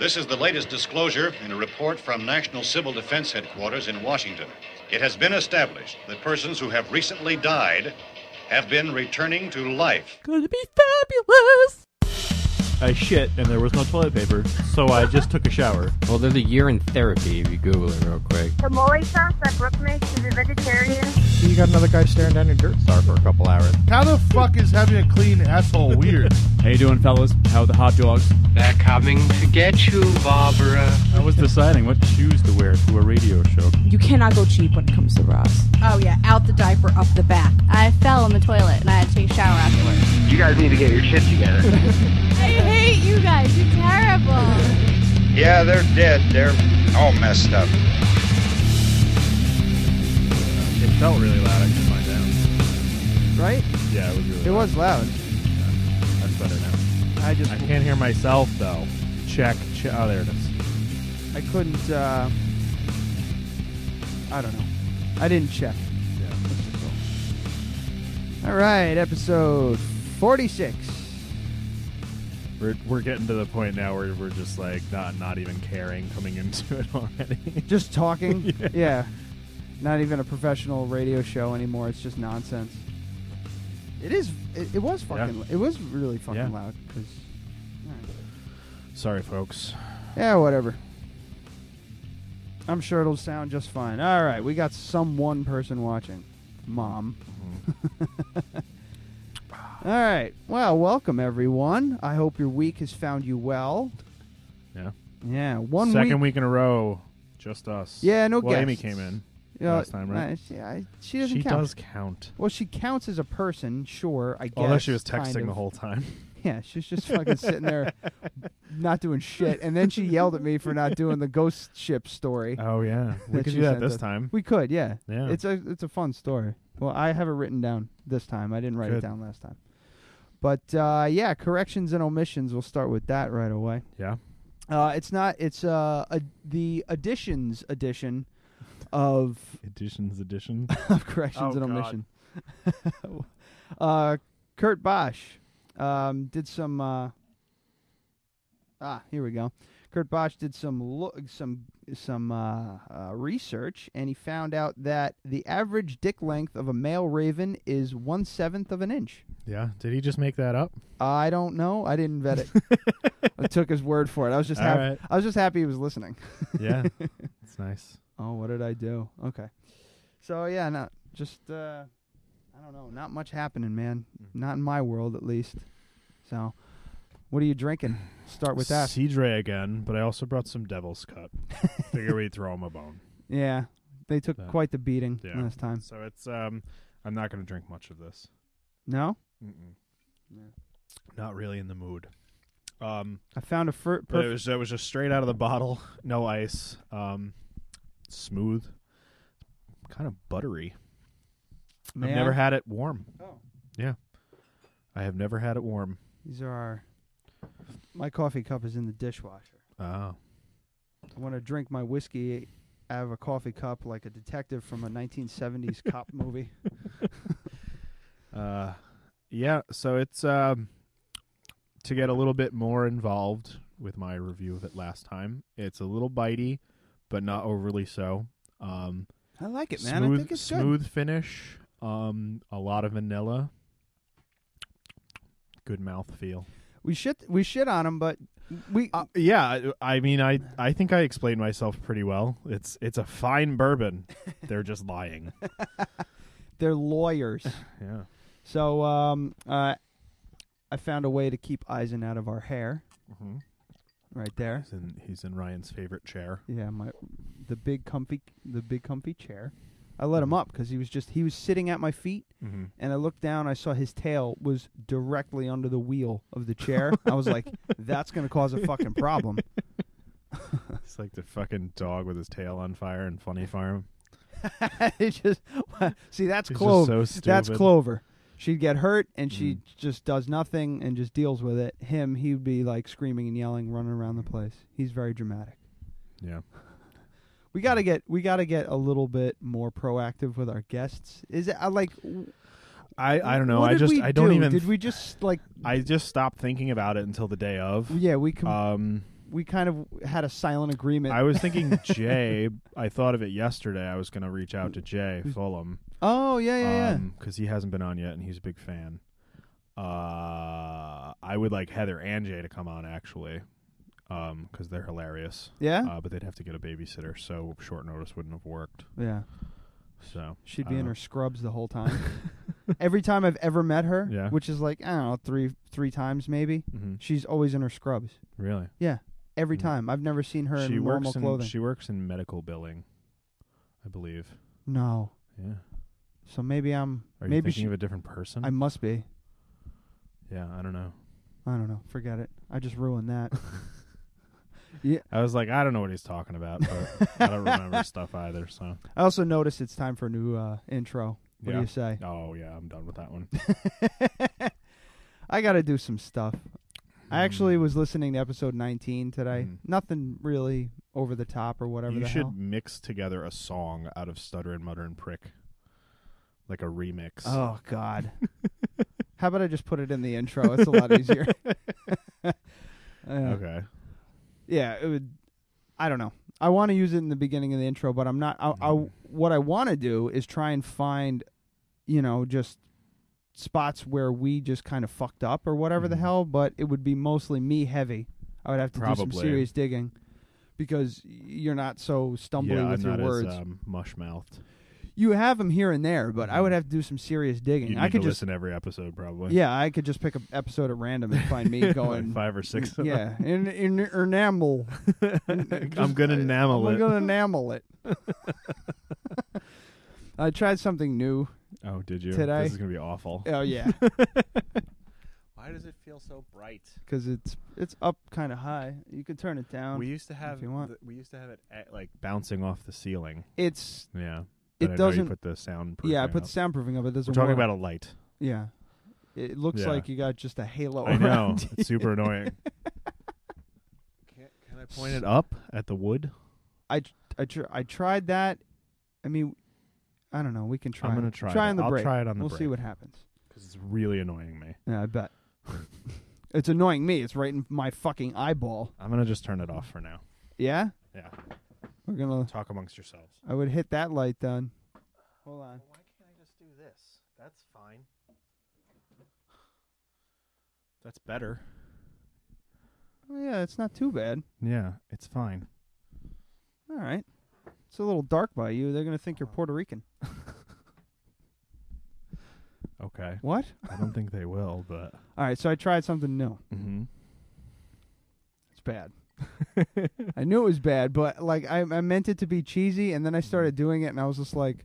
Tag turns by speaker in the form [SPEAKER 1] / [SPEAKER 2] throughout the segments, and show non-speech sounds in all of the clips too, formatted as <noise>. [SPEAKER 1] This is the latest disclosure in a report from National Civil Defense Headquarters in Washington. It has been established that persons who have recently died have been returning to life.
[SPEAKER 2] Gonna be fabulous.
[SPEAKER 3] I shit, and there was no toilet paper, so I just took a shower.
[SPEAKER 4] Well, there's a year in therapy if you Google it real quick.
[SPEAKER 5] The moly sauce that Brooke makes is a vegetarian.
[SPEAKER 6] You got another guy staring down your dirt star for a couple hours.
[SPEAKER 7] How the fuck is having a clean asshole weird?
[SPEAKER 3] <laughs>
[SPEAKER 8] How you doing, fellas? How are the hot dogs?
[SPEAKER 9] They're coming to get you, Barbara.
[SPEAKER 8] I was deciding what shoes to wear to a radio show.
[SPEAKER 10] You cannot go cheap when it comes to bras.
[SPEAKER 11] Oh yeah, out the diaper, up the back.
[SPEAKER 12] I fell in the toilet and I had to take a shower afterwards.
[SPEAKER 9] You guys need to get your shit together.
[SPEAKER 12] I hate you guys. You're terrible.
[SPEAKER 9] Yeah, they're dead. They're all messed up.
[SPEAKER 8] It felt really loud. I can find out.
[SPEAKER 6] Right?
[SPEAKER 8] Yeah, it was really.
[SPEAKER 6] It
[SPEAKER 8] loud.
[SPEAKER 6] was loud.
[SPEAKER 8] Yeah, that's better now.
[SPEAKER 3] I just I can't hear myself though. Check. check. Oh, there it is.
[SPEAKER 6] I couldn't. Uh, I don't know. I didn't check. Yeah. All right, episode forty-six.
[SPEAKER 3] We're, we're getting to the point now where we're just like not not even caring coming into <laughs> it already.
[SPEAKER 6] Just talking.
[SPEAKER 3] <laughs> yeah.
[SPEAKER 6] yeah. Not even a professional radio show anymore. It's just nonsense. It is. It, it was fucking.
[SPEAKER 3] Yeah.
[SPEAKER 6] It was really fucking
[SPEAKER 3] Yeah.
[SPEAKER 6] loud. 'cause- alright.
[SPEAKER 3] Sorry, folks.
[SPEAKER 6] Yeah, whatever. I'm sure it'll sound just fine. All right, we got some one person watching. Mom.
[SPEAKER 3] Mm-hmm.
[SPEAKER 6] <laughs> All right. Well, welcome everyone. I hope your week has found you well.
[SPEAKER 3] Yeah.
[SPEAKER 6] Yeah, one
[SPEAKER 3] Second week. in a row, just us.
[SPEAKER 6] Yeah, no
[SPEAKER 3] Well, Amy
[SPEAKER 6] guests.
[SPEAKER 3] came in.
[SPEAKER 6] you know,
[SPEAKER 3] last time, right?
[SPEAKER 6] uh, she, I- she doesn't
[SPEAKER 3] she
[SPEAKER 6] count.
[SPEAKER 3] does count.
[SPEAKER 6] Well, she counts as a person, sure. I guess.
[SPEAKER 3] Although she was
[SPEAKER 6] kind
[SPEAKER 3] texting
[SPEAKER 6] of.
[SPEAKER 3] the whole time.
[SPEAKER 6] Yeah, she's just fucking
[SPEAKER 3] <laughs>
[SPEAKER 6] sitting there, not doing shit. And then she yelled at me for not doing the ghost ship story.
[SPEAKER 3] Oh
[SPEAKER 6] <laughs>
[SPEAKER 3] yeah, we
[SPEAKER 6] that
[SPEAKER 3] could
[SPEAKER 6] she
[SPEAKER 3] do that
[SPEAKER 6] sent
[SPEAKER 3] this
[SPEAKER 6] us.
[SPEAKER 3] time.
[SPEAKER 6] We could, yeah.
[SPEAKER 3] Yeah.
[SPEAKER 6] It's a it's a fun story. Well, I have it written down this time. I didn't write it
[SPEAKER 3] Good.
[SPEAKER 6] down last time. But uh, yeah, corrections and omissions. We'll start with that right away.
[SPEAKER 3] Yeah.
[SPEAKER 6] Uh, it's not. It's uh, a, the additions edition of
[SPEAKER 3] Editions edition.
[SPEAKER 6] of corrections
[SPEAKER 3] Oh,
[SPEAKER 6] and
[SPEAKER 3] God.
[SPEAKER 6] omission. <laughs> uh, Kurt Bosch um, did some. Uh, ah, here we go. Kurt Bosch did some look, some some uh, uh, research, and he found out that the average dick length of a male raven is one seventh of an inch.
[SPEAKER 3] <laughs> yeah. Did he just make that up?
[SPEAKER 6] I don't know. I
[SPEAKER 3] <laughs>
[SPEAKER 6] didn't vet it. I took his word for it. I was just
[SPEAKER 3] All
[SPEAKER 6] happy.
[SPEAKER 3] right.
[SPEAKER 6] I was just happy he was listening. <laughs>
[SPEAKER 3] Yeah. It's nice.
[SPEAKER 6] Oh, what did I do? Okay. So yeah, not just uh I don't know, not much happening, man. Not in my world at least. So what are you drinking? Start with <sighs> that.
[SPEAKER 3] Cedre again, but I also brought some Devil's Cut. Figure we'd throw him a
[SPEAKER 6] <laughs>
[SPEAKER 3] bone.
[SPEAKER 6] Yeah. They took
[SPEAKER 3] That-
[SPEAKER 6] quite the beating
[SPEAKER 3] Yeah.
[SPEAKER 6] last time.
[SPEAKER 3] So it's um, I'm not going to drink much of this.
[SPEAKER 6] No?
[SPEAKER 3] Mm-mm.
[SPEAKER 6] No.
[SPEAKER 3] Not really in the mood. Um,
[SPEAKER 6] I found a fir-
[SPEAKER 3] but it
[SPEAKER 6] perfect
[SPEAKER 3] was it was just straight out of the bottle, <laughs> no ice. Um, smooth, kind of buttery. I've
[SPEAKER 6] man.
[SPEAKER 3] never had it warm.
[SPEAKER 6] Oh.
[SPEAKER 3] Yeah, I have never had it warm.
[SPEAKER 6] These are our My coffee cup is in the dishwasher.
[SPEAKER 3] Oh,
[SPEAKER 6] I want to drink my whiskey out of a coffee cup like a detective from a 1970s <laughs> cop movie.
[SPEAKER 3] Uh, yeah. So it's um, to get a little bit more involved with my review of it last time. It's a little bitey, but not overly so. Um,
[SPEAKER 6] I like it, man.
[SPEAKER 3] smooth,
[SPEAKER 6] I think it's
[SPEAKER 3] smooth finish. Um, a lot of vanilla. Good mouth feel.
[SPEAKER 6] good. We shit we shit on him, but we
[SPEAKER 3] Uh, yeah, I I mean, I I think I explained myself pretty well. It's it's a fine
[SPEAKER 6] <laughs>
[SPEAKER 3] bourbon. They're just lying. <laughs>
[SPEAKER 6] they're lawyers.
[SPEAKER 3] Yeah.
[SPEAKER 6] So um, uh, I found a way to keep Eisen out of our hair
[SPEAKER 3] Mm-hmm.
[SPEAKER 6] right there.
[SPEAKER 3] He's in he's in Ryan's favorite chair.
[SPEAKER 6] Yeah, my the big comfy the big comfy chair. I let him up because he was just he was sitting at my feet,
[SPEAKER 3] Mm-hmm.
[SPEAKER 6] and I looked down. I saw his tail was directly under the wheel of the chair. I
[SPEAKER 3] <laughs>
[SPEAKER 6] was like, "That's gonna cause a fucking problem." <laughs>
[SPEAKER 3] It's like the fucking dog with his tail on fire in Funny Farm.
[SPEAKER 6] it just <laughs> see that's
[SPEAKER 3] He's just
[SPEAKER 6] clove.
[SPEAKER 3] so stupid. Mm.
[SPEAKER 6] That's Clover. She'd get hurt and she just does nothing and just deals with it. Him, he'd be like screaming and yelling, running around the place. He's very dramatic.
[SPEAKER 3] Yeah.
[SPEAKER 6] We gotta get we gotta get a little bit more proactive with our guests. Is it I like?
[SPEAKER 3] I, I don't know.
[SPEAKER 6] what
[SPEAKER 3] I
[SPEAKER 6] did
[SPEAKER 3] just
[SPEAKER 6] we
[SPEAKER 3] I don't
[SPEAKER 6] do?
[SPEAKER 3] even
[SPEAKER 6] Did we just like?
[SPEAKER 3] I just stopped thinking about it until the day of.
[SPEAKER 6] Yeah, we com-
[SPEAKER 3] Um
[SPEAKER 6] we kind of had a silent agreement.
[SPEAKER 3] I was
[SPEAKER 6] <laughs>
[SPEAKER 3] thinking Jay. I thought of it yesterday. I was going to reach out to Jay Fulham.
[SPEAKER 6] Oh, yeah, yeah, yeah.
[SPEAKER 3] Because he hasn't been on yet, and he's a big fan. Uh, I would like Heather and Jay to come on actually, because they're hilarious.
[SPEAKER 6] Yeah?
[SPEAKER 3] Uh, but they'd have to get a babysitter, so short notice wouldn't have worked.
[SPEAKER 6] Yeah.
[SPEAKER 3] So
[SPEAKER 6] She'd
[SPEAKER 3] I
[SPEAKER 6] be in
[SPEAKER 3] don't
[SPEAKER 6] her scrubs the
[SPEAKER 3] <laughs>
[SPEAKER 6] whole time. Every time I've ever met her,
[SPEAKER 3] Yeah.
[SPEAKER 6] which is like I don't know three three times maybe, she's always in her scrubs.
[SPEAKER 3] know. mm-hmm. really.
[SPEAKER 6] Yeah, every time. I've never seen her
[SPEAKER 3] Mm. she
[SPEAKER 6] in normal
[SPEAKER 3] works in
[SPEAKER 6] clothing.
[SPEAKER 3] she works in medical billing, I believe.
[SPEAKER 6] no.
[SPEAKER 3] Yeah.
[SPEAKER 6] So maybe I'm.
[SPEAKER 3] Are you
[SPEAKER 6] maybe
[SPEAKER 3] thinking
[SPEAKER 6] she,
[SPEAKER 3] of a different person?
[SPEAKER 6] I must be.
[SPEAKER 3] Yeah, I don't know.
[SPEAKER 6] I don't know. Forget it. I just ruined that.
[SPEAKER 3] <laughs>
[SPEAKER 6] yeah.
[SPEAKER 3] I was like, I don't know what he's talking about, but I don't
[SPEAKER 6] <laughs>
[SPEAKER 3] remember stuff either. So
[SPEAKER 6] I also noticed it's time for a new uh, intro. What do
[SPEAKER 3] Yeah.
[SPEAKER 6] you say?
[SPEAKER 3] Oh yeah, I'm done with that one.
[SPEAKER 6] I got to do some stuff. I
[SPEAKER 3] Hmm.
[SPEAKER 6] actually was listening to episode 19 today. Nothing really over the top or whatever.
[SPEAKER 3] you
[SPEAKER 6] the
[SPEAKER 3] should
[SPEAKER 6] hell.
[SPEAKER 3] mix together a song out of Stutter and Mutter and Prick, like a remix.
[SPEAKER 6] Oh
[SPEAKER 3] <laughs>
[SPEAKER 6] God. How about I just put it in the intro? It's a lot
[SPEAKER 3] <laughs>
[SPEAKER 6] easier. <laughs> Uh,
[SPEAKER 3] okay.
[SPEAKER 6] Yeah, it would. I don't know. I want to use it in the beginning of the intro, but I'm not. I, I
[SPEAKER 3] Mm-hmm.
[SPEAKER 6] what I want to do is try and find, you know, just spots where we just kind of fucked up or whatever
[SPEAKER 3] Mm-hmm.
[SPEAKER 6] the hell. But it would be mostly me heavy. I would have to do
[SPEAKER 3] Probably.
[SPEAKER 6] some serious digging because you're not so stumbly
[SPEAKER 3] yeah, I'm
[SPEAKER 6] with your
[SPEAKER 3] not
[SPEAKER 6] words.
[SPEAKER 3] as um, mush mouthed.
[SPEAKER 6] you have them here and there, but I would have to do some serious digging.
[SPEAKER 3] Mm-hmm. You
[SPEAKER 6] I
[SPEAKER 3] need
[SPEAKER 6] could
[SPEAKER 3] to
[SPEAKER 6] just
[SPEAKER 3] listen every episode probably.
[SPEAKER 6] yeah, I could just pick an episode at random and find
[SPEAKER 3] <laughs>
[SPEAKER 6] me
[SPEAKER 3] Like
[SPEAKER 6] going
[SPEAKER 3] five or six of
[SPEAKER 6] Yeah, in in enamel.
[SPEAKER 3] <laughs>
[SPEAKER 6] <laughs>
[SPEAKER 3] I'm
[SPEAKER 6] Just- uh,
[SPEAKER 3] gonna enamel
[SPEAKER 6] I'm
[SPEAKER 3] it. <laughs>
[SPEAKER 6] gonna enamel it. <laughs> I tried something new.
[SPEAKER 3] Oh, did you?
[SPEAKER 6] today?
[SPEAKER 3] This is gonna be awful.
[SPEAKER 6] Oh yeah,
[SPEAKER 8] <laughs> Why does it feel so bright?
[SPEAKER 6] because it's it's up kind of high. You could turn it down.
[SPEAKER 8] we used to have
[SPEAKER 6] if you want.
[SPEAKER 8] the- we used to have it at like
[SPEAKER 3] Bouncing off the ceiling.
[SPEAKER 6] It's
[SPEAKER 3] Yeah. But
[SPEAKER 6] it
[SPEAKER 3] I know
[SPEAKER 6] doesn't.
[SPEAKER 3] you put the sound.
[SPEAKER 6] yeah, I put
[SPEAKER 3] up.
[SPEAKER 6] soundproofing up. It doesn't.
[SPEAKER 3] We're talking
[SPEAKER 6] work.
[SPEAKER 3] about a light.
[SPEAKER 6] Yeah, it looks
[SPEAKER 3] Yeah.
[SPEAKER 6] like you got just a
[SPEAKER 8] Oh,
[SPEAKER 6] halo.
[SPEAKER 3] I know.
[SPEAKER 6] around you.
[SPEAKER 3] It's super
[SPEAKER 8] <laughs>
[SPEAKER 3] annoying.
[SPEAKER 8] can, can I
[SPEAKER 3] Point it up at the wood.
[SPEAKER 6] I tr- <laughs> I tr- I tried that. I mean, I don't know. We can try.
[SPEAKER 3] I'm gonna
[SPEAKER 6] it.
[SPEAKER 3] try
[SPEAKER 6] Try
[SPEAKER 3] it.
[SPEAKER 6] on the
[SPEAKER 3] I'll
[SPEAKER 6] break.
[SPEAKER 3] try it on the
[SPEAKER 6] We'll see
[SPEAKER 3] break.
[SPEAKER 6] what happens.
[SPEAKER 3] because it's really annoying me.
[SPEAKER 6] Yeah, I bet. <laughs> it's annoying me. It's right in my fucking eyeball.
[SPEAKER 3] I'm gonna just turn it off for now.
[SPEAKER 6] Yeah?
[SPEAKER 3] Yeah.
[SPEAKER 6] We're gonna
[SPEAKER 3] Talk amongst yourselves.
[SPEAKER 6] I would hit that light then. Hold on.
[SPEAKER 8] Why can't I just do this? That's fine.
[SPEAKER 3] That's better.
[SPEAKER 6] Oh, yeah, it's not too bad.
[SPEAKER 3] Yeah, it's fine.
[SPEAKER 6] All right. It's a little dark by you. They're gonna think you're Puerto Rican.
[SPEAKER 3] Okay.
[SPEAKER 6] What?
[SPEAKER 3] I don't think they will, but
[SPEAKER 6] All right, so I tried something new.
[SPEAKER 3] mm-hmm.
[SPEAKER 6] It's
[SPEAKER 3] <laughs>
[SPEAKER 6] bad. I knew it was bad, but like I, I meant it to be cheesy, and then I started doing it, and I was just like,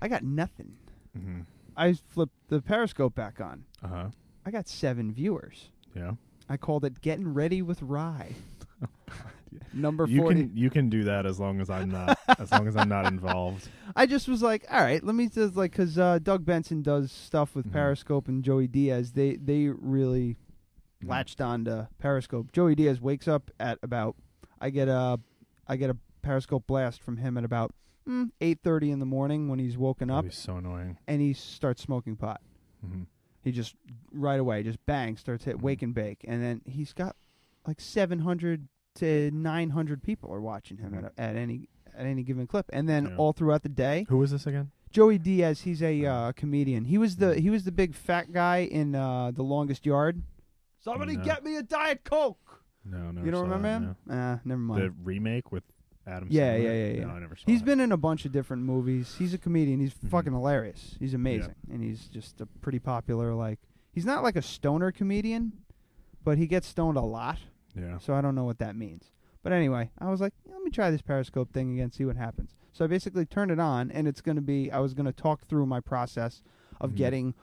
[SPEAKER 6] I got nothing.
[SPEAKER 3] Mhm.
[SPEAKER 6] I flipped the Periscope back on.
[SPEAKER 3] uh huh.
[SPEAKER 6] I got seven viewers.
[SPEAKER 3] Yeah.
[SPEAKER 6] I called it "Getting Ready
[SPEAKER 3] <laughs>
[SPEAKER 6] with Rye." Number
[SPEAKER 3] Oh, You
[SPEAKER 6] forty.
[SPEAKER 3] can you can do that as long as I'm not as long as I'm not <laughs> involved.
[SPEAKER 6] I just was like, all right, let me just like because uh, Doug Benson does stuff
[SPEAKER 3] Mm-hmm.
[SPEAKER 6] with Periscope and Joey Diaz. They they really
[SPEAKER 3] Mm-hmm.
[SPEAKER 6] latched on to Periscope. Joey Diaz wakes up at about I get a I get a Periscope blast from him at about mm, eight thirty in the morning when he's woken
[SPEAKER 3] Oh,
[SPEAKER 6] up
[SPEAKER 3] he's so annoying.
[SPEAKER 6] and he starts smoking pot.
[SPEAKER 3] Mhm.
[SPEAKER 6] He just right away just bang starts
[SPEAKER 3] Mm-hmm.
[SPEAKER 6] hit wake and bake, and then he's got like seven hundred to nine hundred people are watching him at, a, at any at any given clip, and then
[SPEAKER 3] Mm-hmm. Yeah.
[SPEAKER 6] all throughout the day.
[SPEAKER 3] Who was this again?
[SPEAKER 6] Joey Diaz, he's a uh, comedian. He was the he was the big fat guy in uh, the Longest Yard. Somebody
[SPEAKER 3] No.
[SPEAKER 6] get me a diet coke.
[SPEAKER 3] No, no.
[SPEAKER 6] you don't remember him? Uh, never mind.
[SPEAKER 3] The remake with Adam.
[SPEAKER 6] yeah,
[SPEAKER 3] Sandler?
[SPEAKER 6] yeah, yeah, yeah.
[SPEAKER 3] No, I never saw.
[SPEAKER 6] He's
[SPEAKER 3] that. Mm-hmm.
[SPEAKER 6] been in a bunch of different movies. He's a comedian. He's fucking hilarious. He's amazing, and he's just a pretty popular. Like he's not like a stoner comedian, but he gets stoned a lot.
[SPEAKER 3] Yeah.
[SPEAKER 6] So I don't know what that means. But anyway, I was like, let me try this Periscope thing again, see what happens. So I basically turned it on, and it's going to be, I was going to talk through my process of
[SPEAKER 3] Mm-hmm.
[SPEAKER 6] getting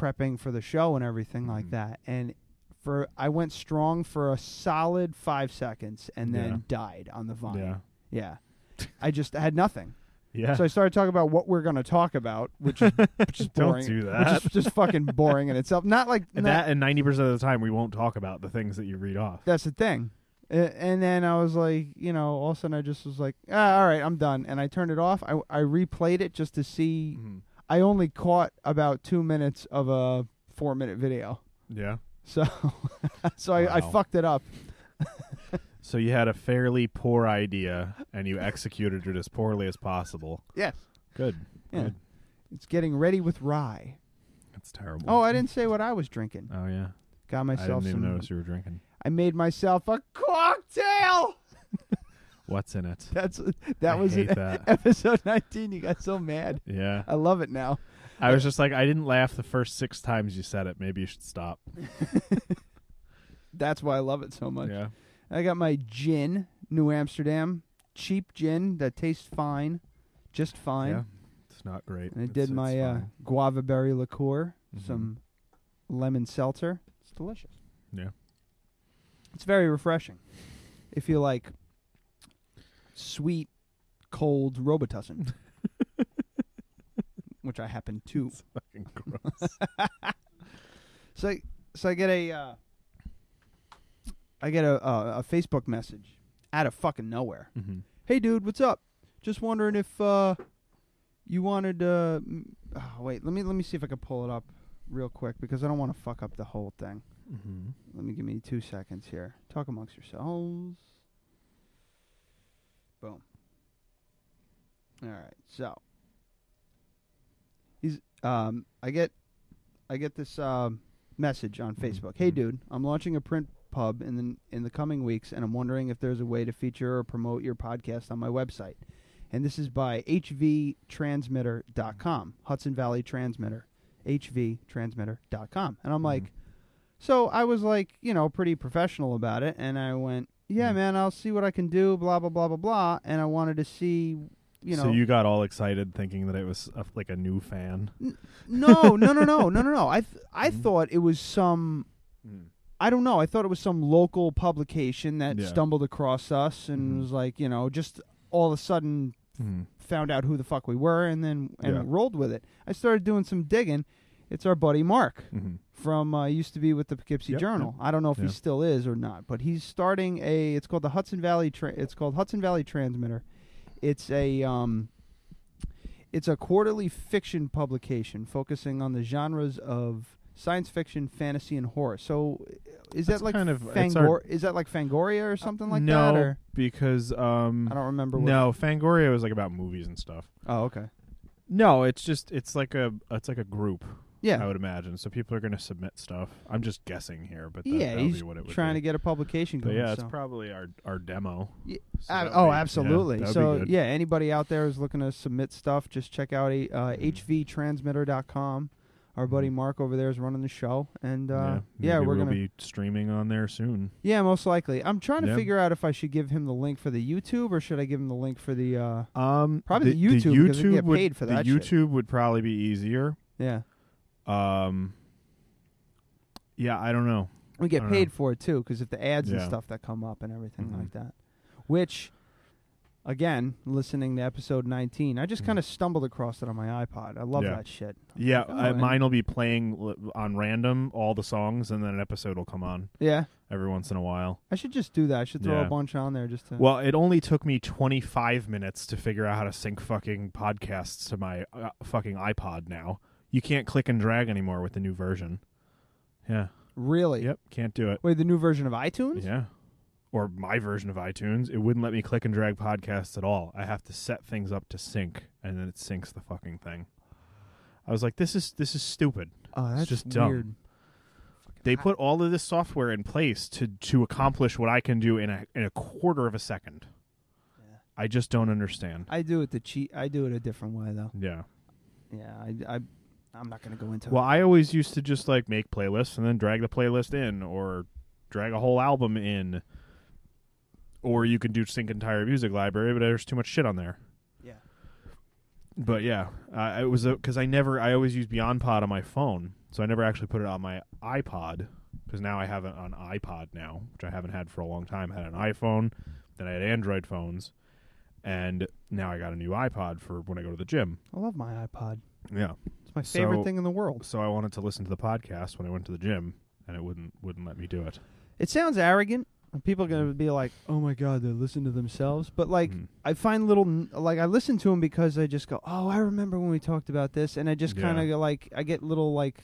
[SPEAKER 6] prepping for the show and everything like that. And for, I went strong for a solid five seconds and then
[SPEAKER 3] Yeah.
[SPEAKER 6] died on the vine.
[SPEAKER 3] Yeah.
[SPEAKER 6] Yeah. I just
[SPEAKER 3] <laughs>
[SPEAKER 6] had nothing.
[SPEAKER 3] Yeah.
[SPEAKER 6] So I started talking about what we're going to talk about, which
[SPEAKER 3] <laughs>
[SPEAKER 6] is just
[SPEAKER 3] Don't
[SPEAKER 6] boring.
[SPEAKER 3] do
[SPEAKER 6] Which
[SPEAKER 3] that.
[SPEAKER 6] is just fucking boring in itself. Not like
[SPEAKER 3] and
[SPEAKER 6] not-
[SPEAKER 3] that and ninety percent of the time we won't talk about the things that you read off.
[SPEAKER 6] that's the thing. A- And then I was like, you know, all of a sudden I just was like, ah, all right, I'm done. And I turned it off. I, I replayed it just to see.
[SPEAKER 3] Mm-hmm.
[SPEAKER 6] I only caught about two minutes of a four minute video. <laughs>
[SPEAKER 3] Yeah.
[SPEAKER 6] So so I, I
[SPEAKER 3] Wow.
[SPEAKER 6] fucked it up.
[SPEAKER 3] So you had a fairly poor idea, and you executed it as poorly as possible.
[SPEAKER 6] Yes.
[SPEAKER 3] Good.
[SPEAKER 6] Yeah.
[SPEAKER 3] Good.
[SPEAKER 6] It's getting ready with rye.
[SPEAKER 3] That's terrible.
[SPEAKER 6] Oh, I didn't say what I was drinking.
[SPEAKER 3] Oh yeah.
[SPEAKER 6] Got myself
[SPEAKER 3] I didn't even
[SPEAKER 6] some-
[SPEAKER 3] notice you were drinking.
[SPEAKER 6] I made myself a cocktail. <laughs>
[SPEAKER 3] What's in it?
[SPEAKER 6] That's that
[SPEAKER 3] I
[SPEAKER 6] was
[SPEAKER 3] hate that.
[SPEAKER 6] <laughs> episode 19. You got so mad.
[SPEAKER 3] Yeah.
[SPEAKER 6] I love it now.
[SPEAKER 3] I was just like, I didn't laugh the first six times you said it. Maybe you should stop.
[SPEAKER 6] That's why I love it so much.
[SPEAKER 3] Yeah.
[SPEAKER 6] I got my gin, New Amsterdam, cheap gin that tastes fine, just fine.
[SPEAKER 3] Yeah, it's not great.
[SPEAKER 6] And I
[SPEAKER 3] It's-
[SPEAKER 6] did
[SPEAKER 3] it's
[SPEAKER 6] my uh,
[SPEAKER 3] fine. <laughs>
[SPEAKER 6] guava berry liqueur,
[SPEAKER 3] Mhm.
[SPEAKER 6] some lemon seltzer. It's delicious.
[SPEAKER 3] Yeah.
[SPEAKER 6] It's very refreshing. If you like sweet, cold <laughs> Robitussin, which I happen to. It's
[SPEAKER 3] fucking
[SPEAKER 6] <laughs>
[SPEAKER 3] gross.
[SPEAKER 6] so, I- so I get a, uh, I get a, uh, a, a Facebook message out of fucking nowhere.
[SPEAKER 3] Mhm.
[SPEAKER 6] Hey, dude, what's up? Just wondering if uh, you wanted. Uh, m- oh, wait, let me let me see if I can pull it up real quick because I don't want to fuck up the whole thing.
[SPEAKER 3] Mhm.
[SPEAKER 6] Let me give me two seconds here. Talk amongst yourselves. Boom. All right, so he's um, I get I get this um, message on Facebook. Hey, dude, I'm launching a print pub in the in the coming weeks, and I'm wondering if there's a way to feature or promote your podcast on my website. And this is by hvtransmitter.com, Hudson Valley Transmitter, hvtransmitter.com. And I'm like, so I was like, you know, pretty professional about it, and I went, yeah,
[SPEAKER 3] Mm.
[SPEAKER 6] man, I'll see what I can do, blah blah blah blah blah. And I wanted to see, you know,
[SPEAKER 3] so you got all excited thinking that it was a, like a new fan.
[SPEAKER 6] <laughs> No, no, no, no, no, no, no. I th- I
[SPEAKER 3] Mm.
[SPEAKER 6] thought it was some. I don't know. I thought it was some local publication that
[SPEAKER 3] Yeah. Mm-hmm.
[SPEAKER 6] stumbled across us and was like, you know, just all of a sudden
[SPEAKER 3] Mhm.
[SPEAKER 6] found out who the fuck we were and then and
[SPEAKER 3] Yeah.
[SPEAKER 6] rolled with it. I started doing some digging. It's our buddy Mark
[SPEAKER 3] Mhm.
[SPEAKER 6] from uh, used to be with the Poughkeepsie
[SPEAKER 3] Yep,
[SPEAKER 6] Journal.
[SPEAKER 3] yep.
[SPEAKER 6] I don't know if
[SPEAKER 3] Yeah.
[SPEAKER 6] he still is or not, but he's starting a. It's called the Hudson Valley. Tra- it's called Hudson Valley Transmitter. It's a. Um, it's a quarterly fiction publication focusing on the genres of science fiction, fantasy, and horror. So, uh, is
[SPEAKER 3] That's
[SPEAKER 6] that like
[SPEAKER 3] kind of- it's
[SPEAKER 6] Fangor-
[SPEAKER 3] our-
[SPEAKER 6] is that like Fangoria or something like
[SPEAKER 3] no,
[SPEAKER 6] that? Or
[SPEAKER 3] because um,
[SPEAKER 6] I don't remember what-
[SPEAKER 3] No, Fangoria was like about movies and stuff.
[SPEAKER 6] Oh, okay.
[SPEAKER 3] No, it's just it's like a it's like a group.
[SPEAKER 6] Yeah.
[SPEAKER 3] I would imagine. So people are going to submit stuff. I'm just guessing here, but that,
[SPEAKER 6] yeah,
[SPEAKER 3] that'll
[SPEAKER 6] he's
[SPEAKER 3] be what it would
[SPEAKER 6] trying
[SPEAKER 3] be.
[SPEAKER 6] to get a publication
[SPEAKER 3] But
[SPEAKER 6] going.
[SPEAKER 3] yeah, it's
[SPEAKER 6] so.
[SPEAKER 3] probably our our demo. So
[SPEAKER 6] Ab-
[SPEAKER 3] that would
[SPEAKER 6] oh,
[SPEAKER 3] be- yeah,
[SPEAKER 6] absolutely.
[SPEAKER 3] that would be
[SPEAKER 6] so
[SPEAKER 3] good.
[SPEAKER 6] yeah, anybody out there who's looking to submit stuff, just check out a, uh,
[SPEAKER 3] Mm-hmm.
[SPEAKER 6] hvtransmitter.com. Our buddy Mark over there is running the show, and uh, yeah,
[SPEAKER 3] maybe
[SPEAKER 6] we're
[SPEAKER 3] we'll
[SPEAKER 6] gonna
[SPEAKER 3] be streaming on there soon.
[SPEAKER 6] yeah, most likely. I'm trying to
[SPEAKER 3] Yeah.
[SPEAKER 6] figure out if I should give him the link for the YouTube or should I give him the link for the uh,
[SPEAKER 3] Um,
[SPEAKER 6] probably the, YouTube because they get
[SPEAKER 3] would,
[SPEAKER 6] paid for
[SPEAKER 3] the
[SPEAKER 6] that. shit.
[SPEAKER 3] YouTube would probably be easier.
[SPEAKER 6] Yeah.
[SPEAKER 3] Um. Yeah, I don't know.
[SPEAKER 6] We
[SPEAKER 3] I
[SPEAKER 6] get
[SPEAKER 3] don't
[SPEAKER 6] paid
[SPEAKER 3] know.
[SPEAKER 6] for it too because of the ads and
[SPEAKER 3] Yeah. Mm-hmm.
[SPEAKER 6] stuff that come up and everything like that. Which, again, listening to episode 19, I just kind of stumbled across it on my iPod. I love
[SPEAKER 3] Mm-hmm. Yeah.
[SPEAKER 6] that shit.
[SPEAKER 3] Yeah,
[SPEAKER 6] Oh,
[SPEAKER 3] I-
[SPEAKER 6] and-
[SPEAKER 3] mine will be playing l- on random all the songs, and then an episode will come on.
[SPEAKER 6] Yeah.
[SPEAKER 3] every once in a while.
[SPEAKER 6] I should just do that. I should throw
[SPEAKER 3] Yeah.
[SPEAKER 6] a bunch on there just to.
[SPEAKER 3] Well, it only took me 25 minutes to figure out how to sync fucking podcasts to my uh, fucking iPod now. You can't click and drag anymore with the new version. Yeah.
[SPEAKER 6] Really?
[SPEAKER 3] Yep, can't do it.
[SPEAKER 6] Wait, the new version of iTunes?
[SPEAKER 3] Yeah. Or my version of iTunes, it wouldn't let me click and drag podcasts at all. I have to set things up to sync and then it syncs the fucking thing. I was like, this is this is stupid.
[SPEAKER 6] Oh, that's
[SPEAKER 3] it's just
[SPEAKER 6] weird.
[SPEAKER 3] dumb. They put all of this software in place to to accomplish what I can do in a in a quarter of a second. I just don't understand.
[SPEAKER 6] I do it the cheat. I do it a different way though.
[SPEAKER 3] Yeah.
[SPEAKER 6] Yeah. I. I I'm not going to go into
[SPEAKER 3] Well,
[SPEAKER 6] it.
[SPEAKER 3] I always used to just like make playlists and then drag the playlist in, or drag a whole album in, or you can do sync entire music library, but there's too much shit on there.
[SPEAKER 6] Yeah.
[SPEAKER 3] But yeah, uh, it was because I never, I always use Beyond Pod on my phone, so I never actually put it on my iPod because now I have it on iPod now, which I haven't had for a long time. I had an iPhone, then I had Android phones, and now I got a new iPod for when I go to the gym.
[SPEAKER 6] I love my iPod.
[SPEAKER 3] Yeah,
[SPEAKER 6] It's my favorite thing in the world.
[SPEAKER 3] So I wanted to listen to the podcast when I went to the gym, and it wouldn't wouldn't let me do it.
[SPEAKER 6] It sounds arrogant. and People are going to be like, "Oh my god, they listen to themselves." But like,
[SPEAKER 3] Hmm.
[SPEAKER 6] I find little n- like I listen to them because I just go, "Oh, I remember when we talked about this," and I just
[SPEAKER 3] Yeah.
[SPEAKER 6] kind of like I get little like.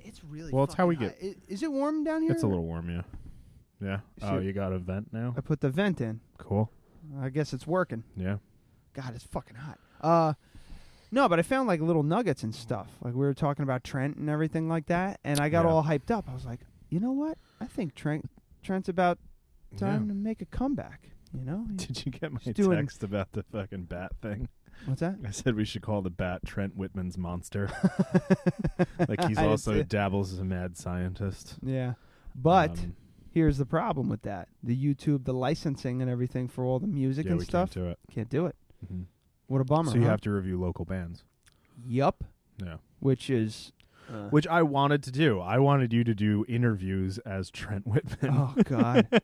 [SPEAKER 6] It's really
[SPEAKER 3] Well, it's how we get.
[SPEAKER 6] I- Is it warm down here?
[SPEAKER 3] It's a little warm, yeah. Yeah. Oh,
[SPEAKER 6] Shoot.
[SPEAKER 3] you got a vent now?
[SPEAKER 6] I put the vent in.
[SPEAKER 3] Cool.
[SPEAKER 6] I guess it's working.
[SPEAKER 3] Yeah.
[SPEAKER 6] God, it's fucking hot. Uh, no, but I found like little nuggets and stuff. Like we were talking about Trent and everything like that, and I got all hyped up. I was like, you know what? I think Trent Trent's about time
[SPEAKER 3] Yeah.
[SPEAKER 6] to make a comeback.
[SPEAKER 3] <laughs>
[SPEAKER 6] You know?
[SPEAKER 3] Did you get my
[SPEAKER 6] He's doing-
[SPEAKER 3] text about the fucking bat thing?
[SPEAKER 6] What's that?
[SPEAKER 3] I said we should call the bat Trent Whitman's
[SPEAKER 6] <laughs>
[SPEAKER 3] monster. <laughs> like he's
[SPEAKER 6] I didn't see
[SPEAKER 3] also
[SPEAKER 6] it.
[SPEAKER 3] dabbles as a mad scientist.
[SPEAKER 6] Yeah. But
[SPEAKER 3] um,
[SPEAKER 6] here's the problem with that: the YouTube, the licensing, and everything for all the music
[SPEAKER 3] Yeah,
[SPEAKER 6] and
[SPEAKER 3] we
[SPEAKER 6] stuff.
[SPEAKER 3] can't do it.
[SPEAKER 6] Can't do it.
[SPEAKER 3] Mhm.
[SPEAKER 6] What a bummer.
[SPEAKER 3] so you
[SPEAKER 6] huh?
[SPEAKER 3] have to review local bands.
[SPEAKER 6] Yup.
[SPEAKER 3] Yeah.
[SPEAKER 6] Which is. Uh,
[SPEAKER 3] Which I wanted to do. I wanted you to do interviews as Trent Whitman.
[SPEAKER 6] Oh God. I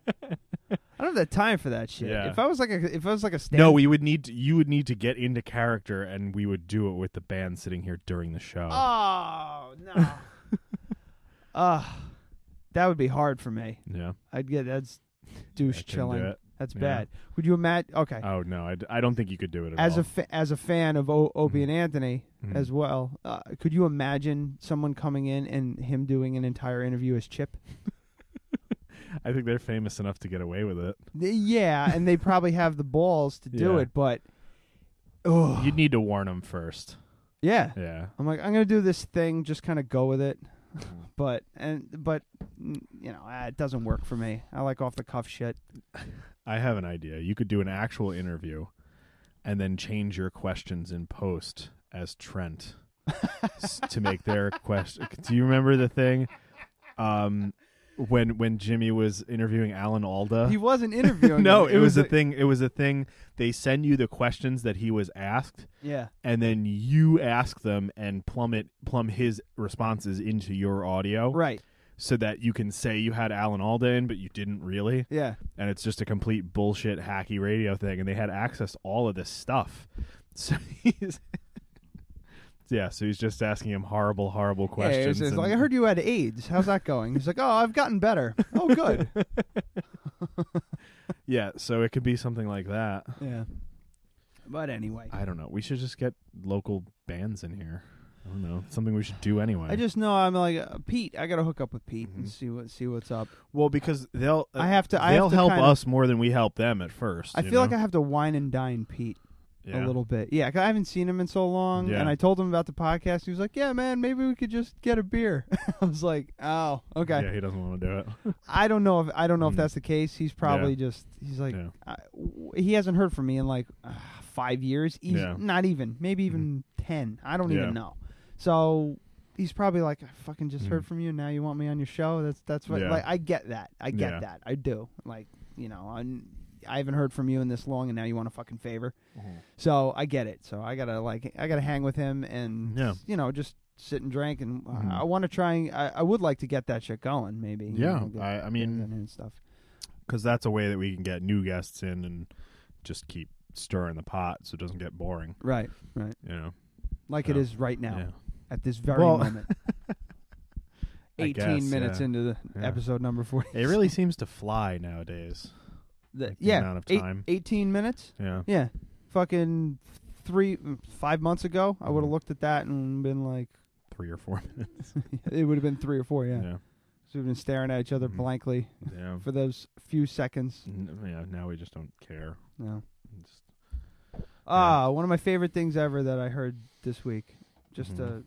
[SPEAKER 6] don't have the time for that shit.
[SPEAKER 3] Yeah.
[SPEAKER 6] If I was like a, if I was like a stand-
[SPEAKER 3] no, we would need to, you would need to get into character, and we would do it with the band sitting here during the show.
[SPEAKER 6] Oh
[SPEAKER 3] <laughs>
[SPEAKER 6] no. uh that would be hard for me.
[SPEAKER 3] Yeah.
[SPEAKER 6] I'd get that's douche
[SPEAKER 3] I couldn't do
[SPEAKER 6] chilling.
[SPEAKER 3] it.
[SPEAKER 6] That's
[SPEAKER 3] Yeah.
[SPEAKER 6] bad. Would you imagine? Okay.
[SPEAKER 3] Oh no, I, d- I don't think you could do it at
[SPEAKER 6] as
[SPEAKER 3] all.
[SPEAKER 6] a fa- as a fan of o- Opie and Anthony
[SPEAKER 3] Mhm.
[SPEAKER 6] as well, uh, could you imagine someone coming in and him doing an entire interview as Chip?
[SPEAKER 3] I think they're famous enough to get away with
[SPEAKER 6] <sighs>
[SPEAKER 3] it.
[SPEAKER 6] Th- yeah, and they probably have the balls to do
[SPEAKER 3] Yeah.
[SPEAKER 6] it, but Ugh.
[SPEAKER 3] You'd need to warn them first.
[SPEAKER 6] yeah,
[SPEAKER 3] Yeah.
[SPEAKER 6] I'm like, I'm gonna do this thing, just kind of go with it,
[SPEAKER 3] Mm-hmm.
[SPEAKER 6] <laughs> but and but mm, you know, ah, it doesn't work for me. I like off the cuff shit.
[SPEAKER 3] I have an idea. You could do an actual interview and then change your questions in post as
[SPEAKER 6] <laughs>
[SPEAKER 3] Trent s- to make their question. Do you remember the thing um when when Jimmy was interviewing Alan Alda?
[SPEAKER 6] He
[SPEAKER 3] <laughs>
[SPEAKER 6] wasn't
[SPEAKER 3] Uh.
[SPEAKER 6] interviewing
[SPEAKER 3] no,
[SPEAKER 6] him.
[SPEAKER 3] it, was, a thing. It was a thing. They send you the questions that he was asked.
[SPEAKER 6] Yeah.
[SPEAKER 3] And then you ask them and plumb it, plumb his responses into your audio.
[SPEAKER 6] Right.
[SPEAKER 3] So that you can say you had Alan Alda in, but you didn't really.
[SPEAKER 6] Yeah.
[SPEAKER 3] And it's just a complete bullshit hacky radio thing. And they had access to all of this stuff. <laughs> So he's. <laughs> Yeah, so he's just asking him horrible, horrible
[SPEAKER 6] Yeah,
[SPEAKER 3] questions.
[SPEAKER 6] it's- it's
[SPEAKER 3] and-
[SPEAKER 6] like I heard you had AIDS. How's that going? He's like, oh, I've
[SPEAKER 3] <laughs>
[SPEAKER 6] gotten better. Oh, good.
[SPEAKER 3] yeah, so it could be something like that.
[SPEAKER 6] yeah. But anyway,
[SPEAKER 3] I don't know. We should just get local bands in here. I don't know. Something we should do anyway.
[SPEAKER 6] I just know I'm like uh, Pete. I gotta hook up with Pete
[SPEAKER 3] Mm-hmm.
[SPEAKER 6] and see what see what's up.
[SPEAKER 3] well because they'll
[SPEAKER 6] I have to-
[SPEAKER 3] they'll
[SPEAKER 6] I have to
[SPEAKER 3] help
[SPEAKER 6] kinda-
[SPEAKER 3] us more than we help them at first.
[SPEAKER 6] I
[SPEAKER 3] you
[SPEAKER 6] feel
[SPEAKER 3] know?
[SPEAKER 6] like I have to wine and dine Pete
[SPEAKER 3] Yeah.
[SPEAKER 6] a little bit. Yeah, 'cause I haven't seen him in so long,
[SPEAKER 3] Yeah.
[SPEAKER 6] and I told him about the podcast. He was like, "Yeah, man, maybe we could just get a beer." <laughs> I was like, "Oh, okay."
[SPEAKER 3] Yeah, he doesn't want to do
[SPEAKER 6] <laughs>
[SPEAKER 3] it.
[SPEAKER 6] I don't know if I don't know if
[SPEAKER 3] Mm.
[SPEAKER 6] that's the case. He's probably just he's like
[SPEAKER 3] Yeah.
[SPEAKER 6] I- w- he hasn't heard from me in like uh, five years. Easy,
[SPEAKER 3] Yeah. Mm-hmm.
[SPEAKER 6] Not even maybe even ten. I don't
[SPEAKER 3] Yeah.
[SPEAKER 6] even know. So he's probably like I fucking just heard
[SPEAKER 3] Mm.
[SPEAKER 6] from you. Now you want me on your show? That's that's what
[SPEAKER 3] Yeah.
[SPEAKER 6] like I get that. I get
[SPEAKER 3] Yeah.
[SPEAKER 6] that. I do. Like you know I'm, I haven't heard from you in this long, and now you want a fucking favor. So I get it. So I gotta like I gotta hang with him and
[SPEAKER 3] Yeah. Mm-hmm.
[SPEAKER 6] you know just sit and drink and uh, I want to try. and- I, I would like to get that shit going. Maybe you
[SPEAKER 3] Yeah,
[SPEAKER 6] know, get-
[SPEAKER 3] I- I
[SPEAKER 6] get
[SPEAKER 3] mean-
[SPEAKER 6] that and stuff.
[SPEAKER 3] Because that's a way that we can get new guests in and just keep stirring the pot so it doesn't get boring.
[SPEAKER 6] Right, right.
[SPEAKER 3] You know.
[SPEAKER 6] Like it
[SPEAKER 3] Yeah.
[SPEAKER 6] is right now,
[SPEAKER 3] Yeah.
[SPEAKER 6] at this very
[SPEAKER 3] Well- <laughs>
[SPEAKER 6] moment.
[SPEAKER 3] I
[SPEAKER 6] 18
[SPEAKER 3] guess,
[SPEAKER 6] minutes
[SPEAKER 3] yeah.
[SPEAKER 6] into the
[SPEAKER 3] Yeah.
[SPEAKER 6] episode number 40.
[SPEAKER 3] It really seems to fly nowadays.
[SPEAKER 6] <laughs> The-
[SPEAKER 3] like the
[SPEAKER 6] yeah.
[SPEAKER 3] amount of
[SPEAKER 6] eight-
[SPEAKER 3] time.
[SPEAKER 6] 18 minutes?
[SPEAKER 3] Yeah.
[SPEAKER 6] Yeah. Fucking three, five months ago, I
[SPEAKER 3] Mm-hmm.
[SPEAKER 6] would have looked at that and been like,
[SPEAKER 3] Three or four minutes.
[SPEAKER 6] it would have been three or four, yeah.
[SPEAKER 3] yeah.
[SPEAKER 6] So we've been staring at each other
[SPEAKER 3] Mhm.
[SPEAKER 6] blankly
[SPEAKER 3] Yeah. <laughs>
[SPEAKER 6] for those few seconds.
[SPEAKER 3] N- yeah. Now we just don't care.
[SPEAKER 6] No.
[SPEAKER 3] Just-
[SPEAKER 6] Ah, one of my favorite things ever that I heard this week. Just
[SPEAKER 3] Mhm.
[SPEAKER 6] uh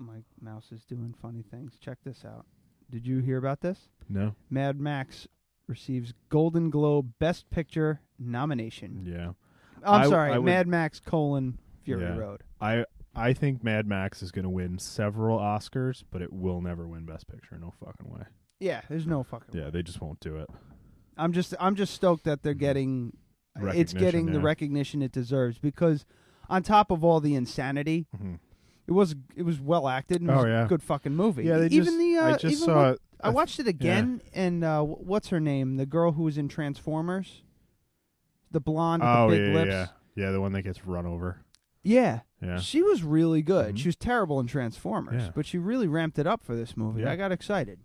[SPEAKER 6] oh, my mouse is doing funny things. Check this out. Did you hear about this?
[SPEAKER 3] no.
[SPEAKER 6] Mad Max receives Golden Globe Best Picture nomination.
[SPEAKER 3] Yeah.
[SPEAKER 6] I'm
[SPEAKER 3] I-
[SPEAKER 6] sorry,
[SPEAKER 3] I would-
[SPEAKER 6] Mad Max colon Fury
[SPEAKER 3] Yeah.
[SPEAKER 6] Road.
[SPEAKER 3] I I think Mad Max is going to win several Oscars, but it will never win Best Picture. No fucking way.
[SPEAKER 6] Yeah, there's no fucking.
[SPEAKER 3] Yeah, they just won't do it.
[SPEAKER 6] I'm just I'm just stoked that they're getting it's
[SPEAKER 3] Recognition,
[SPEAKER 6] getting the
[SPEAKER 3] yeah.
[SPEAKER 6] recognition it deserves because on top of all the insanity,
[SPEAKER 13] Mm-hmm.
[SPEAKER 3] Mhm.
[SPEAKER 6] it was it was well acted and it
[SPEAKER 3] Oh,
[SPEAKER 6] was a
[SPEAKER 3] yeah.
[SPEAKER 6] good fucking movie.
[SPEAKER 3] Yeah, they
[SPEAKER 6] even
[SPEAKER 3] just-
[SPEAKER 6] the uh,
[SPEAKER 3] I just
[SPEAKER 6] even
[SPEAKER 3] saw
[SPEAKER 6] what-
[SPEAKER 3] it-
[SPEAKER 6] I
[SPEAKER 3] I th-
[SPEAKER 6] watched it again and uh, wh- what's her name? The girl who was in Transformers, the blonde with
[SPEAKER 3] oh
[SPEAKER 6] the big
[SPEAKER 3] yeah,
[SPEAKER 6] lips.
[SPEAKER 3] yeah, yeah. The one that gets run over.
[SPEAKER 6] Yeah.
[SPEAKER 3] Yeah.
[SPEAKER 6] She was really good.
[SPEAKER 3] Mhm.
[SPEAKER 6] She was terrible in Transformers,
[SPEAKER 3] Yeah.
[SPEAKER 6] but she really ramped it up for this movie.
[SPEAKER 3] Yeah.
[SPEAKER 6] I got excited.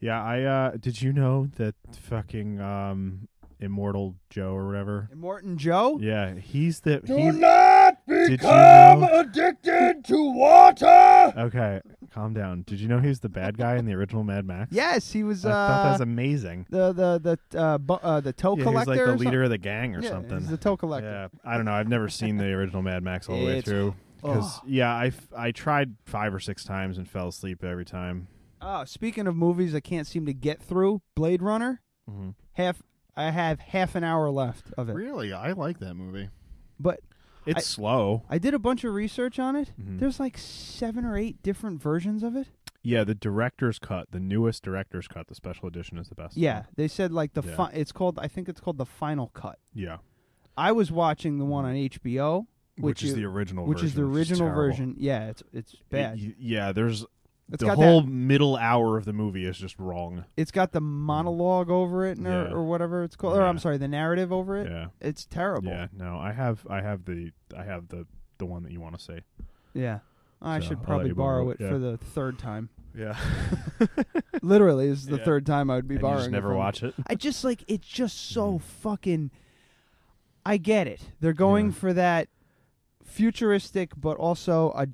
[SPEAKER 3] Yeah, I uh did you know that fucking um Immortal Joe or whatever?
[SPEAKER 6] And Morton Joe?
[SPEAKER 3] Yeah, he's the
[SPEAKER 7] Do
[SPEAKER 3] he,
[SPEAKER 7] not be
[SPEAKER 3] you
[SPEAKER 13] Become
[SPEAKER 3] know-
[SPEAKER 13] addicted to water.
[SPEAKER 3] Okay, calm down. Did you know he was the bad guy in the original Mad Max?
[SPEAKER 6] Yes, he was.
[SPEAKER 3] I thought that was
[SPEAKER 6] uh,
[SPEAKER 3] amazing.
[SPEAKER 6] The the the uh, bu- uh, the toe
[SPEAKER 3] Yeah, he was
[SPEAKER 6] collector.
[SPEAKER 3] like the
[SPEAKER 6] or
[SPEAKER 3] leader
[SPEAKER 6] something?
[SPEAKER 3] of the gang or
[SPEAKER 6] Yeah,
[SPEAKER 3] something.
[SPEAKER 6] He's the toe collector.
[SPEAKER 3] Yeah, I don't know. I've never seen the original Mad Max all the way
[SPEAKER 6] It's-
[SPEAKER 3] through. Because
[SPEAKER 6] Ugh.
[SPEAKER 3] yeah, I, f- I tried five or six times and fell asleep every time.
[SPEAKER 6] Oh, speaking of movies, I can't seem to get through Blade Runner.
[SPEAKER 3] Mhm.
[SPEAKER 6] Half I have half an hour left of it.
[SPEAKER 7] Really, I like that movie.
[SPEAKER 6] But
[SPEAKER 3] It's
[SPEAKER 6] I-
[SPEAKER 3] slow.
[SPEAKER 6] I did a bunch of research on it.
[SPEAKER 3] Mhm.
[SPEAKER 6] There's like seven or eight different versions of it.
[SPEAKER 3] Yeah, the director's cut, the newest director's cut, the special edition is the best.
[SPEAKER 6] Yeah, they said like the
[SPEAKER 3] Yeah.
[SPEAKER 6] fi- it's called I think it's called the final cut.
[SPEAKER 3] Yeah.
[SPEAKER 6] I was watching the one on HBO,
[SPEAKER 3] Mm. Which
[SPEAKER 6] which,
[SPEAKER 3] is
[SPEAKER 6] you-
[SPEAKER 3] the original
[SPEAKER 6] which is the
[SPEAKER 3] version, which is
[SPEAKER 6] original
[SPEAKER 3] terrible.
[SPEAKER 6] version. Yeah, it's it's bad.
[SPEAKER 3] Y- yeah, there's
[SPEAKER 6] It's
[SPEAKER 3] the
[SPEAKER 6] got
[SPEAKER 3] whole middle hour of the movie is just wrong.
[SPEAKER 6] it's got the monologue over it, and- or,
[SPEAKER 3] Yeah.
[SPEAKER 6] or whatever it's called. Or I'm sorry, the narrative over it.
[SPEAKER 3] Yeah.
[SPEAKER 6] It's terrible.
[SPEAKER 3] Yeah, no, I have I have the I have the the one that you want to say.
[SPEAKER 6] Yeah. I
[SPEAKER 3] So, I'll
[SPEAKER 6] should
[SPEAKER 3] let
[SPEAKER 6] probably
[SPEAKER 3] you
[SPEAKER 6] borrow
[SPEAKER 3] borrow
[SPEAKER 6] it
[SPEAKER 3] it, yeah.
[SPEAKER 6] for the third time.
[SPEAKER 3] <laughs> Yeah.
[SPEAKER 6] Literally, this is the
[SPEAKER 3] <laughs> Yeah.
[SPEAKER 6] third time I would be
[SPEAKER 3] And you just
[SPEAKER 6] borrowing. it
[SPEAKER 3] never
[SPEAKER 6] from-
[SPEAKER 3] watch it?
[SPEAKER 6] I just like it's just so
[SPEAKER 3] Mm.
[SPEAKER 6] fucking. I get it. They're going for that futuristic, but also a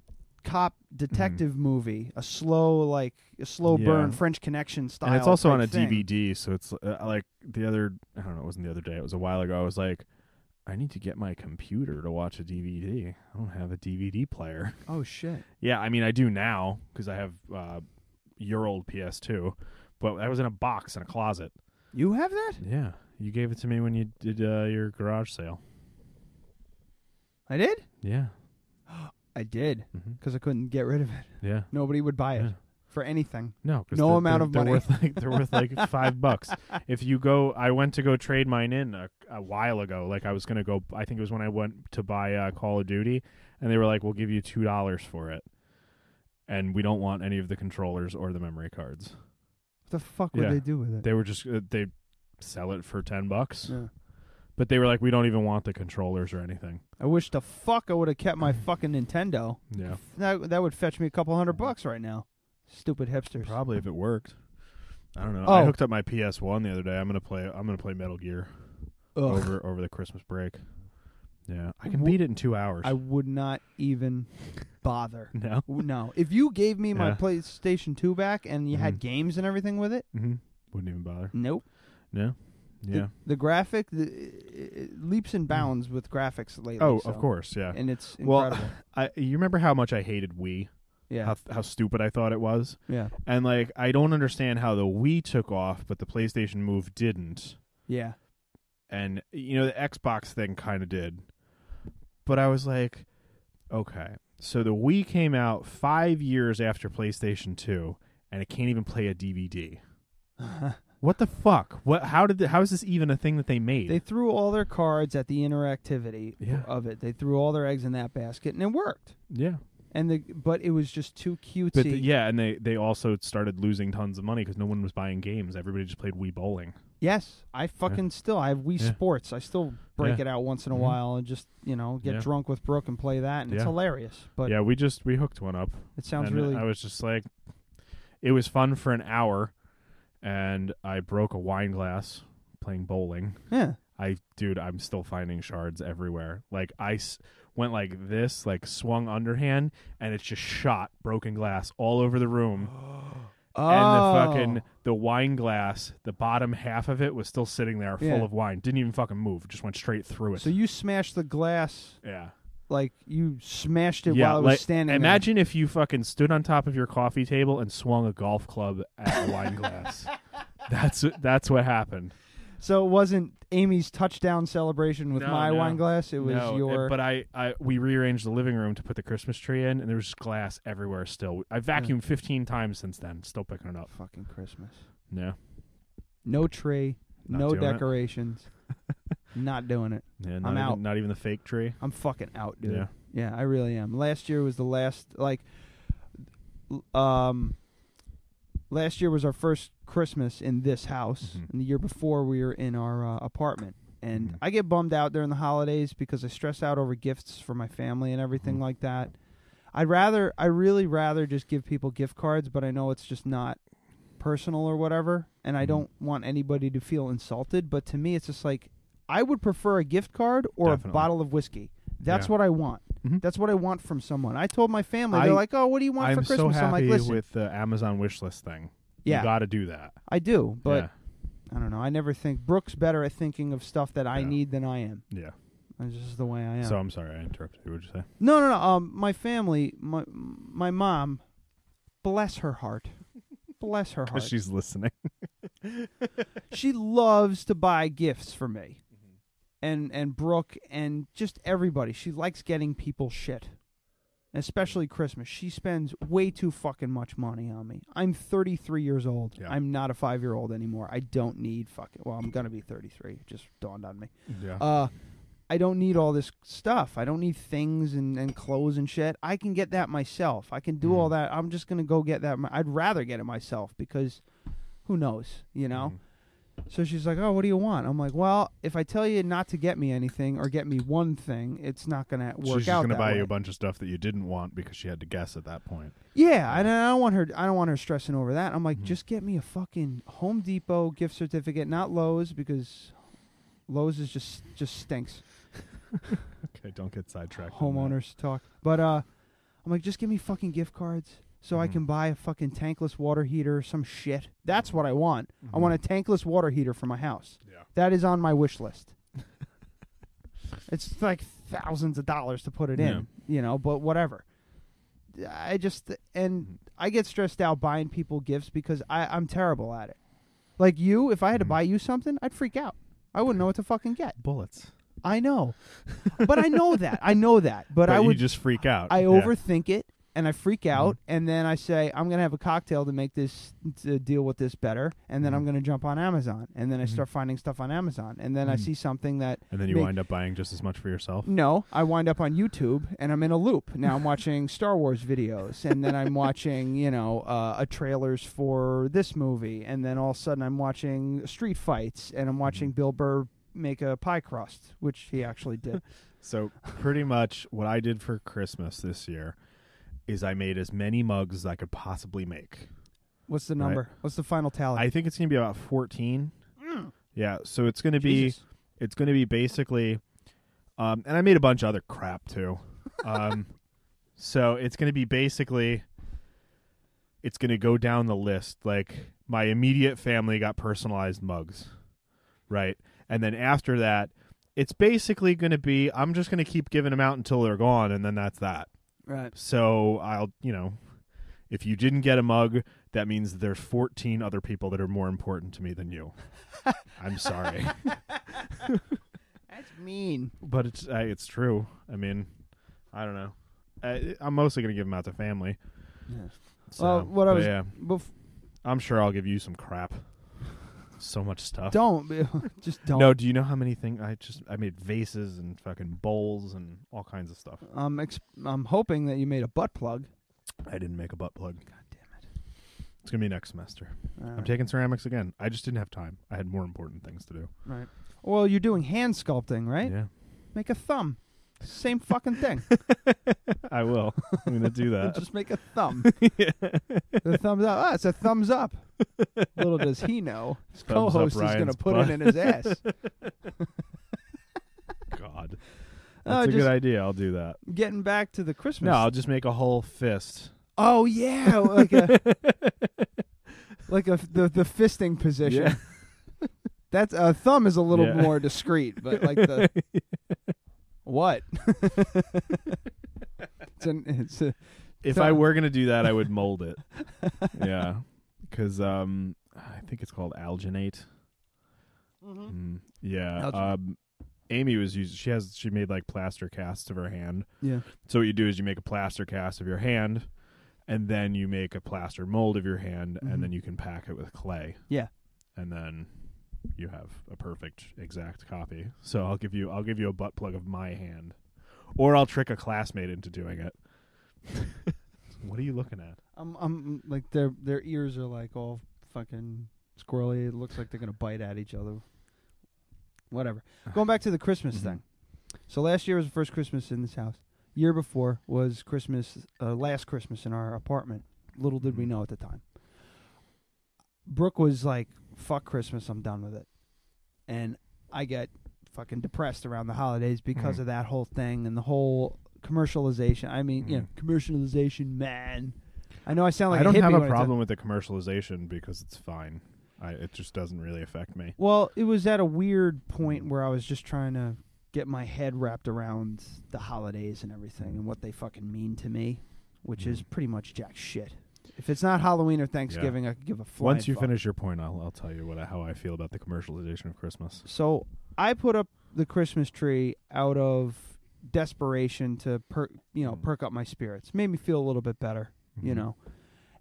[SPEAKER 6] cop detective movie, a slow like a slow
[SPEAKER 3] Mm. Yeah.
[SPEAKER 6] burn French Connection style.
[SPEAKER 3] And it's also on a
[SPEAKER 6] type thing.
[SPEAKER 3] DVD, so it's uh, like the other I don't know, it wasn't the other day, it was a while ago. I was like I need to get my computer to watch a DVD. I don't have a DVD player. <laughs>
[SPEAKER 6] Oh shit!
[SPEAKER 3] Yeah, I mean I do now cuz I have uh your old PS2, but I was in a box in a closet.
[SPEAKER 6] You have that?
[SPEAKER 3] Yeah. You gave it to me when you did uh, your garage sale.
[SPEAKER 6] I did.
[SPEAKER 3] Yeah.
[SPEAKER 6] I did because I couldn't get rid of it.
[SPEAKER 3] Mm-hmm. Yeah.
[SPEAKER 6] Nobody would buy it for anything.
[SPEAKER 3] No, 'cause
[SPEAKER 6] no
[SPEAKER 3] they're-
[SPEAKER 6] amount
[SPEAKER 3] they're-
[SPEAKER 6] of
[SPEAKER 3] they're
[SPEAKER 6] money.
[SPEAKER 3] Worth like, they're worth
[SPEAKER 6] <laughs>
[SPEAKER 3] like five bucks. If you go, I went to go trade mine in a, a while ago. Like I was gonna go. I think it was when I went to buy uh, Call of Duty, and they were like, "We'll give you two dollars for it." And we don't want any of the controllers or the memory cards.
[SPEAKER 6] What the fuck would
[SPEAKER 3] Yeah.
[SPEAKER 6] they do with it?
[SPEAKER 3] They were just uh, they sell it for ten bucks.
[SPEAKER 6] Yeah.
[SPEAKER 3] But they were like, we don't even want the controllers or anything.
[SPEAKER 6] I wish the fuck I would
[SPEAKER 3] <laughs>
[SPEAKER 6] have kept my fucking Nintendo.
[SPEAKER 3] Yeah.
[SPEAKER 6] That that would fetch me a couple hundred bucks right now. Stupid hipsters.
[SPEAKER 3] Probably if it worked. I don't know. I
[SPEAKER 6] Oh.
[SPEAKER 3] hooked up my PS One the other day. I'm gonna play. I'm gonna play Metal Gear
[SPEAKER 6] Ugh.
[SPEAKER 3] over over the Christmas break. Yeah, I can
[SPEAKER 6] Wo-
[SPEAKER 3] beat it in two hours.
[SPEAKER 6] I would not even bother.
[SPEAKER 3] <laughs> No?
[SPEAKER 6] W- No. If you gave me my
[SPEAKER 3] Yeah.
[SPEAKER 6] PlayStation 2 back and you had games and everything with it,
[SPEAKER 3] mm-hmm. Wouldn't even bother.
[SPEAKER 6] nope.
[SPEAKER 3] No.
[SPEAKER 6] The-
[SPEAKER 3] Yeah. Mm.
[SPEAKER 6] The, graphic the, it- it leaps and bounds with graphics lately.
[SPEAKER 3] oh,
[SPEAKER 6] so-
[SPEAKER 3] of course. Yeah.
[SPEAKER 6] And it's
[SPEAKER 3] well. <laughs>
[SPEAKER 6] incredible.
[SPEAKER 3] I you remember how much I hated Wii.
[SPEAKER 6] Yeah.
[SPEAKER 3] How how stupid I thought it was.
[SPEAKER 6] Yeah.
[SPEAKER 3] And like I don't understand how the Wii took off, but the PlayStation Move didn't.
[SPEAKER 6] yeah.
[SPEAKER 3] and you know the Xbox thing kind of did. But I was like, okay, so the Wii came out 5 years after PlayStation 2 and it can't even play a
[SPEAKER 6] <laughs>
[SPEAKER 3] DVD. what the fuck? What how did the, how is this even a thing that they made?
[SPEAKER 6] They threw all their cards at the interactivity
[SPEAKER 3] Yeah.
[SPEAKER 6] of it. They threw all their eggs in that basket and it worked.
[SPEAKER 3] yeah.
[SPEAKER 6] And the but it was just too cutesy.
[SPEAKER 3] But the- yeah, and they they also started losing tons of money cuz no one was buying games. Everybody just played Wii bowling.
[SPEAKER 6] Yes, I fucking still I have Wii
[SPEAKER 3] Yeah.
[SPEAKER 6] Sports. I still break
[SPEAKER 3] Yeah.
[SPEAKER 6] it out once in a
[SPEAKER 3] Mhm.
[SPEAKER 6] while and just you know get
[SPEAKER 3] Yeah.
[SPEAKER 6] drunk with Brooke and play that, and it's
[SPEAKER 3] Yeah.
[SPEAKER 6] hilarious. But
[SPEAKER 3] yeah, we just we hooked one up.
[SPEAKER 6] It sounds
[SPEAKER 3] And
[SPEAKER 6] really-
[SPEAKER 3] I was just like, it was fun for an hour, and I broke a wine glass playing bowling.
[SPEAKER 6] Yeah.
[SPEAKER 3] I dude, I'm still finding shards everywhere. Like I s- went like this, like swung underhand, and it's just shot broken glass all over the room.
[SPEAKER 6] Oh.
[SPEAKER 3] And the fucking the wine glass, the bottom half of it was still sitting there,
[SPEAKER 6] Yeah.
[SPEAKER 3] full of wine. Didn't even fucking move. Just went straight through it.
[SPEAKER 6] so you smashed the glass.
[SPEAKER 3] Yeah.
[SPEAKER 6] Like you smashed it while it was
[SPEAKER 3] like,
[SPEAKER 6] standing. there.
[SPEAKER 3] Imagine if you fucking stood on top of your coffee table and swung a golf club at a wine
[SPEAKER 6] <laughs>
[SPEAKER 3] glass. That's that's what happened.
[SPEAKER 6] So it wasn't Amy's touchdown celebration with
[SPEAKER 3] No,
[SPEAKER 6] my
[SPEAKER 3] no.
[SPEAKER 6] wine glass. It was
[SPEAKER 3] No, uh,
[SPEAKER 6] your.
[SPEAKER 3] But I, I, we rearranged the living room to put the Christmas tree in, and there was glass everywhere. Still, I vacuumed 15 times since then. Still picking it up.
[SPEAKER 6] Fucking Christmas.
[SPEAKER 3] Yeah.
[SPEAKER 6] no tree,
[SPEAKER 3] Not
[SPEAKER 6] no
[SPEAKER 3] doing it.
[SPEAKER 6] decorations. <laughs> not doing it.
[SPEAKER 3] Yeah. Not
[SPEAKER 6] I'm
[SPEAKER 3] even,
[SPEAKER 6] out.
[SPEAKER 3] Not even the fake tree.
[SPEAKER 6] I'm fucking out, dude.
[SPEAKER 3] Yeah.
[SPEAKER 6] Yeah, I really am. Last year was the last like l- um last year was our first Christmas in this house
[SPEAKER 3] Mm-hmm.
[SPEAKER 6] and the year before we were in our uh, apartment. And I get bummed out during the holidays because I stress out over gifts for my family and everything
[SPEAKER 3] Mm-hmm.
[SPEAKER 6] like that. I'd rather I really rather just give people gift cards, but I know it's just not personal or whatever and I
[SPEAKER 3] Mm-hmm.
[SPEAKER 6] don't want anybody to feel insulted, but to me it's just like I would prefer a gift card or
[SPEAKER 3] Definitely.
[SPEAKER 6] a bottle of whiskey.
[SPEAKER 3] Yeah.
[SPEAKER 6] That's
[SPEAKER 3] Mm-hmm.
[SPEAKER 6] what I want. That's what I want from someone. I told my family.
[SPEAKER 3] I-
[SPEAKER 6] They're like, "Oh, what do you want
[SPEAKER 3] I'm
[SPEAKER 6] for Christmas?"
[SPEAKER 3] so happy
[SPEAKER 6] I'm like, "Listen,
[SPEAKER 3] with the Amazon wish list thing.
[SPEAKER 6] Yeah.
[SPEAKER 3] You got to do that.
[SPEAKER 6] I do, but
[SPEAKER 3] Yeah.
[SPEAKER 6] I don't know. I never think Brooke's better at thinking of stuff that I need than I am.
[SPEAKER 3] Yeah.
[SPEAKER 6] That's just the way I am.
[SPEAKER 3] So I'm sorry I interrupted you. What would you say?
[SPEAKER 6] No, no, no. Um, my family, my my mom, bless her heart, bless her heart.
[SPEAKER 3] Because <laughs> she's listening.
[SPEAKER 6] she loves to buy gifts for me, and and Brooke and just everybody. She likes getting people shit, especially Christmas. She spends way too fucking much money on me. I'm 33 years old. I'm not a five year old anymore. I don't need fucking. Well, I'm gonna be 33. It just dawned on me.
[SPEAKER 3] Yeah.
[SPEAKER 6] Uh, I don't need all this stuff. I don't need things and, and clothes and shit. I can get that myself. I can do all that. I'm just gonna go get that. My, I'd rather get it myself because who knows, you
[SPEAKER 3] Mm-hmm. Mm.
[SPEAKER 6] know? So she's like, "Oh, what do you want?" I'm like, "Well, if I tell you not to get me anything or get me one thing, it's not gonna work
[SPEAKER 3] she's
[SPEAKER 6] out."
[SPEAKER 3] just gonna
[SPEAKER 6] that
[SPEAKER 3] buy
[SPEAKER 6] way.
[SPEAKER 3] you a bunch of stuff that you didn't want because she had to guess at that point.
[SPEAKER 6] Yeah, and I don't want her. I don't want her stressing over that. I'm
[SPEAKER 3] Mm-hmm.
[SPEAKER 6] like, just get me a fucking Home Depot gift certificate, not Lowe's, because Lowe's is just just stinks.
[SPEAKER 3] Okay, don't get sidetracked. on that.
[SPEAKER 6] Homeowners talk, but uh, I'm like, just give me fucking gift cards so
[SPEAKER 3] Mm-hmm.
[SPEAKER 6] I can buy a fucking tankless water heater or some shit. That's what I want.
[SPEAKER 3] Mm-hmm.
[SPEAKER 6] I want a tankless water heater for my house. Yeah. That is on my wish list. <laughs> it's like thousands of dollars to put it
[SPEAKER 3] Yeah.
[SPEAKER 6] in, you know, but whatever. I just and I get stressed out buying people gifts because I, I'm terrible at it. Like you, if I had to buy you something, I'd freak out. I wouldn't know what to fucking get.
[SPEAKER 3] Bullets.
[SPEAKER 6] I know, but I know that. I know that. <laughs> But, I
[SPEAKER 3] you
[SPEAKER 6] would
[SPEAKER 3] just freak out.
[SPEAKER 6] I
[SPEAKER 3] Yeah. Mm-hmm.
[SPEAKER 6] overthink it and I freak out, and then I say I'm gonna have a cocktail to make this to deal with this better, and then I'm
[SPEAKER 3] Mm-hmm.
[SPEAKER 6] gonna jump on Amazon, and then I start finding stuff on Amazon, and then I
[SPEAKER 3] Mhm.
[SPEAKER 6] see something that
[SPEAKER 3] And then you
[SPEAKER 6] make-
[SPEAKER 3] wind up buying just as much for yourself.
[SPEAKER 6] No, I wind up on YouTube and I'm in a loop. Now I'm watching Star Wars videos, and then I'm watching, you know, uh, a trailers for this movie, and then all of a sudden I'm watching street fights, and
[SPEAKER 3] Mm-hmm.
[SPEAKER 6] I'm watching Bill Burr make a pie crust, which he
[SPEAKER 3] <laughs>
[SPEAKER 6] actually did.
[SPEAKER 3] So pretty much what I did for Christmas this year is I made as many mugs as I could possibly make.
[SPEAKER 6] What's the
[SPEAKER 3] Right.
[SPEAKER 6] number? What's the final tally?
[SPEAKER 3] I think it's going to be about 14. Yeah, so it's going to be
[SPEAKER 6] Jesus.
[SPEAKER 3] it's going to be basically um and I made a bunch of other crap too. Um so it's going to be basically it's going to go down the list like my immediate family got personalized mugs. Right? And then after that, it's basically going to be I'm just going to keep giving them out until they're gone and then that's that.
[SPEAKER 6] Right.
[SPEAKER 3] So I'll, you know, if you didn't get a mug, that means there's 14 other people that are more important to me than you. I'm sorry,
[SPEAKER 6] That's mean.
[SPEAKER 3] but it's uh, it's true. I mean, I don't know. I, I'm mostly gonna give them out to family.
[SPEAKER 6] Yes.
[SPEAKER 3] So,
[SPEAKER 6] Well, what I
[SPEAKER 3] but
[SPEAKER 6] was-
[SPEAKER 3] yeah,
[SPEAKER 6] bef-
[SPEAKER 3] I'm sure I'll give you some crap. So much stuff.
[SPEAKER 6] Don't. <laughs> Just don't.
[SPEAKER 3] No, do you know how many things I just I made vases and fucking bowls and all kinds of stuff.
[SPEAKER 6] I'm ex- I'm hoping that you made a butt plug.
[SPEAKER 3] I didn't make a butt plug. God damn it. It's gonna be next semester.
[SPEAKER 6] All
[SPEAKER 3] I'm
[SPEAKER 6] right.
[SPEAKER 3] taking ceramics again. I just didn't have time. I had more important things to do.
[SPEAKER 6] Right. Well, you're doing hand sculpting, right?
[SPEAKER 3] Yeah.
[SPEAKER 6] Make a thumb. Same fucking
[SPEAKER 3] <laughs>
[SPEAKER 6] thing.
[SPEAKER 3] I will. I'm gonna
[SPEAKER 6] <laughs>
[SPEAKER 3] do that.
[SPEAKER 6] Just make a thumb.
[SPEAKER 3] <laughs>
[SPEAKER 6] The thumbs up. Ah, it's a thumbs up. Little does he know, his
[SPEAKER 3] <laughs> Thumbs up
[SPEAKER 6] co-host is going to
[SPEAKER 3] Ryan's
[SPEAKER 6] put
[SPEAKER 3] butt.
[SPEAKER 6] it in his ass.
[SPEAKER 3] <laughs> God.
[SPEAKER 6] No,
[SPEAKER 3] That's a
[SPEAKER 6] just-
[SPEAKER 3] good idea. I'll do that.
[SPEAKER 6] Getting back to the Christmas.
[SPEAKER 3] No, I'll just make a whole fist.
[SPEAKER 6] Oh yeah, like a like a the the fisting position. <laughs> That's a thumb is a little
[SPEAKER 3] Yeah.
[SPEAKER 6] more discreet, but like the what? <laughs> it's an, it's a,
[SPEAKER 3] If I were gonna do that, I would mold it. yeah, because um, I think it's called alginate. Mm, yeah.
[SPEAKER 6] Alginate.
[SPEAKER 3] Um, Amy was using. She has. She made like plaster casts of her hand.
[SPEAKER 6] Yeah.
[SPEAKER 3] So what you do is you make a plaster cast of your hand, and then you make a plaster mold of your hand,
[SPEAKER 6] Mhm.
[SPEAKER 3] and then you can pack it with clay.
[SPEAKER 6] Yeah.
[SPEAKER 3] And then you have a perfect exact copy. So I'll give you. I'll give you a butt plug of my hand, or I'll trick a classmate into doing
[SPEAKER 6] <laughs>
[SPEAKER 3] it. what are you looking at?
[SPEAKER 6] I'm I'm like their their ears are like all fucking squirrely. It looks like they're gonna bite at each other. Whatever. Going back to the Christmas thing. So last year was the first Christmas in this house. Year before was Christmas, uh, last Christmas in our apartment. Little did we know at the time. Brooke was like, "Fuck Christmas, I'm done with it," and I get fucking depressed around the holidays because
[SPEAKER 3] Mhm.
[SPEAKER 6] of that whole thing and the whole commercialization. I mean, you know, commercialization, man. I know I sound like
[SPEAKER 3] I don't
[SPEAKER 6] a hippie
[SPEAKER 3] have
[SPEAKER 6] when
[SPEAKER 3] a
[SPEAKER 6] I
[SPEAKER 3] problem with
[SPEAKER 6] talk-
[SPEAKER 3] the commercialization because it's fine. I, it just doesn't really affect me.
[SPEAKER 6] Well, it was at a weird point where I was just trying to get my head wrapped around the holidays and everything and what they fucking mean to me, which
[SPEAKER 3] Mm.
[SPEAKER 6] is pretty much jack shit. If it's not Halloween or Thanksgiving, I could give a flying
[SPEAKER 3] Once you
[SPEAKER 6] fuck.
[SPEAKER 3] finish your point, I'll, I'll tell you what I, how I feel about the commercialization of Christmas.
[SPEAKER 6] So I put up the Christmas tree out of desperation to per, you
[SPEAKER 3] Mm.
[SPEAKER 6] know perk up my spirits. Made me feel a little bit better, you
[SPEAKER 3] Mhm.
[SPEAKER 6] know.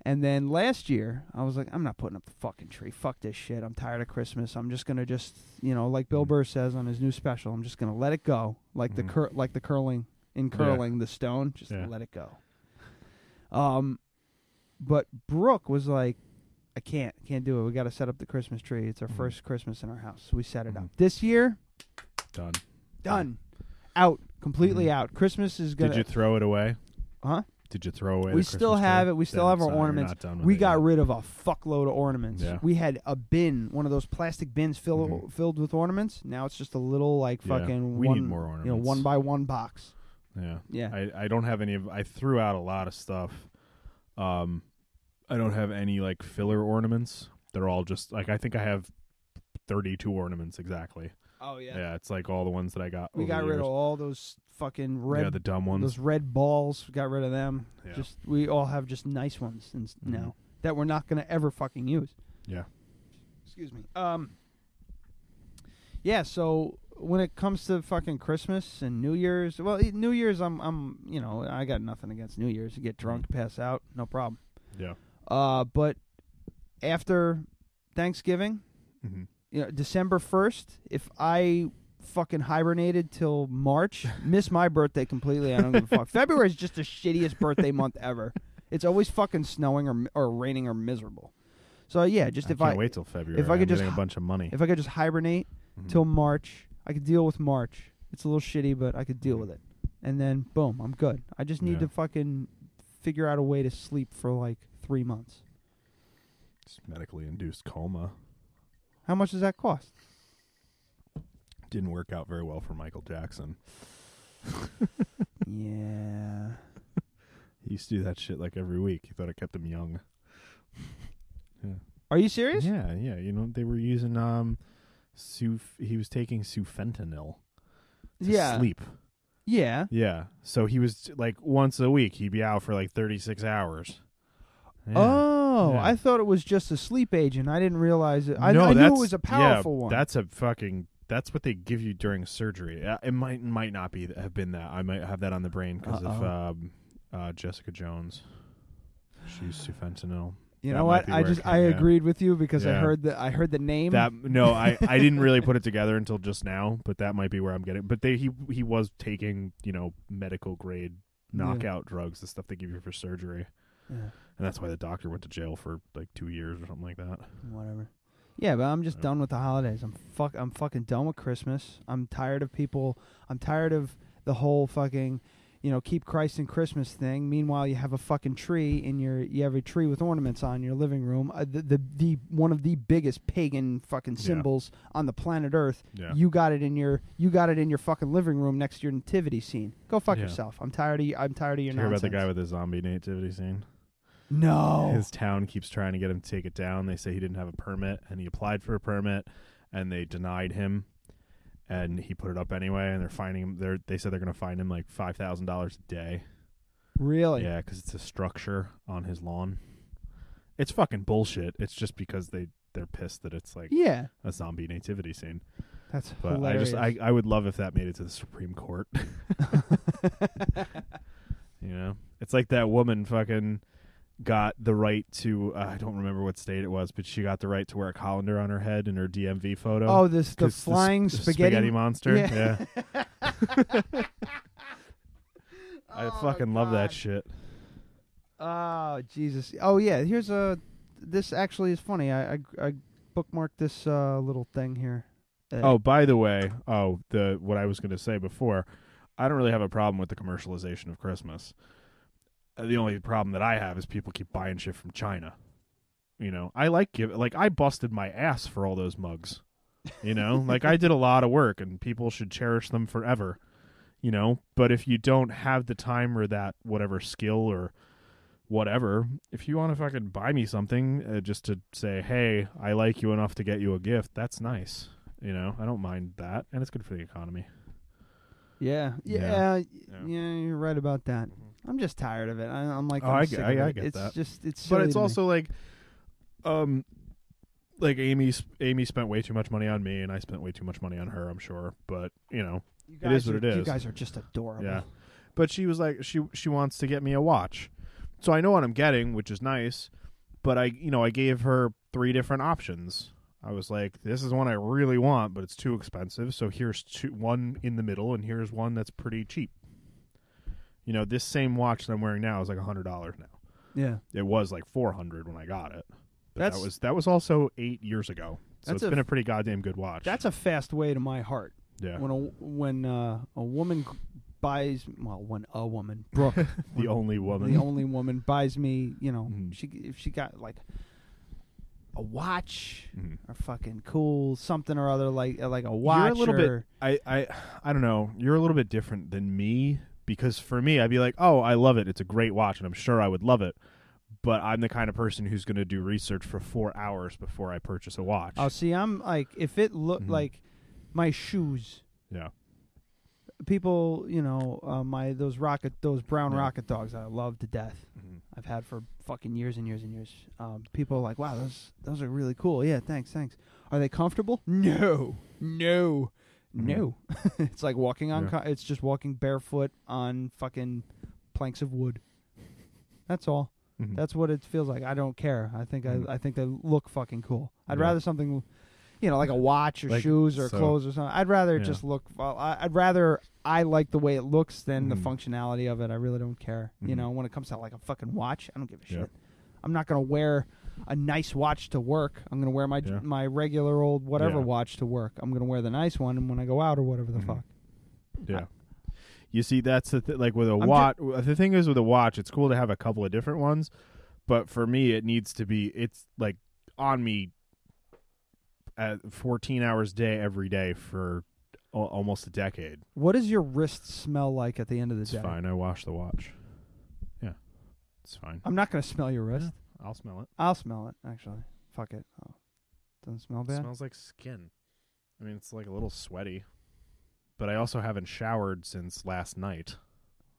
[SPEAKER 6] And then last year, I was like, I'm not putting up the fucking tree. Fuck this shit. I'm tired of Christmas. I'm just gonna just you know, like
[SPEAKER 3] Mm.
[SPEAKER 6] Bill Burr says on his new special, I'm just gonna let it go, like the cur- like the curling in
[SPEAKER 3] Mm-hmm. Yeah.
[SPEAKER 6] curling the stone, just
[SPEAKER 3] Yeah.
[SPEAKER 6] let it go. Um, but Brooke was like, I can't, can't do it. We got to set up the Christmas tree. It's our
[SPEAKER 3] Mm-hmm.
[SPEAKER 6] first Christmas in our house. So we set it up. This year,
[SPEAKER 3] Done.
[SPEAKER 6] done. Out. Completely out. Christmas is going
[SPEAKER 3] Mm-hmm. Did you throw it away?
[SPEAKER 6] Huh?
[SPEAKER 3] Did you throw away?
[SPEAKER 6] we
[SPEAKER 3] the
[SPEAKER 6] still
[SPEAKER 3] Christmas
[SPEAKER 6] have
[SPEAKER 3] tree?
[SPEAKER 6] it. We still
[SPEAKER 3] Then
[SPEAKER 6] have our
[SPEAKER 3] it's not- you're
[SPEAKER 6] ornaments.
[SPEAKER 3] not done with
[SPEAKER 6] We
[SPEAKER 3] it
[SPEAKER 6] got
[SPEAKER 3] yet.
[SPEAKER 6] rid of a fuckload of ornaments.
[SPEAKER 3] Yeah. Mm-hmm.
[SPEAKER 6] We had a bin, one of those plastic bins filled filled with ornaments. Now it's just a little like
[SPEAKER 3] Yeah.
[SPEAKER 6] fucking
[SPEAKER 3] We need
[SPEAKER 6] one,
[SPEAKER 3] more
[SPEAKER 6] you know,
[SPEAKER 3] ornaments.
[SPEAKER 6] one by one box.
[SPEAKER 3] Yeah.
[SPEAKER 6] Yeah.
[SPEAKER 3] I, I don't have any of I threw out a lot of stuff. Um I don't have any like filler ornaments. They're all just like I think I have 32 ornaments exactly.
[SPEAKER 6] Oh, yeah.
[SPEAKER 3] Yeah, it's like all the ones that I got.
[SPEAKER 6] We
[SPEAKER 3] over
[SPEAKER 6] got
[SPEAKER 3] the
[SPEAKER 6] rid
[SPEAKER 3] years.
[SPEAKER 6] of all those fucking red.
[SPEAKER 3] Yeah, the dumb ones.
[SPEAKER 6] Those red balls. We got rid of them.
[SPEAKER 3] Yeah. Mm-hmm.
[SPEAKER 6] Just we all have just nice ones and s now that we're not gonna ever fucking use.
[SPEAKER 3] Yeah.
[SPEAKER 6] Excuse me. Um. Yeah. So when it comes to fucking Christmas and New Year's, well, e- New Year's, I'm, I'm, you know, I got nothing against New Year's. You get drunk,
[SPEAKER 3] Mm-hmm.
[SPEAKER 6] pass out, no problem.
[SPEAKER 3] Yeah.
[SPEAKER 6] Uh, but after Thanksgiving,
[SPEAKER 3] Mm-hmm.
[SPEAKER 6] you know, December first, if I fucking hibernated till
[SPEAKER 3] <laughs>
[SPEAKER 6] March, miss my birthday completely. I don't give a fuck. February is just the shittiest birthday month ever. It's always fucking snowing or or raining or miserable. So yeah, just
[SPEAKER 3] I
[SPEAKER 6] if
[SPEAKER 3] can't
[SPEAKER 6] I
[SPEAKER 3] wait Mm. till February.
[SPEAKER 6] if I could
[SPEAKER 3] I'm
[SPEAKER 6] just
[SPEAKER 3] getting a
[SPEAKER 6] hi-
[SPEAKER 3] bunch of money. Mm-hmm.
[SPEAKER 6] if I could just hibernate till March, I could deal with March. It's a little shitty, but I could deal with it. And then boom, I'm good. I just need
[SPEAKER 3] Mm. Yeah.
[SPEAKER 6] to fucking figure out a way to sleep for like three months.
[SPEAKER 3] It's medically induced coma.
[SPEAKER 6] How much does
[SPEAKER 3] <laughs>
[SPEAKER 6] that cost?
[SPEAKER 3] Didn't work out very well for Michael Jackson.
[SPEAKER 6] yeah.
[SPEAKER 3] He used to do that shit like every week. He thought it kept him young. Yeah.
[SPEAKER 6] Are you serious?
[SPEAKER 3] Yeah, yeah. You know, they were using um suf he was taking sufentanil to
[SPEAKER 6] Yeah.
[SPEAKER 3] sleep.
[SPEAKER 6] Yeah.
[SPEAKER 3] Yeah. So he was like once a week he'd be out for like thirty six hours. Yeah.
[SPEAKER 6] Oh,
[SPEAKER 3] Yeah.
[SPEAKER 6] I thought it was just a sleep agent. I didn't realize it. I,
[SPEAKER 3] no,
[SPEAKER 6] I knew it
[SPEAKER 3] that's-
[SPEAKER 6] was a
[SPEAKER 3] yeah,
[SPEAKER 6] powerful one.
[SPEAKER 3] That's a fucking that's what they give you during surgery. Uh, It might might not be have been that. I might have that on the brain because of
[SPEAKER 6] Uh-oh.
[SPEAKER 3] um, uh, Jessica Jones. She used sufentanil.
[SPEAKER 6] you
[SPEAKER 3] That might
[SPEAKER 6] know what?
[SPEAKER 3] be
[SPEAKER 6] I
[SPEAKER 3] where it
[SPEAKER 6] just
[SPEAKER 3] came-
[SPEAKER 6] I
[SPEAKER 3] yeah.
[SPEAKER 6] agreed with you because I
[SPEAKER 3] Yeah.
[SPEAKER 6] heard the I heard the name.
[SPEAKER 3] That no, I, I didn't really put it together until just now, but that might be where I'm getting. But they he he was taking you know medical grade
[SPEAKER 6] Yeah.
[SPEAKER 3] knockout drugs, the stuff they give you for surgery,
[SPEAKER 6] Yeah.
[SPEAKER 3] and that's why the doctor went to jail for like two years or something like that.
[SPEAKER 6] Whatever. Yeah, but I'm just done with the holidays. I'm fuck. I'm fucking done with Christmas. I'm tired of people. I'm tired of the whole fucking, you know, keep Christ in Christmas thing. Meanwhile, you have a fucking tree in your. You have a tree with ornaments on your living room. Uh, the, the the one of the biggest pagan fucking
[SPEAKER 3] Yeah.
[SPEAKER 6] symbols on the planet Earth.
[SPEAKER 3] Yeah.
[SPEAKER 6] You got it in your. You got it in your fucking living room next to your nativity scene. Go fuck
[SPEAKER 3] Yeah.
[SPEAKER 6] yourself. I'm tired of. you. I'm tired of your
[SPEAKER 3] Did you hear about
[SPEAKER 6] nonsense. Oh.
[SPEAKER 3] the guy with the zombie nativity scene?
[SPEAKER 6] No.
[SPEAKER 3] His town keeps trying to get him to take it down. They say he didn't have a permit, and he applied for a permit, and they denied him. And he put it up anyway, and they're finding him. They're they said they're going to find him like five thousand dollars a day.
[SPEAKER 6] Really?
[SPEAKER 3] Yeah, because it's a structure on his lawn. It's fucking bullshit. It's just because they they're pissed that it's like
[SPEAKER 6] Yeah.
[SPEAKER 3] a zombie nativity scene.
[SPEAKER 6] That's
[SPEAKER 3] but I
[SPEAKER 6] hilarious.
[SPEAKER 3] just I, I would love if that made it to the Supreme Court. <laughs> you know, it's like that woman fucking got the right to uh, I don't remember what state it was, but she got the right to wear a colander on her head in her DMV photo.
[SPEAKER 6] Oh, this the
[SPEAKER 3] 'Cause sp-
[SPEAKER 6] flying
[SPEAKER 3] the
[SPEAKER 6] spaghetti-
[SPEAKER 3] monster.
[SPEAKER 6] Yeah.
[SPEAKER 3] Yeah.
[SPEAKER 6] <laughs>
[SPEAKER 3] I fucking love that shit.
[SPEAKER 6] Oh Jesus! Oh yeah, here's a. This actually is funny. I I, I bookmarked this uh, little thing here. Uh,
[SPEAKER 3] Oh, by the way, oh the what I was going to say before, I don't really have a problem with the commercialization of Christmas. Uh, The only problem that I have is people keep buying shit from China. You know, I like give like I busted my ass for all those mugs. You know, like I did a lot of work, and people should cherish them forever. you know but if you don't have the time or that whatever skill or whatever if you want to fucking buy me something uh, just to say hey i like you enough to get you a gift that's nice you know i don't mind that and it's good for the economy
[SPEAKER 6] Yeah. Yeah. Yeah. you're right about that. I'm just tired of it. I, I'm like,
[SPEAKER 3] Mm-hmm. Oh,
[SPEAKER 6] I'm
[SPEAKER 3] I
[SPEAKER 6] sick
[SPEAKER 3] get, I,
[SPEAKER 6] of
[SPEAKER 3] I
[SPEAKER 6] it.
[SPEAKER 3] get
[SPEAKER 6] it's
[SPEAKER 3] that.
[SPEAKER 6] just, it's.
[SPEAKER 3] but
[SPEAKER 6] silly
[SPEAKER 3] it's
[SPEAKER 6] to me.
[SPEAKER 3] also like, um, like Amy, sp- Amy spent way too much money on me, and I spent way too much money on her. I'm sure, but you know, it
[SPEAKER 6] guys
[SPEAKER 3] is what
[SPEAKER 6] are-
[SPEAKER 3] it is.
[SPEAKER 6] you guys are just adorable.
[SPEAKER 3] Yeah, but she was like, she she wants to get me a watch, so I know what I'm getting, which is nice. But I, you know, I gave her three different options. I was like, this is one I really want, but it's too expensive. So here's two, one in the middle, and here's one that's pretty cheap. You know, this same watch that I'm wearing now is like hundred dollars now.
[SPEAKER 6] Yeah.
[SPEAKER 3] It was like four hundred when I got it. But
[SPEAKER 6] That's-
[SPEAKER 3] that was that was also eight years ago. So
[SPEAKER 6] That's
[SPEAKER 3] it's
[SPEAKER 6] a-
[SPEAKER 3] been a pretty goddamn good watch.
[SPEAKER 6] That's a fast way to my heart.
[SPEAKER 3] Yeah.
[SPEAKER 6] When a when uh, a woman g- buys, well, when a woman, Brooke, the
[SPEAKER 3] <laughs> the only woman. Mm-hmm.
[SPEAKER 6] the only woman buys me, you know, she if she got like a watch or fucking cool something or other, like uh, like a watch.
[SPEAKER 3] Mm-hmm. You're a little bit.
[SPEAKER 6] or-
[SPEAKER 3] I, I I don't know. You're a little bit different than me because for me, I'd be like, oh, I love it. It's a great watch, and I'm sure I would love it. But I'm the kind of person who's going to do research for four hours before I purchase a watch.
[SPEAKER 6] Oh, see, I'm like if it looked
[SPEAKER 3] Mm-hmm.
[SPEAKER 6] like my shoes.
[SPEAKER 3] Yeah.
[SPEAKER 6] People, you know, uh, my those rocket, those brown
[SPEAKER 3] Yeah.
[SPEAKER 6] rocket dogs that I love to death.
[SPEAKER 3] Mm-hmm.
[SPEAKER 6] I've had for fucking years and years and years. Um, people are like, wow, those those are really cool. Yeah, thanks, thanks. Are they comfortable? No, no, no. <laughs> it's like walking on.
[SPEAKER 3] Yeah.
[SPEAKER 6] Co- it's just walking barefoot on fucking planks of wood. That's all.
[SPEAKER 3] Mhm.
[SPEAKER 6] That's what it feels like. I don't care. I think
[SPEAKER 3] Mhm.
[SPEAKER 6] I, I think they look fucking cool. I'd
[SPEAKER 3] Yeah.
[SPEAKER 6] rather something, you know, like a watch or
[SPEAKER 3] Like,
[SPEAKER 6] shoes or
[SPEAKER 3] so-
[SPEAKER 6] clothes or something. I'd rather it
[SPEAKER 3] Yeah.
[SPEAKER 6] just look. Well, I, I'd rather I like the way it looks than
[SPEAKER 3] Mhm.
[SPEAKER 6] the functionality of it. I really don't care. You
[SPEAKER 3] Mhm.
[SPEAKER 6] know, when it comes to like a fucking watch, I don't give a
[SPEAKER 3] Yeah.
[SPEAKER 6] shit. I'm not gonna wear a nice watch to work. I'm gonna wear my
[SPEAKER 3] Yeah.
[SPEAKER 6] my regular old whatever
[SPEAKER 3] Yeah. Mm-hmm.
[SPEAKER 6] watch to work. I'm gonna wear the nice one when I go out or whatever the fuck.
[SPEAKER 3] Yeah. You see, that's the th- like with a
[SPEAKER 6] ju-
[SPEAKER 3] watch. the thing is with a watch, it's cool to have a couple of different ones, but for me, it needs to be it's like on me at 14 hours a day every day for al- almost a decade.
[SPEAKER 6] What does your wrist smell like at the end of the
[SPEAKER 3] It's
[SPEAKER 6] day?
[SPEAKER 3] fine. I wash the watch. Yeah, it's fine.
[SPEAKER 6] I'm not gonna smell your wrist.
[SPEAKER 3] I'll smell it.
[SPEAKER 6] I'll smell it actually. Fuck it. Oh, doesn't smell
[SPEAKER 3] It
[SPEAKER 6] bad.
[SPEAKER 3] smells like skin. I mean, it's like a little sweaty, but I also haven't showered since last night,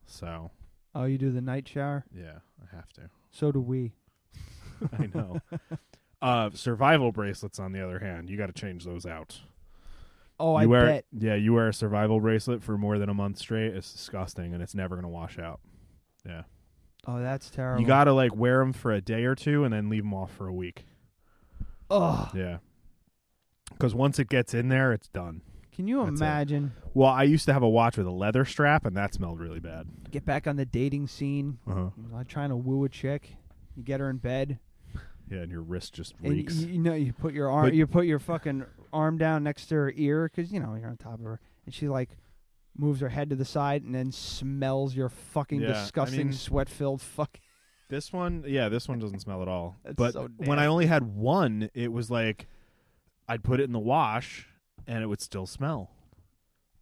[SPEAKER 3] so
[SPEAKER 6] oh, you do the night shower.
[SPEAKER 3] yeah, I have to.
[SPEAKER 6] So do we.
[SPEAKER 3] <laughs> I know. uh, survival bracelets, on the other hand, you got to change those out.
[SPEAKER 6] Oh, I
[SPEAKER 3] you wear,
[SPEAKER 6] bet.
[SPEAKER 3] Yeah, you wear a survival bracelet for more than a month straight. It's disgusting, and it's never going to wash out. Yeah,
[SPEAKER 6] Oh, that's terrible.
[SPEAKER 3] you got to like wear them for a day or two, and then leave them off for a week.
[SPEAKER 6] Ugh.
[SPEAKER 3] Yeah, because once it gets in there, it's done.
[SPEAKER 6] Can you
[SPEAKER 3] That's it.
[SPEAKER 6] imagine?
[SPEAKER 3] Well, I used to have a watch with a leather strap, and that smelled really bad.
[SPEAKER 6] Get back on the dating scene.
[SPEAKER 3] Uh-huh.
[SPEAKER 6] you know, trying to woo a chick. You get her in bed.
[SPEAKER 3] Yeah, and your wrist just
[SPEAKER 6] And
[SPEAKER 3] reeks.
[SPEAKER 6] you, you know, you put your arm,
[SPEAKER 3] But-
[SPEAKER 6] you put your fucking arm down next to her ear because you know you're on top of her, and she like moves her head to the side and then smells your fucking
[SPEAKER 3] Yeah, I
[SPEAKER 6] disgusting
[SPEAKER 3] mean-
[SPEAKER 6] sweat-filled fucking.
[SPEAKER 3] This one, yeah, this one doesn't smell at all.
[SPEAKER 6] That's
[SPEAKER 3] but
[SPEAKER 6] so
[SPEAKER 3] when I only had one, it was like I'd put it in the wash and it would still smell.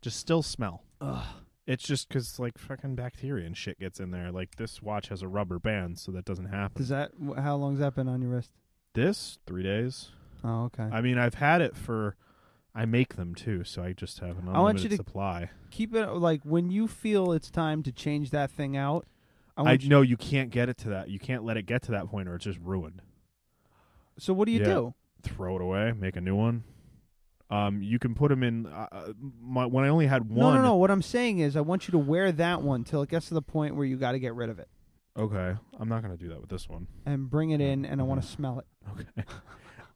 [SPEAKER 3] Just still smell.
[SPEAKER 6] Ugh.
[SPEAKER 3] It's just because like fucking bacteria and shit gets in there. Like this watch has a rubber band, so that doesn't happen.
[SPEAKER 6] Does that? wh- How long's that been on your wrist?
[SPEAKER 3] This three days.
[SPEAKER 6] Oh, okay.
[SPEAKER 3] I mean, I've had it for. I make them too, so I just have an unlimited
[SPEAKER 6] I want you to
[SPEAKER 3] supply.
[SPEAKER 6] Keep it like when you feel it's time to change that thing out. I
[SPEAKER 3] I
[SPEAKER 6] want you,
[SPEAKER 3] know you can't get it to that. You can't let it get to that point, or it's just ruined.
[SPEAKER 6] so what do you
[SPEAKER 3] Yeah.
[SPEAKER 6] do?
[SPEAKER 3] throw it away, make a new one. Um, you can put them in. Uh, uh, my, when I only had
[SPEAKER 6] No,
[SPEAKER 3] one.
[SPEAKER 6] no, no. What I'm saying is, I want you to wear that one till it gets to the point where you got to get rid of it
[SPEAKER 3] Okay, I'm not gonna do that with this one.
[SPEAKER 6] and bring it in, and I want to smell it.
[SPEAKER 3] Okay.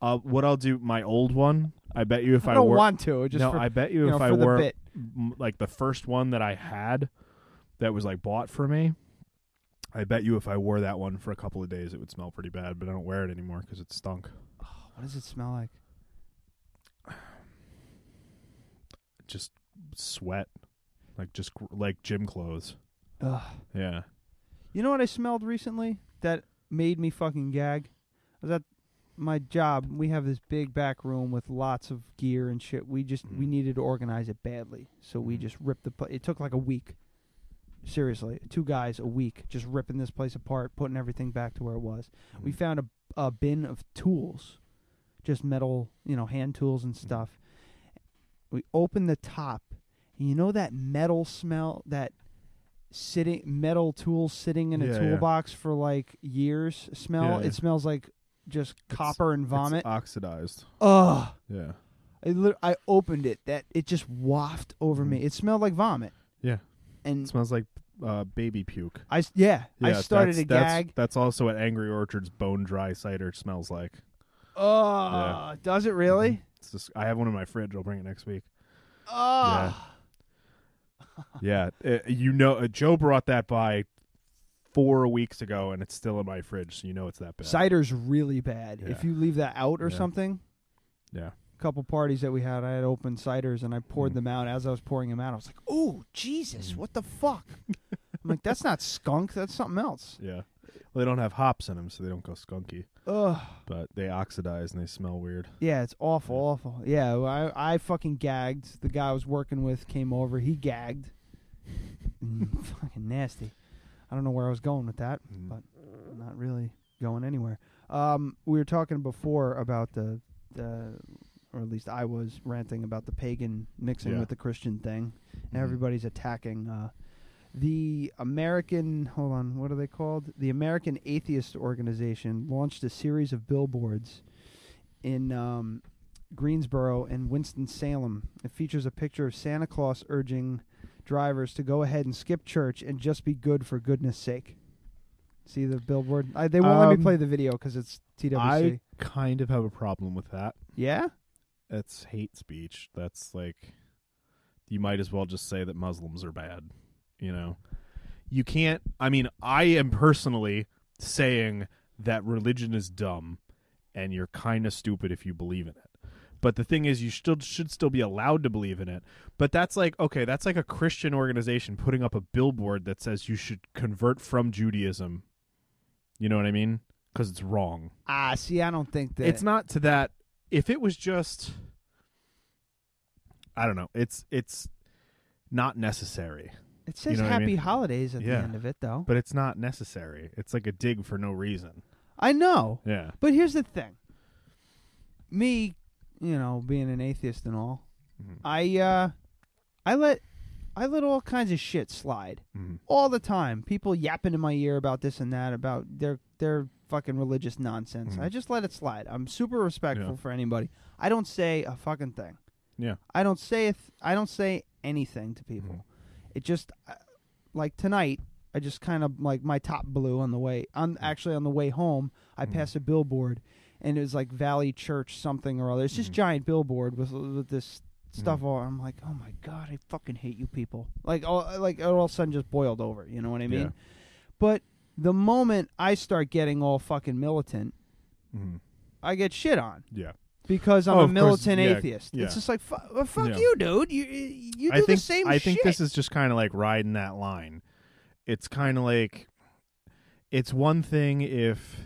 [SPEAKER 3] uh, what I'll do, my old one. I bet you if
[SPEAKER 6] I
[SPEAKER 3] I,
[SPEAKER 6] don't
[SPEAKER 3] wore,
[SPEAKER 6] want to, just
[SPEAKER 3] no,
[SPEAKER 6] for-
[SPEAKER 3] I bet you,
[SPEAKER 6] you
[SPEAKER 3] if
[SPEAKER 6] know,
[SPEAKER 3] I
[SPEAKER 6] for the
[SPEAKER 3] were
[SPEAKER 6] bit.
[SPEAKER 3] m- like the first one that I had, that was like bought for me. I bet you if I wore that one for a couple of days, it would smell pretty bad. But I don't wear it anymore because it stunk.
[SPEAKER 6] What does it smell like?
[SPEAKER 3] Just sweat, like just gr- like gym clothes.
[SPEAKER 6] Ugh.
[SPEAKER 3] Yeah.
[SPEAKER 6] You know what I smelled recently that made me fucking gag? I was at my job, we have this big back room with lots of gear and shit. We just we needed to organize it badly, so we just ripped the. Pl- it took like a week. Seriously, two guys a week just ripping this place apart, putting everything back to where it was. We found a, a bin of tools, just metal, you know, hand tools
[SPEAKER 3] Mm.
[SPEAKER 6] and stuff. We opened the top, and you know that metal smell that sitting metal tools sitting in a
[SPEAKER 3] Yeah, yeah.
[SPEAKER 6] toolbox for like years smell.
[SPEAKER 3] Yeah, yeah.
[SPEAKER 6] It smells like just copper and vomit.
[SPEAKER 3] It's uh, oxidized.
[SPEAKER 6] Ugh.
[SPEAKER 3] Yeah.
[SPEAKER 6] I, lit- I opened it. That it just wafted over me. It smelled like vomit.
[SPEAKER 3] Mm. Yeah.
[SPEAKER 6] And
[SPEAKER 3] it smells like uh, baby puke.
[SPEAKER 6] I s- yeah, I started
[SPEAKER 3] that's,
[SPEAKER 6] a
[SPEAKER 3] that's-
[SPEAKER 6] gag.
[SPEAKER 3] That's also what Angry Orchard's bone dry cider smells like.
[SPEAKER 6] Ugh. Does it really?
[SPEAKER 3] It's just, I have one in my fridge. I'll bring it next week.
[SPEAKER 6] Ugh.
[SPEAKER 3] Yeah, Uh, you know, uh, Joe brought that by four weeks ago, and it's still in my fridge, so you know it's that bad.
[SPEAKER 6] Cider's really bad. If
[SPEAKER 3] Yeah.
[SPEAKER 6] you leave that out or
[SPEAKER 3] Yeah.
[SPEAKER 6] something.
[SPEAKER 3] Yeah. Mm.
[SPEAKER 6] A couple parties that we had, I had open ciders and I poured them out. As I was pouring them out, I was like, "Oh Jesus, what the fuck!" I'm like, "That's not skunk. That's something
[SPEAKER 3] <laughs>
[SPEAKER 6] else."
[SPEAKER 3] Yeah, well, they don't have hops in them, so they don't go skunky.
[SPEAKER 6] Ugh.
[SPEAKER 3] But they oxidize and they smell weird.
[SPEAKER 6] Yeah, it's awful, awful. Yeah, well, I, I fucking gagged. The guy I was working with came over. He gagged. <laughs> Mm, fucking nasty. I don't know where I was going with that, but not really going anywhere. Um, we were talking before about the, the, or at least I was ranting about the pagan mixing
[SPEAKER 3] Yeah.
[SPEAKER 6] with the Christian thing. And everybody's attacking uh, the American. Hold on, what are they called? The American Atheist Organization launched a series of billboards in um, Greensboro and Winston Salem. It features a picture of Santa Claus urging drivers to go ahead and skip church and just be good for goodness sake. See the billboard? I, they won't let
[SPEAKER 3] Um,
[SPEAKER 6] me play the video because it's TWC.
[SPEAKER 3] I kind of have a problem with that.
[SPEAKER 6] Yeah?
[SPEAKER 3] That's hate speech. That's like you might as well just say that Muslims are bad, you know. You can't I mean, I am personally saying that religion is dumb and you're kind of stupid if you believe in it. But the thing is you still should still be allowed to believe in it. But that's like okay, that's like a Christian organization putting up a billboard that says you should convert from Judaism. You know what I mean? Cuz it's wrong.
[SPEAKER 6] Ah, see, I don't think that
[SPEAKER 3] It's not to that. If it was just, I don't know. It's it's not necessary.
[SPEAKER 6] It says
[SPEAKER 3] You know what I
[SPEAKER 6] happy
[SPEAKER 3] mean?
[SPEAKER 6] holidays at
[SPEAKER 3] Yeah.
[SPEAKER 6] the end of it, though.
[SPEAKER 3] but it's not necessary. It's like a dig for no reason.
[SPEAKER 6] I know.
[SPEAKER 3] Yeah.
[SPEAKER 6] But here's the thing. Me, you know, being an atheist and all, I uh I let I let all kinds of shit slide
[SPEAKER 3] Mm-hmm.
[SPEAKER 6] all the time. People yapping in my ear about this and that about their their fucking religious nonsense. I just let it slide. I'm super respectful for anybody. I don't say a fucking thing.
[SPEAKER 3] Yeah.
[SPEAKER 6] I don't say a th- I don't say anything to people. It just uh, like tonight, I just kind of like my top blew on the way. I'm actually on the way home. I passed a billboard, and it was like Valley Church something or other. It's just giant billboard with, with this
[SPEAKER 3] Mm.
[SPEAKER 6] stuff all. I'm like, oh my god, I fucking hate you people. Like all like it all of a sudden just boiled over. You know what I mean?
[SPEAKER 3] Yeah.
[SPEAKER 6] But the moment I start getting all fucking militant,
[SPEAKER 3] Mm-hmm.
[SPEAKER 6] I get shit on
[SPEAKER 3] Yeah.
[SPEAKER 6] because I'm
[SPEAKER 3] Oh,
[SPEAKER 6] a
[SPEAKER 3] of course,
[SPEAKER 6] militant
[SPEAKER 3] yeah,
[SPEAKER 6] atheist.
[SPEAKER 3] yeah.
[SPEAKER 6] It's just like, fu- well, fuck
[SPEAKER 3] Yeah.
[SPEAKER 6] you, dude. You you do
[SPEAKER 3] I think
[SPEAKER 6] the same.
[SPEAKER 3] I think
[SPEAKER 6] shit.
[SPEAKER 3] this is just kind of like riding that line. It's kind of like it's one thing if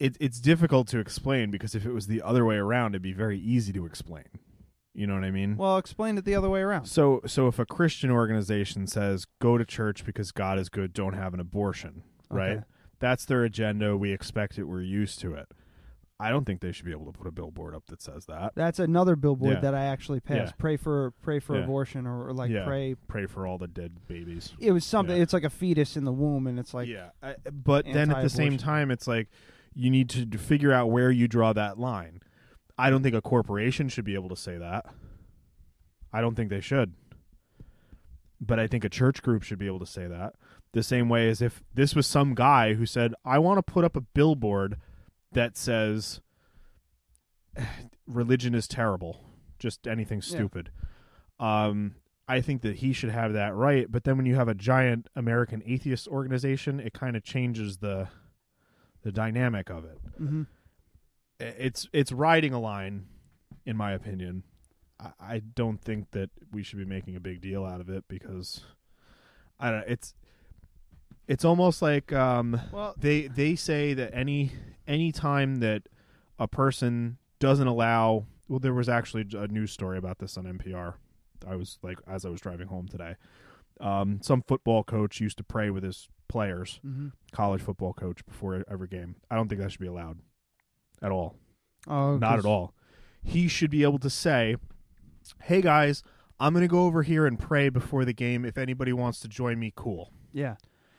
[SPEAKER 3] it, it's difficult to explain because if it was the other way around, it'd be very easy to explain. You know what I mean?
[SPEAKER 6] Well, explain it the other way around.
[SPEAKER 3] So so if a Christian organization says go to church because God is good, don't have an abortion, right?
[SPEAKER 6] Okay.
[SPEAKER 3] That's their agenda. We expect it. We're used to it. I don't think they should be able to put a billboard up that says that.
[SPEAKER 6] That's another billboard
[SPEAKER 3] Yeah.
[SPEAKER 6] that I actually passed.
[SPEAKER 3] Yeah.
[SPEAKER 6] Pray for pray for
[SPEAKER 3] Yeah.
[SPEAKER 6] abortion or, or like
[SPEAKER 3] Yeah.
[SPEAKER 6] pray.
[SPEAKER 3] pray for all the dead babies.
[SPEAKER 6] It was something. It's like a fetus in the womb, and it's like
[SPEAKER 3] yeah. but then at the same time it's like you need to d- figure out where you draw that line i don't think a corporation should be able to say that i don't think they should but i think a church group should be able to say that the same way as if this was some guy who said i want to put up a billboard that says <sighs> religion is terrible just anything
[SPEAKER 8] Yeah.
[SPEAKER 3] stupid um i think that he should have that right but then when you have a giant american atheist organization it kind of changes the the dynamic of it
[SPEAKER 6] Mhm.
[SPEAKER 3] I- it's it's riding a line in my opinion I, I don't think that we should be making a big deal out of it because i don't it's It's almost like um, they they say that any any time that a person doesn't allow. Well, there was actually a news story about this on NPR. I was like, as I was driving home today, um, some football coach used to pray with his players,
[SPEAKER 6] Mhm.
[SPEAKER 3] college football coach, before e-, every game. I don't think that should be allowed at all.
[SPEAKER 6] Oh,
[SPEAKER 3] not
[SPEAKER 6] 'cause-
[SPEAKER 3] at all. He should be able to say, "Hey guys, I'm going to go over here and pray before the game. If anybody wants to join me, cool."
[SPEAKER 6] Yeah.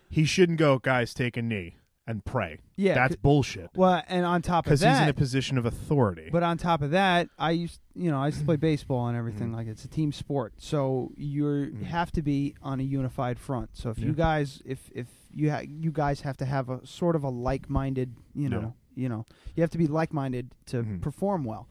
[SPEAKER 3] He shouldn't go, guys, take a knee and pray.
[SPEAKER 6] Yeah,
[SPEAKER 3] that's
[SPEAKER 6] c-
[SPEAKER 3] bullshit.
[SPEAKER 6] Well, and on top of
[SPEAKER 3] Because he's in a
[SPEAKER 6] that,
[SPEAKER 3] position of authority.
[SPEAKER 6] but on top of that, I used you know I used to play baseball and everything
[SPEAKER 3] Mm-hmm.
[SPEAKER 6] like it's a team sport, so you're, you have to be on a unified front. So if
[SPEAKER 3] Yeah.
[SPEAKER 6] you guys if if you ha- you guys have to have a sort of a like minded you
[SPEAKER 3] Yeah. Mm-hmm.
[SPEAKER 6] know you know you have to be like minded to perform well.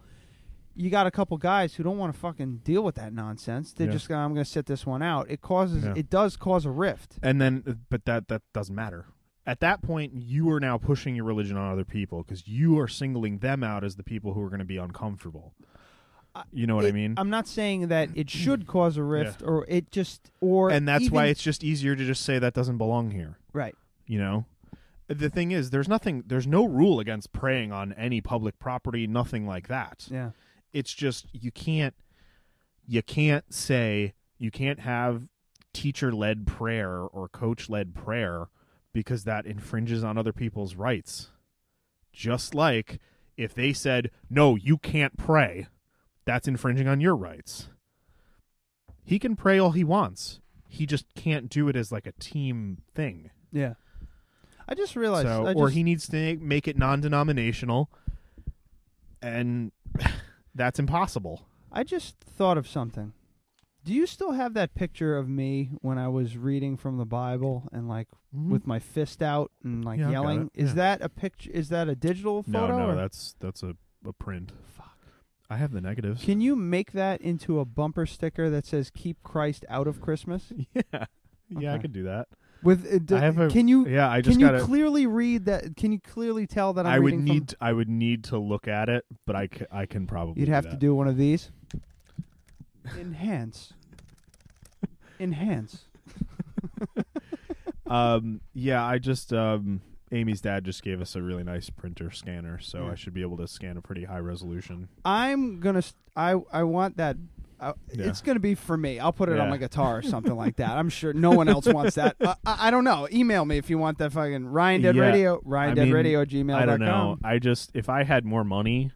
[SPEAKER 6] You got a couple guys who don't want to fucking deal with that nonsense. They're
[SPEAKER 3] Yeah.
[SPEAKER 6] just gonna, I'm going to sit this one out. It causes
[SPEAKER 3] Yeah.
[SPEAKER 6] it does cause a rift.
[SPEAKER 3] and then, uh, but that that doesn't matter. At that point, you are now pushing your religion on other people because you are singling them out as the people who are going to be uncomfortable. You know what I
[SPEAKER 6] It-
[SPEAKER 3] mean?
[SPEAKER 6] I'm not saying that it
[SPEAKER 3] <clears throat>
[SPEAKER 6] should cause a rift or it just or
[SPEAKER 3] and that's why
[SPEAKER 6] even-
[SPEAKER 3] it's just easier to just say that doesn't belong here.
[SPEAKER 6] Right.
[SPEAKER 3] You know? The thing is, there's nothing, there's no rule against preying on any public property, nothing like that.
[SPEAKER 6] Yeah.
[SPEAKER 3] It's just, you can't, you can't say, you can't have teacher led prayer or coach led prayer because that infringes on other people's rights. Just like if they said, no, you can't pray, that's infringing on your rights he can pray all he wants. He just can't do it as like a team thing.
[SPEAKER 6] Yeah. I just realized
[SPEAKER 3] so,
[SPEAKER 6] I
[SPEAKER 3] or
[SPEAKER 6] just-
[SPEAKER 3] he needs to make it non-denominational, and <sighs> that's impossible.
[SPEAKER 6] I just thought of something. Do you still have that picture of me when I was reading from the Bible and like with my fist out and like
[SPEAKER 3] Mm-hmm. Yeah, I've got
[SPEAKER 6] yelling?
[SPEAKER 3] it.
[SPEAKER 6] Is
[SPEAKER 3] Yeah.
[SPEAKER 6] that a picture? Is that a digital photo?
[SPEAKER 3] no,
[SPEAKER 6] or-
[SPEAKER 3] no, that's that's a, a print. Fuck. I have the negatives. <laughs>
[SPEAKER 6] Can you make that into a bumper sticker that says "Keep Christ out of Christmas"? <laughs>
[SPEAKER 3] Yeah, Yeah, I
[SPEAKER 6] Okay.
[SPEAKER 3] could do that.
[SPEAKER 6] With uh, d-
[SPEAKER 3] I have a-
[SPEAKER 6] can you?
[SPEAKER 3] yeah, I just
[SPEAKER 6] can you
[SPEAKER 3] gotta-
[SPEAKER 6] clearly read that? Can you clearly tell that I'm
[SPEAKER 3] I would
[SPEAKER 6] reading from-
[SPEAKER 3] need I would need to look at it, but I, ca- I can probably
[SPEAKER 6] You'd have
[SPEAKER 3] do
[SPEAKER 6] to
[SPEAKER 3] that.
[SPEAKER 6] do one of these. Enhance. Enhance.
[SPEAKER 3] um yeah i just um amy's dad just gave us a really nice printer scanner so
[SPEAKER 6] Yeah.
[SPEAKER 3] i should be able to scan a pretty high resolution
[SPEAKER 6] I'm gonna. St- I I want that. I
[SPEAKER 3] Yeah.
[SPEAKER 6] It's gonna be for me. I'll put it on
[SPEAKER 3] Yeah.
[SPEAKER 6] my guitar or something like that. I'm sure no one else
[SPEAKER 3] <laughs>
[SPEAKER 6] wants that. Uh, I, I don't know. Email me if you want that fucking Ryan Dead
[SPEAKER 3] Yeah,
[SPEAKER 6] Radio.
[SPEAKER 3] I
[SPEAKER 6] Ryan
[SPEAKER 3] mean,
[SPEAKER 6] Dead Radio gmail.
[SPEAKER 3] i don't know i just if i had more money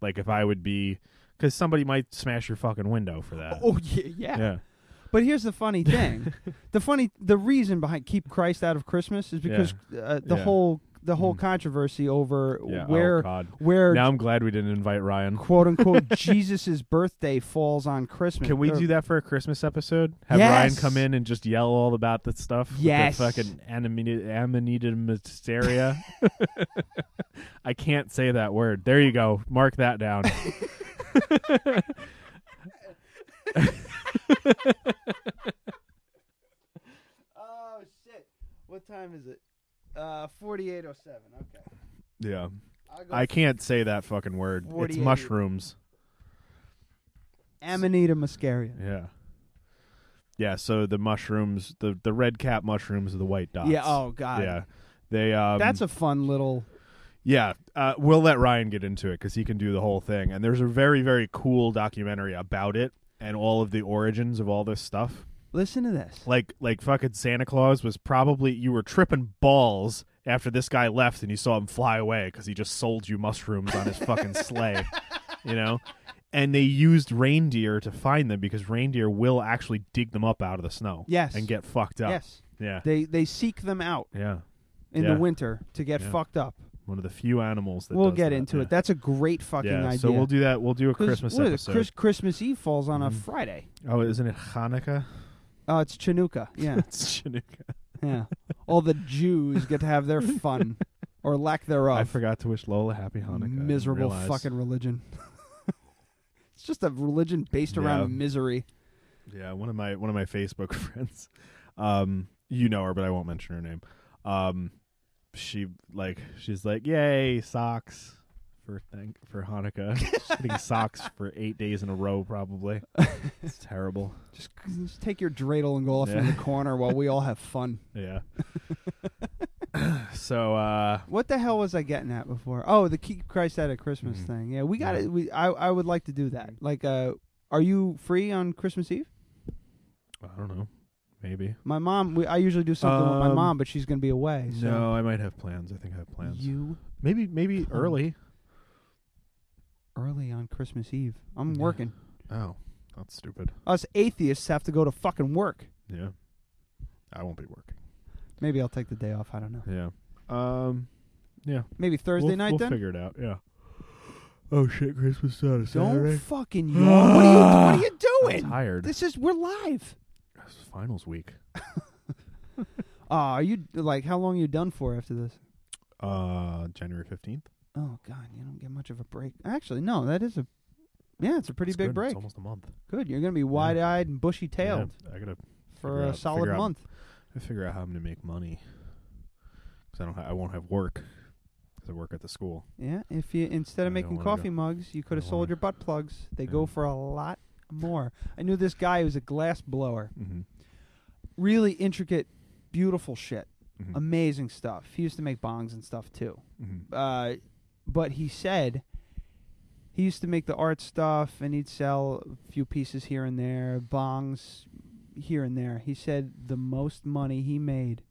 [SPEAKER 3] like if i would be because somebody might smash your fucking window for that
[SPEAKER 6] <laughs> Oh yeah, yeah.
[SPEAKER 3] yeah
[SPEAKER 6] But here's the funny
[SPEAKER 3] <laughs>
[SPEAKER 6] thing. the funny the reason behind keep Christ out of Christmas is because uh, the
[SPEAKER 3] Yeah. Mm.
[SPEAKER 6] whole the whole controversy over
[SPEAKER 3] yeah
[SPEAKER 6] where
[SPEAKER 3] oh, God.
[SPEAKER 6] where
[SPEAKER 3] now i'm glad we didn't invite ryan <laughs>
[SPEAKER 6] quote unquote Jesus' birthday falls on Christmas.
[SPEAKER 3] Hmm. can we
[SPEAKER 6] Or-
[SPEAKER 3] do that for a Christmas episode? Have Ryan
[SPEAKER 6] Yes.
[SPEAKER 3] come in and just yell all about that stuff?
[SPEAKER 6] Yes.
[SPEAKER 3] With the fucking animated, animated hysteria.
[SPEAKER 6] <laughs>
[SPEAKER 3] I can't say that word. There you go. Mark that down.
[SPEAKER 6] Oh shit! What time is it? Uh, forty-eight oh seven. Okay.
[SPEAKER 3] yeah.
[SPEAKER 6] I'll go
[SPEAKER 3] I can't say that fucking word. It's
[SPEAKER 6] 48.
[SPEAKER 3] mushrooms.
[SPEAKER 6] Amanita muscaria.
[SPEAKER 3] Yeah. Yeah, so the mushrooms, the the red cap mushrooms are the white dots.
[SPEAKER 6] Yeah, oh, God.
[SPEAKER 3] Yeah. They um,
[SPEAKER 6] That's a fun little.
[SPEAKER 3] Yeah, uh, we'll let Ryan get into it because he can do the whole thing. And there's a very, very cool documentary about it and all of the origins of all this stuff.
[SPEAKER 6] Listen to this.
[SPEAKER 3] Like, like fucking Santa Claus was probably you were tripping balls after this guy left and you saw him fly away because he just sold you mushrooms on his fucking sleigh, <laughs> you know. And they used reindeer to find them because reindeer will actually dig them up out of the snow.
[SPEAKER 6] Yes.
[SPEAKER 3] and get fucked up.
[SPEAKER 6] Yes.
[SPEAKER 3] yeah,
[SPEAKER 6] They they seek them out
[SPEAKER 3] yeah.
[SPEAKER 6] in
[SPEAKER 3] Yeah.
[SPEAKER 6] the winter to get
[SPEAKER 3] Yeah.
[SPEAKER 6] fucked up.
[SPEAKER 3] One of the few animals that
[SPEAKER 6] we'll
[SPEAKER 3] does
[SPEAKER 6] get
[SPEAKER 3] that,
[SPEAKER 6] into
[SPEAKER 3] yeah.
[SPEAKER 6] it. That's a great fucking
[SPEAKER 3] yeah,
[SPEAKER 6] idea.
[SPEAKER 3] So we'll do that. We'll do a
[SPEAKER 6] 'Cause
[SPEAKER 3] Christmas
[SPEAKER 6] what is it?
[SPEAKER 3] episode.
[SPEAKER 6] Chris- Christmas Eve falls on a Friday.
[SPEAKER 3] Oh, isn't it Hanukkah? <laughs>
[SPEAKER 6] Oh, it's Chinooka. Yeah.
[SPEAKER 3] it's Chinooka.
[SPEAKER 6] yeah. All the Jews get to have their fun or lack thereof.
[SPEAKER 3] I forgot to wish Lola happy Hanukkah. I didn't
[SPEAKER 6] Oh. miserable
[SPEAKER 3] realize.
[SPEAKER 6] fucking religion. <laughs> it's just a religion based
[SPEAKER 3] Yeah.
[SPEAKER 6] around misery.
[SPEAKER 3] Yeah, one of my one of my Facebook <laughs> friends. Um, you know her, but I won't mention her name. Um, she like she's like, "Yay, socks for thank for
[SPEAKER 6] <laughs>
[SPEAKER 3] Hanukkah. Getting socks for eight days in a row, probably. It's terrible.
[SPEAKER 6] Just, just take your dreidel and go off
[SPEAKER 3] Yeah. <laughs>
[SPEAKER 6] in the corner while we all have fun.
[SPEAKER 3] Yeah. <laughs> so uh
[SPEAKER 6] What the hell was I getting at before? Oh, the keep Christ out of Christmas
[SPEAKER 3] Mm-hmm.
[SPEAKER 6] thing. Yeah, we got it. We I I would like to do that. Like, uh, are you free on Christmas Eve?
[SPEAKER 3] I don't know. Maybe.
[SPEAKER 6] My mom. We, I usually do something with my
[SPEAKER 3] Um,
[SPEAKER 6] mom, but she's going to be away. So.
[SPEAKER 3] No, I might have plans. I think I have plans.
[SPEAKER 6] You
[SPEAKER 3] maybe <clears throat> maybe early.
[SPEAKER 6] Early on Christmas Eve. I'm working.
[SPEAKER 3] Oh, that's stupid.
[SPEAKER 6] Us atheists have to go to fucking work.
[SPEAKER 3] Yeah. I won't be working.
[SPEAKER 6] Maybe I'll take the day off. I don't know.
[SPEAKER 3] Yeah. Um yeah.
[SPEAKER 6] Maybe Thursday
[SPEAKER 3] We'll-
[SPEAKER 6] night
[SPEAKER 3] we'll
[SPEAKER 6] then?
[SPEAKER 3] figure it out. Yeah.
[SPEAKER 7] Oh shit, Christmas on a
[SPEAKER 6] Don't
[SPEAKER 7] Saturday.
[SPEAKER 6] fucking yawn. what, are you,
[SPEAKER 3] <gasps>
[SPEAKER 6] what are you doing?
[SPEAKER 3] tired.
[SPEAKER 6] This is, we're live.
[SPEAKER 3] It's finals week.
[SPEAKER 6] Uh, are you, like, how long are you done for after this?
[SPEAKER 3] Uh January 15th.
[SPEAKER 6] Oh, God, you don't get much of a break. Actually, no, that is a, yeah, it's a pretty
[SPEAKER 3] It's
[SPEAKER 6] big
[SPEAKER 3] good.
[SPEAKER 6] break.
[SPEAKER 3] It's almost a month.
[SPEAKER 6] Good. You're going to be wide eyed and bushy tailed
[SPEAKER 3] Yeah, I gotta
[SPEAKER 6] for
[SPEAKER 3] figure
[SPEAKER 6] a
[SPEAKER 3] out-
[SPEAKER 6] solid
[SPEAKER 3] figure out-
[SPEAKER 6] month.
[SPEAKER 3] I figure out how I'm gonna make money because I don't. Ha- I won't have work 'cause I work at the school.
[SPEAKER 6] Yeah. If you, instead
[SPEAKER 3] I
[SPEAKER 6] of
[SPEAKER 3] don't
[SPEAKER 6] making
[SPEAKER 3] wanna go.
[SPEAKER 6] coffee mugs, you could have
[SPEAKER 3] don't
[SPEAKER 6] sold your butt plugs. They go for a lot more. I knew this guy who was a glass blower.
[SPEAKER 3] Mhm.
[SPEAKER 6] Really intricate, beautiful shit.
[SPEAKER 3] Mhm.
[SPEAKER 6] Amazing stuff. He used to make bongs and stuff too.
[SPEAKER 3] Mhm.
[SPEAKER 6] Uh, but he said he used to make the art stuff and he'd sell a few pieces here and there, bongs here and there. He said the most money he made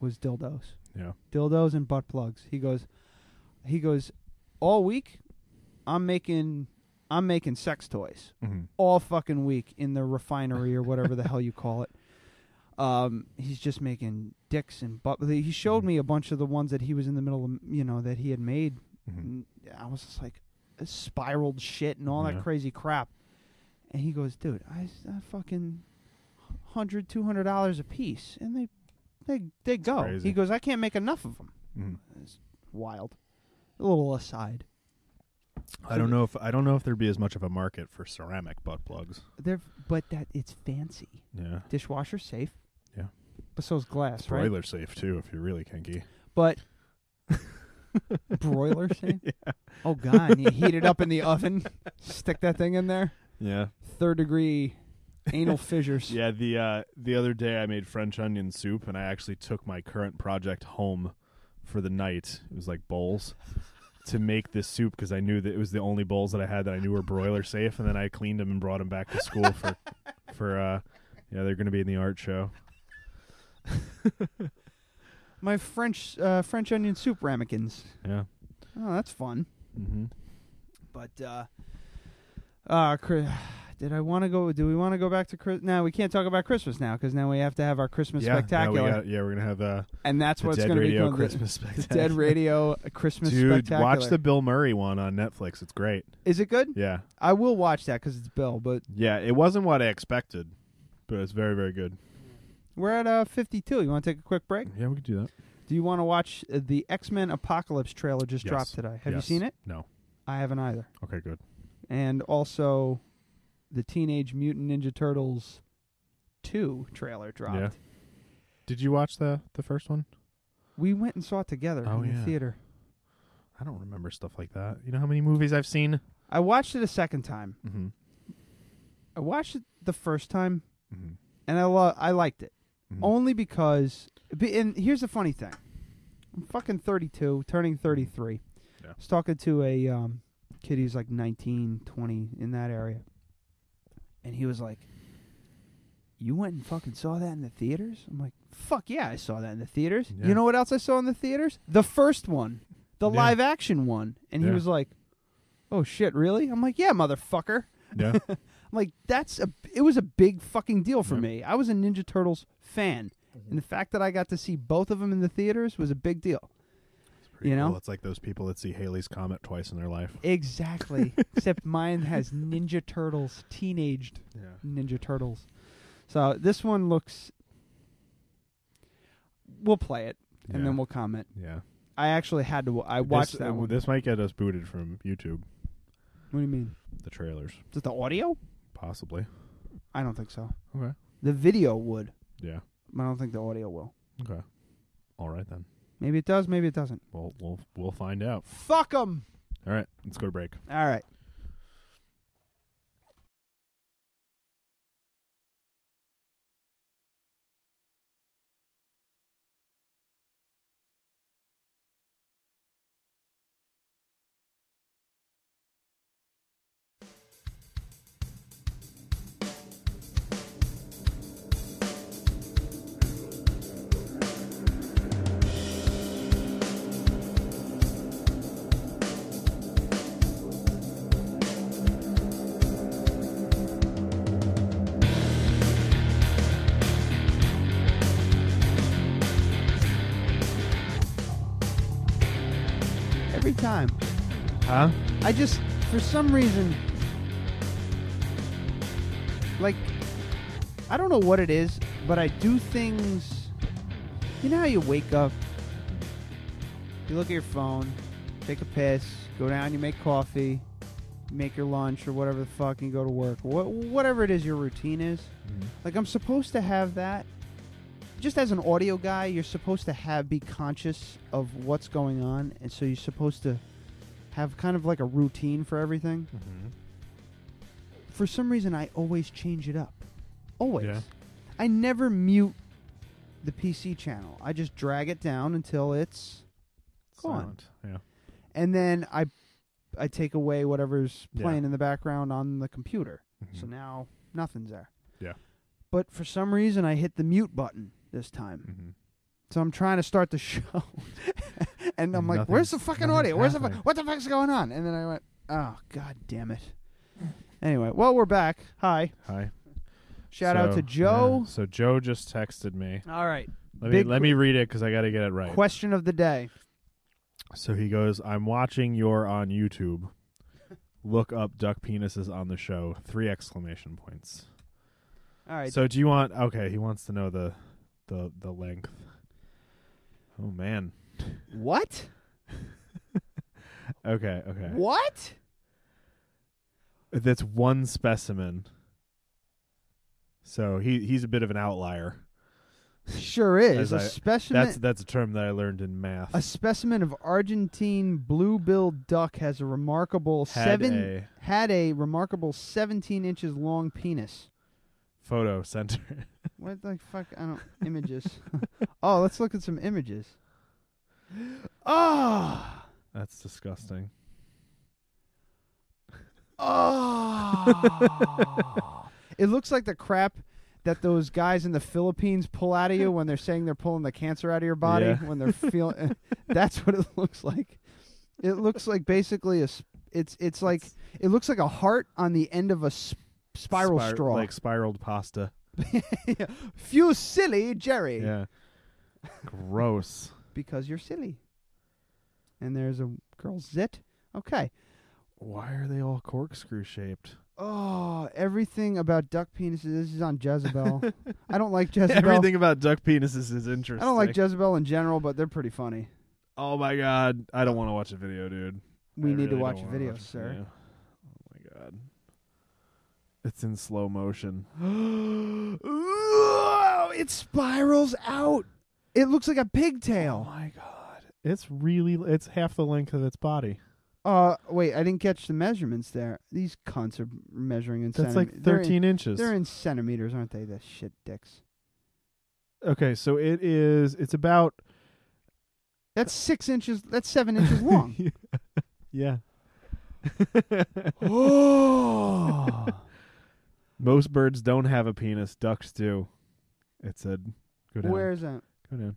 [SPEAKER 6] was dildos.
[SPEAKER 3] Yeah.
[SPEAKER 6] Dildos and butt plugs. He goes he goes all week I'm making I'm making sex toys
[SPEAKER 3] Mhm.
[SPEAKER 6] all fucking week in the refinery or whatever the hell you call it. Um, he's just making dicks and butt. He showed me a bunch of the ones that he was in the middle of, you know, that he had made.
[SPEAKER 3] Mm-hmm.
[SPEAKER 6] And I was just like, spiraled shit and all
[SPEAKER 3] Hmm. Yeah.
[SPEAKER 6] that crazy crap. And he goes, dude, I, I fucking hundred, two hundred dollars a piece, and they, they, they go.
[SPEAKER 3] crazy.
[SPEAKER 6] He goes, I can't make enough of them.
[SPEAKER 3] Mhm.
[SPEAKER 6] It's wild. A little aside.
[SPEAKER 3] I don't know if I don't know if there'd be as much of a market for ceramic butt plugs.
[SPEAKER 6] They're, but that it's fancy.
[SPEAKER 3] Yeah.
[SPEAKER 6] Dishwasher safe.
[SPEAKER 3] Yeah.
[SPEAKER 6] But so's glass, right?
[SPEAKER 3] Broiler safe too if you're really kinky. <laughs>
[SPEAKER 6] But broiler safe. Oh god, you heat it up in the oven, stick that thing in there.
[SPEAKER 3] Yeah.
[SPEAKER 6] Third degree anal fissures.
[SPEAKER 3] Yeah, the uh, the other day I made French onion soup, and I actually took my current project home for the night. It was like
[SPEAKER 6] <laughs>
[SPEAKER 3] bowls to make this soup because I knew that it was the only bowls that I had that I knew were broiler safe, and then I cleaned them and brought them back to school
[SPEAKER 6] <laughs>
[SPEAKER 3] for for uh, yeah, they're going to be in the art show.
[SPEAKER 6] My French uh, French onion soup ramekins.
[SPEAKER 3] Yeah.
[SPEAKER 6] Oh, that's fun.
[SPEAKER 3] Mm-hmm.
[SPEAKER 6] But uh uh Chris, did I want to go do we want to go back to Chris? No, we can't talk about Christmas now cuz now we have to have our Christmas
[SPEAKER 3] yeah, now we
[SPEAKER 6] spectacular.
[SPEAKER 3] got- yeah, we're gonna have uh,
[SPEAKER 6] and that's
[SPEAKER 3] the
[SPEAKER 6] what's
[SPEAKER 3] Dead
[SPEAKER 6] going to be
[SPEAKER 3] Radio
[SPEAKER 6] called <laughs> the-
[SPEAKER 3] Christmas spectacular. <laughs>
[SPEAKER 6] Dead Radio Christmas
[SPEAKER 3] Dude,
[SPEAKER 6] spectacular.
[SPEAKER 3] watch the Bill Murray one on Netflix. It's great.
[SPEAKER 6] Is it good?
[SPEAKER 3] Yeah,
[SPEAKER 6] I will watch that because it's Bill. But
[SPEAKER 3] yeah. It wasn't what I expected, but it's very, very good.
[SPEAKER 6] we're at uh, 52. You want to take a quick break?
[SPEAKER 3] Yeah, we could do that.
[SPEAKER 6] Do you want to watch uh, the X Men Apocalypse trailer just
[SPEAKER 3] Yes.
[SPEAKER 6] dropped today? Have
[SPEAKER 3] Yes.
[SPEAKER 6] you seen it?
[SPEAKER 3] No.
[SPEAKER 6] I haven't either.
[SPEAKER 3] Okay, good.
[SPEAKER 6] And also, the Teenage Mutant Ninja Turtles 2 trailer dropped.
[SPEAKER 3] Yeah. Did you watch the the first one?
[SPEAKER 6] We went and saw it together
[SPEAKER 3] Oh,
[SPEAKER 6] in the
[SPEAKER 3] yeah.
[SPEAKER 6] theater.
[SPEAKER 3] I don't remember stuff like that. You know how many movies I've seen?
[SPEAKER 6] I watched it a second time.
[SPEAKER 3] Mm-hmm.
[SPEAKER 6] I watched it the first time,
[SPEAKER 3] Mhm.
[SPEAKER 6] and I lo- I liked it
[SPEAKER 3] Mm-hmm.
[SPEAKER 6] only because. be- And here's the funny thing: I'm fucking 32, turning 33.
[SPEAKER 3] Yeah.
[SPEAKER 6] I was talking to a um, kid who's like 19, 20 in that area, and he was like, "You went and fucking saw that in the theaters?" I'm like, "Fuck yeah, I saw that in the theaters."
[SPEAKER 3] Yeah.
[SPEAKER 6] You know what else I saw in the theaters? The first one, the
[SPEAKER 3] Yeah.
[SPEAKER 6] live action one, and he
[SPEAKER 3] Yeah.
[SPEAKER 6] was like, "Oh shit, really?" I'm like, "Yeah, motherfucker."
[SPEAKER 3] <laughs>
[SPEAKER 6] <laughs>
[SPEAKER 3] Yeah.
[SPEAKER 6] I'm like that's a it was a big fucking deal for me. I was a Ninja Turtles fan,
[SPEAKER 3] Mm-hmm.
[SPEAKER 6] and the fact that I got to see both of them in the theaters was a big deal. You know?
[SPEAKER 3] Well, it's like those people that see Haley's Comet twice in their life. <laughs>
[SPEAKER 6] Exactly. Except mine has Ninja Turtles, teenaged
[SPEAKER 3] Yeah.
[SPEAKER 6] Ninja Turtles. So this one looks. We'll play it and
[SPEAKER 3] Yeah.
[SPEAKER 6] then we'll comment.
[SPEAKER 3] Yeah.
[SPEAKER 6] I actually had to. I watched
[SPEAKER 3] this,
[SPEAKER 6] that
[SPEAKER 3] uh,
[SPEAKER 6] one.
[SPEAKER 3] This might get us booted from YouTube.
[SPEAKER 6] What do you mean?
[SPEAKER 3] The trailers,
[SPEAKER 6] Is it the audio?
[SPEAKER 3] possibly.
[SPEAKER 6] I don't think so.
[SPEAKER 3] Okay.
[SPEAKER 6] The video would.
[SPEAKER 3] Yeah.
[SPEAKER 6] but I don't think the audio will.
[SPEAKER 3] Okay. All right then.
[SPEAKER 6] Maybe it does. Maybe it doesn't.
[SPEAKER 3] Well, we'll we'll find out.
[SPEAKER 6] Fuck them.
[SPEAKER 3] All right, let's go to break.
[SPEAKER 6] All right. Every time.
[SPEAKER 3] Huh?
[SPEAKER 6] I just, for some reason, like, I don't know what it is, but I do things. You know how you wake up, you look at your phone, take a piss, go down, you make coffee, make your lunch or whatever the fuck, and you go to work. What, whatever it is your routine is. Like, I'm supposed to have that. Just as an audio guy, you're supposed to have be conscious of what's going on, and so you're supposed to have kind of like a routine for everything. For some reason, I always change it up. Always.
[SPEAKER 3] Yeah.
[SPEAKER 6] I never mute the PC channel. I just drag it down until it's gone,
[SPEAKER 3] Silent, Yeah.
[SPEAKER 6] and then I I take away whatever's
[SPEAKER 3] Yeah.
[SPEAKER 6] playing in the background on the computer.
[SPEAKER 3] Mm-hmm.
[SPEAKER 6] So now nothing's there.
[SPEAKER 3] Yeah.
[SPEAKER 6] But for some reason, I hit the mute button this time.
[SPEAKER 3] Mm. Mm-hmm.
[SPEAKER 6] So I'm trying to start the <laughs> show, and I'm like,
[SPEAKER 3] Nothing-
[SPEAKER 6] "Where's the fucking
[SPEAKER 3] nothing's
[SPEAKER 6] audio? Where's the fu-
[SPEAKER 3] happening.
[SPEAKER 6] what the fuck's going on?" And then I went, "Oh God damn it!" Anyway, well, we're back. Hi.
[SPEAKER 3] Hi.
[SPEAKER 6] Shout out
[SPEAKER 3] So,
[SPEAKER 6] to Joe.
[SPEAKER 3] yeah, So Joe just texted me.
[SPEAKER 6] All right.
[SPEAKER 3] Let
[SPEAKER 6] Big
[SPEAKER 3] me let me read it because I got to get it right.
[SPEAKER 6] Question of the day.
[SPEAKER 3] So he goes, "I'm watching your on YouTube. Look up duck penises on the show." Three exclamation points.
[SPEAKER 6] All right.
[SPEAKER 3] So do you want? Okay, he wants to know the the the length. Oh man.
[SPEAKER 6] What?
[SPEAKER 3] Okay. Okay.
[SPEAKER 6] What?
[SPEAKER 3] That's one specimen. So he he's a bit of an outlier.
[SPEAKER 6] Sure
[SPEAKER 3] As
[SPEAKER 6] is a
[SPEAKER 3] I-
[SPEAKER 6] specimen.
[SPEAKER 3] That's that's a term that I learned in math.
[SPEAKER 6] A specimen of Argentine blue-billed duck has a remarkable
[SPEAKER 3] Had
[SPEAKER 6] seven
[SPEAKER 3] a-
[SPEAKER 6] had a remarkable 17 inches long penis.
[SPEAKER 3] Photo center. <laughs>
[SPEAKER 6] What the fuck? I don't images. oh, let's look at some images. Oh,
[SPEAKER 3] that's disgusting.
[SPEAKER 6] Ah.
[SPEAKER 3] Ah.
[SPEAKER 6] oh. <laughs> it looks like the crap that those guys in the Philippines pull out of you when they're saying they're pulling the cancer out of your body
[SPEAKER 3] Yeah.
[SPEAKER 6] when
[SPEAKER 3] <laughs>
[SPEAKER 6] they're feeling. <laughs> that's what it looks like. It looks like basically a. s- It's it's like it looks like a heart on the end of a s- spiral
[SPEAKER 3] Spir-
[SPEAKER 6] straw.
[SPEAKER 3] like spiraled pasta.
[SPEAKER 6] <laughs> Few silly Jerry. <laughs>
[SPEAKER 3] Yeah. Gross.
[SPEAKER 6] Because you're silly. And there's a girl zit. Okay.
[SPEAKER 3] Why are they all corkscrew shaped?
[SPEAKER 6] Oh, everything about duck penises. This is on Jezebel.
[SPEAKER 3] <laughs>
[SPEAKER 6] I don't like Jezebel.
[SPEAKER 3] Everything about duck penises is interesting.
[SPEAKER 6] I don't like Jezebel in general, but they're pretty funny.
[SPEAKER 3] Oh my god, I don't want to watch a video, dude.
[SPEAKER 6] We
[SPEAKER 3] I
[SPEAKER 6] need to
[SPEAKER 3] really
[SPEAKER 6] watch
[SPEAKER 3] don't
[SPEAKER 6] a
[SPEAKER 3] wanna
[SPEAKER 6] video, sir.
[SPEAKER 3] video. Oh my god. It's in slow motion.
[SPEAKER 6] <gasps> Ooh, it spirals out. It looks like a pigtail. Oh
[SPEAKER 3] my god. It's really it's half the length of its body. Oh
[SPEAKER 6] Uh, wait, I didn't catch the measurements there. These cunts are measuring in
[SPEAKER 3] That's
[SPEAKER 6] centi-
[SPEAKER 3] like
[SPEAKER 6] they're in-
[SPEAKER 3] 13 inches.
[SPEAKER 6] They're in centimeters, aren't they? The shit dicks.
[SPEAKER 3] Okay, so it is it's about <laughs>
[SPEAKER 6] That's six inches. That's seven
[SPEAKER 3] <laughs> <gasps>
[SPEAKER 6] inches long.
[SPEAKER 3] yeah.
[SPEAKER 6] oh.
[SPEAKER 3] <laughs> Most birds don't have a penis, ducks do. It said go down.
[SPEAKER 6] Where is that?
[SPEAKER 3] Go down.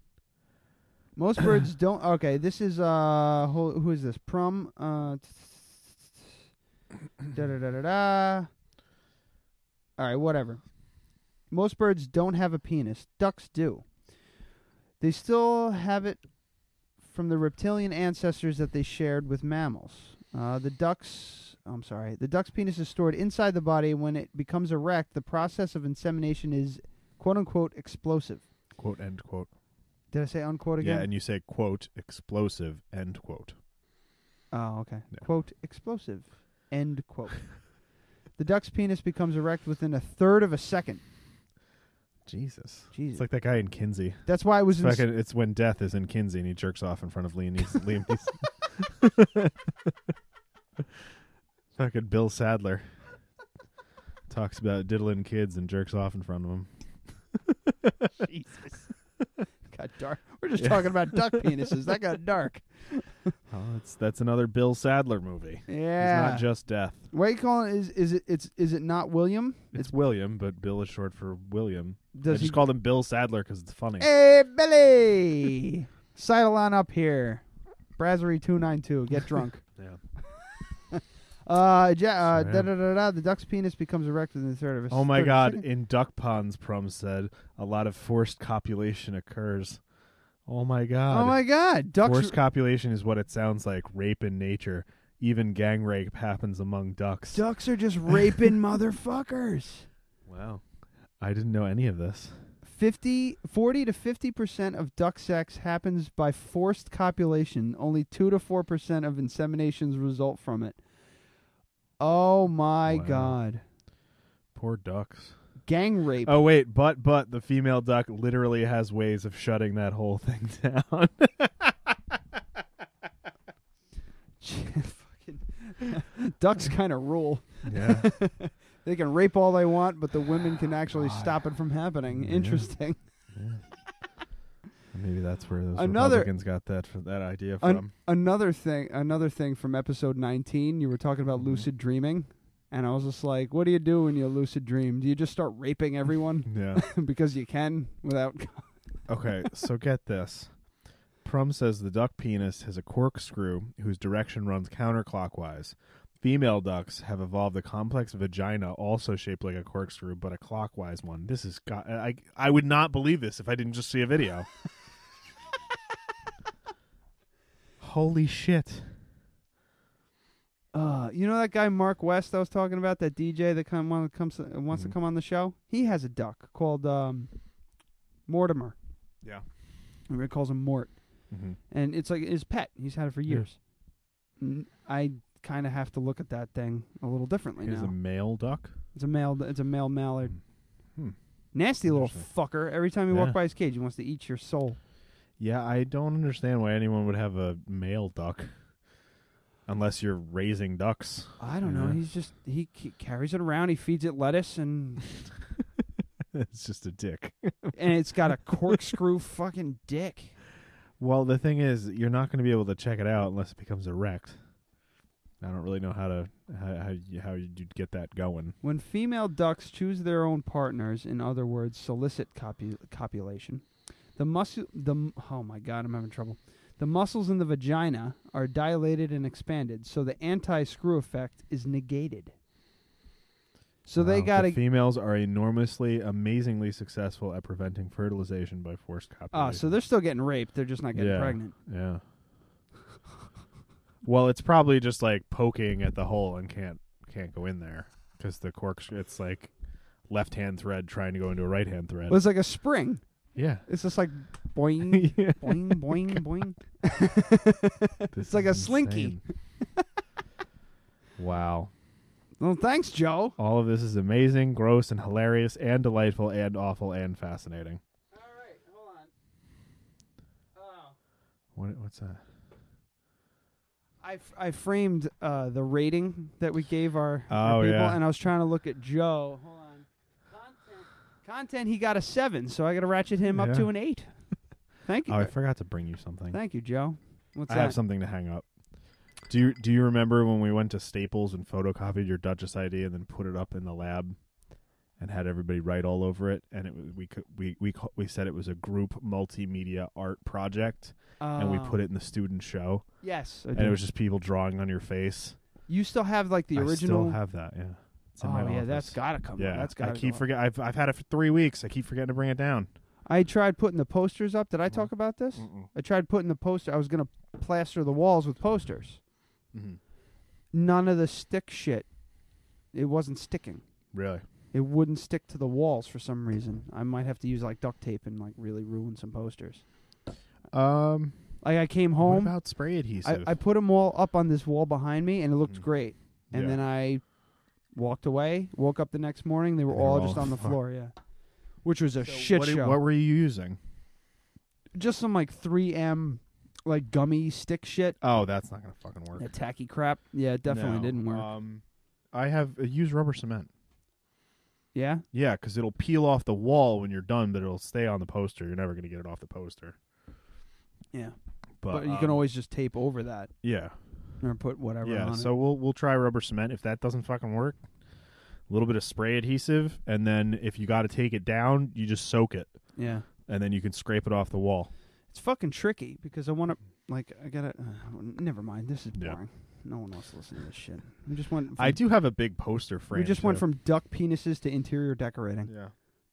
[SPEAKER 6] Most
[SPEAKER 3] <clears throat>
[SPEAKER 6] birds don't. Okay, this is uh, who, who is this? Prum. Uh, da da da da da. All right, whatever. Most birds don't have a penis. Ducks do. They still have it from the reptilian ancestors that they shared with mammals. Uh, the ducks. I'm sorry. The duck's penis is stored inside the body. When it becomes erect, the process of insemination is "quote unquote" explosive.
[SPEAKER 3] Quote end quote.
[SPEAKER 6] Did I say unquote again?
[SPEAKER 3] Yeah, and you say quote explosive end quote.
[SPEAKER 6] Oh, okay. Quote, explosive. End
[SPEAKER 3] <laughs>
[SPEAKER 6] quote. the duck's penis becomes erect within a third of a second.
[SPEAKER 3] Jesus.
[SPEAKER 6] Jesus.
[SPEAKER 3] It's like that guy in Kinsey.
[SPEAKER 6] That's why I was
[SPEAKER 3] it's,
[SPEAKER 6] in
[SPEAKER 3] fucking-
[SPEAKER 6] s- <laughs>
[SPEAKER 3] it's when death is in Kinsey and he jerks off in front of Liam Neeson. Liam Neeson. Fucking Bill Sadler talks about diddling kids and jerks off in front of them.
[SPEAKER 6] <laughs> Jesus. <laughs> got dark. We're just talking about
[SPEAKER 3] <laughs>
[SPEAKER 6] duck penises. That got dark.
[SPEAKER 3] Oh, it's that's another Bill Sadler movie.
[SPEAKER 6] Yeah.
[SPEAKER 3] it's not just death.
[SPEAKER 6] What are you calling it? Is, is it it's is it not William?
[SPEAKER 3] It's, William, but Bill is short for William.
[SPEAKER 6] Does
[SPEAKER 3] I
[SPEAKER 6] he-
[SPEAKER 3] just called him Bill Sadler because it's funny.
[SPEAKER 6] Hey
[SPEAKER 3] <laughs>
[SPEAKER 6] Billy, sidle on up here. Brasserie two nine two. Get drunk.
[SPEAKER 3] <laughs> Yeah.
[SPEAKER 6] <laughs> Uh, ja- uh,
[SPEAKER 3] So, yeah.
[SPEAKER 6] da, da, da, da, the duck's penis becomes erected in the third of a
[SPEAKER 3] Oh my
[SPEAKER 6] third of a
[SPEAKER 3] God!
[SPEAKER 6] second.
[SPEAKER 3] In duck ponds, Prum said a lot of forced copulation occurs. Oh my God!
[SPEAKER 6] Oh my God! Ducks.
[SPEAKER 3] forced copulation is what it sounds like. Rape in nature, even gang rape happens among ducks.
[SPEAKER 6] ducks are just <laughs> raping motherfuckers.
[SPEAKER 3] Wow, I didn't know any of this.
[SPEAKER 6] 50, 40 to fifty percent of duck sex happens by forced copulation. Only two to four percent of inseminations result from it. Oh my
[SPEAKER 3] Wow.
[SPEAKER 6] God!
[SPEAKER 3] Poor ducks.
[SPEAKER 6] Gang rape.
[SPEAKER 3] Oh wait, but but the female duck literally has ways of shutting that whole thing <laughs> down.
[SPEAKER 6] <laughs> Fucking- <laughs> ducks kind of rule. <laughs>
[SPEAKER 3] Yeah.
[SPEAKER 6] they can rape all they want, but the women can actually stop it from happening.
[SPEAKER 3] Oh Yeah.
[SPEAKER 6] Interesting.
[SPEAKER 3] Maybe that's where those
[SPEAKER 6] Another-
[SPEAKER 3] Republicans got that that idea from.
[SPEAKER 6] An- another thing, another thing from episode 19, you were talking about
[SPEAKER 3] Mm-hmm.
[SPEAKER 6] lucid dreaming, and I was just like, what do you do when you lucid dream? Do you just start raping
[SPEAKER 3] <laughs>
[SPEAKER 6] everyone? <laughs>
[SPEAKER 3] Yeah.
[SPEAKER 6] because you can without <laughs>
[SPEAKER 3] Okay, so get this. Prum says the duck penis has a corkscrew whose direction runs counterclockwise. Female ducks have evolved a complex vagina also shaped like a corkscrew, but a clockwise one. This is go- I I would not believe this if I didn't just see a video. Holy shit!
[SPEAKER 6] Uh, you know that guy Mark West I was talking about, that DJ that come on, comes uh, wants
[SPEAKER 3] Mm-hmm.
[SPEAKER 6] to come on the show. He has a duck called um, Mortimer.
[SPEAKER 3] Yeah.
[SPEAKER 6] Everybody calls him Mort,
[SPEAKER 3] Mhm.
[SPEAKER 6] and it's like his pet. He's had it for
[SPEAKER 3] Yeah.
[SPEAKER 6] years. N- I kind of have to look at that thing a little differently
[SPEAKER 3] Is
[SPEAKER 6] now.
[SPEAKER 3] a male duck?
[SPEAKER 6] it's a male. It's a male mallard.
[SPEAKER 3] Hmm.
[SPEAKER 6] Nasty little
[SPEAKER 3] Interesting.
[SPEAKER 6] fucker. Every time you walks
[SPEAKER 3] Yeah.
[SPEAKER 6] walk by his cage, he wants to eat your soul.
[SPEAKER 3] Yeah, I don't understand why anyone would have a male duck, unless you're raising ducks. <laughs>
[SPEAKER 6] I don't
[SPEAKER 3] you
[SPEAKER 6] know. He's just he, he carries it around. He feeds it lettuce and <laughs>
[SPEAKER 3] it's just a dick.
[SPEAKER 6] and it's got a
[SPEAKER 3] <laughs>
[SPEAKER 6] corkscrew fucking dick.
[SPEAKER 3] Well, the thing is, you're not going to be able to check it out unless it becomes erect. I don't really know how to how how, you, how you'd get that going.
[SPEAKER 6] When female ducks choose their own partners, in other words, solicit copu- copulation, the muscle the m- oh my god, I'm having trouble. The muscles in the vagina are dilated and expanded, so the anti-screw effect is negated. So they
[SPEAKER 3] Wow.
[SPEAKER 6] got
[SPEAKER 3] Um, The
[SPEAKER 6] to
[SPEAKER 3] females are enormously, amazingly successful at preventing fertilization by forced
[SPEAKER 6] oh,
[SPEAKER 3] copulation.
[SPEAKER 6] so they're still getting raped. They're just not getting
[SPEAKER 3] yeah,
[SPEAKER 6] pregnant.
[SPEAKER 3] Yeah. well, it's probably just like poking at the hole and can't can't go in there because the cork. It's like left hand thread trying to go into a right hand thread.
[SPEAKER 6] Well, it's like a spring. <laughs>
[SPEAKER 3] yeah. <laughs>
[SPEAKER 6] It's just like boing,
[SPEAKER 3] Yeah. <laughs>
[SPEAKER 6] boing, boing, boing.
[SPEAKER 3] This
[SPEAKER 6] it's like a
[SPEAKER 3] is
[SPEAKER 6] slinky.
[SPEAKER 3] insane.
[SPEAKER 6] <laughs>
[SPEAKER 3] wow.
[SPEAKER 6] Well, thanks, Joe.
[SPEAKER 3] All of this is amazing, gross, and hilarious, and delightful, and awful, and fascinating.
[SPEAKER 6] All right, hold on. Oh.
[SPEAKER 3] What, what's that?
[SPEAKER 6] I, f- I framed uh, the rating that we gave our, our
[SPEAKER 3] Oh,
[SPEAKER 6] people,
[SPEAKER 3] yeah.
[SPEAKER 6] and I was trying to look at Joe. Hold on. Content. Content, he got a seven, so I got to ratchet him up
[SPEAKER 3] Yeah.
[SPEAKER 6] to
[SPEAKER 3] <laughs>
[SPEAKER 6] an eight. Thank you.
[SPEAKER 3] Oh, I forgot to bring you something.
[SPEAKER 6] Thank you, Joe. What's
[SPEAKER 3] I
[SPEAKER 6] that?
[SPEAKER 3] have something to hang up. Do you do you remember when we went to Staples and photocopied your Duchess ID and then put it up in the lab and had everybody write all over it and it was- we could, we we ca- we said it was a group multimedia art project and we
[SPEAKER 6] Oh.
[SPEAKER 3] put it in the student show
[SPEAKER 6] Yes. I
[SPEAKER 3] and
[SPEAKER 6] do.
[SPEAKER 3] it was just people drawing on your face.
[SPEAKER 6] you still have, like, the
[SPEAKER 3] I still
[SPEAKER 6] original.
[SPEAKER 3] have that, yeah. It's in
[SPEAKER 6] oh,
[SPEAKER 3] my
[SPEAKER 6] yeah,
[SPEAKER 3] office.
[SPEAKER 6] that's got to come.
[SPEAKER 3] yeah,
[SPEAKER 6] That's got
[SPEAKER 3] I keep forget. I've I've had it for three weeks. I keep forgetting to bring it down.
[SPEAKER 6] I tried putting the posters up. Did I
[SPEAKER 3] Mm-hmm.
[SPEAKER 6] talk about this?
[SPEAKER 3] Mm-mm.
[SPEAKER 6] I tried putting the poster. I was going to plaster the walls with posters.
[SPEAKER 3] Mhm.
[SPEAKER 6] None of the stick shit. It wasn't sticking.
[SPEAKER 3] Really?
[SPEAKER 6] it wouldn't stick to the walls for some reason. I might have to use like duct tape and like really ruin some posters.
[SPEAKER 3] Um,
[SPEAKER 6] Like I came home,
[SPEAKER 3] What about spray
[SPEAKER 6] I,
[SPEAKER 3] adhesive? Mm.
[SPEAKER 6] I put them all up on this wall behind me, and it looked great. And
[SPEAKER 3] Yeah.
[SPEAKER 6] then I walked away, woke up the next morning, they were
[SPEAKER 3] They were
[SPEAKER 6] all
[SPEAKER 3] all <laughs>
[SPEAKER 6] just on the
[SPEAKER 3] fucked.
[SPEAKER 6] floor, yeah. Which was a shit
[SPEAKER 3] what, do-
[SPEAKER 6] show.
[SPEAKER 3] what were you using?
[SPEAKER 6] just some like 3M like gummy stick shit.
[SPEAKER 3] Oh, that's not gonna fucking work.
[SPEAKER 6] That tacky crap. Yeah, it definitely
[SPEAKER 3] No,
[SPEAKER 6] didn't work.
[SPEAKER 3] Um, I have uh, use rubber cement.
[SPEAKER 6] Yeah.
[SPEAKER 3] Yeah, because it'll peel off the wall when you're done, but it'll stay on the poster. You're never gonna get it off the poster.
[SPEAKER 6] Yeah.
[SPEAKER 3] But,
[SPEAKER 6] you can
[SPEAKER 3] um,
[SPEAKER 6] always just tape over that.
[SPEAKER 3] Yeah.
[SPEAKER 6] Or put whatever
[SPEAKER 3] yeah.
[SPEAKER 6] on
[SPEAKER 3] so we'll we'll try rubber cement. If that doesn't fucking work, a little bit of spray adhesive, and then if you got to take it down, you just soak it.
[SPEAKER 6] Yeah.
[SPEAKER 3] And then you can scrape it off the wall.
[SPEAKER 6] it. It's fucking tricky because I want to, like, I gotta. Uh, never mind. This is boring. No one else listens to this shit. We just went. From,
[SPEAKER 3] I do have a big poster frame.
[SPEAKER 6] We just went
[SPEAKER 3] too.
[SPEAKER 6] from duck penises to interior decorating.
[SPEAKER 3] Yeah.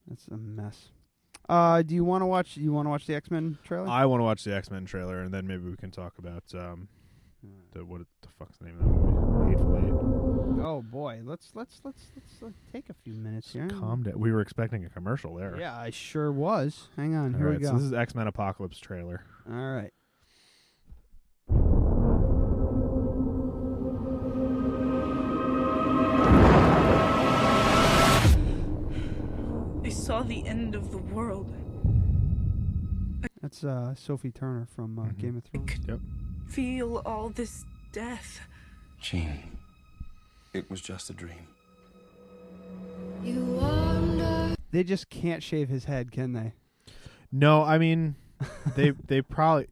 [SPEAKER 6] That's a mess. Uh, do you want to watch? You want to watch the X Men trailer?
[SPEAKER 3] I want to watch the X Men trailer, and then maybe we can talk about um, the what the fuck's the name of that movie? Hateful
[SPEAKER 6] oh boy, let's let's let's let's, uh take a few minutes here.
[SPEAKER 3] Eight. Calm down. We were expecting a commercial there.
[SPEAKER 6] Yeah, I sure was. Hang on,
[SPEAKER 3] All
[SPEAKER 6] here
[SPEAKER 3] right,
[SPEAKER 6] we go.
[SPEAKER 3] So this is X Men Apocalypse trailer.
[SPEAKER 6] All right.
[SPEAKER 14] They saw the end of the world.
[SPEAKER 6] That's uh, Sophie Turner from uh,
[SPEAKER 3] Mm-hmm.
[SPEAKER 6] Game of Thrones.
[SPEAKER 3] Yep.
[SPEAKER 14] Feel all this death.
[SPEAKER 15] Jean, it was just a dream.
[SPEAKER 6] They just can't shave his head, can they?
[SPEAKER 3] No, I
[SPEAKER 6] <laughs>
[SPEAKER 3] mean, they they probably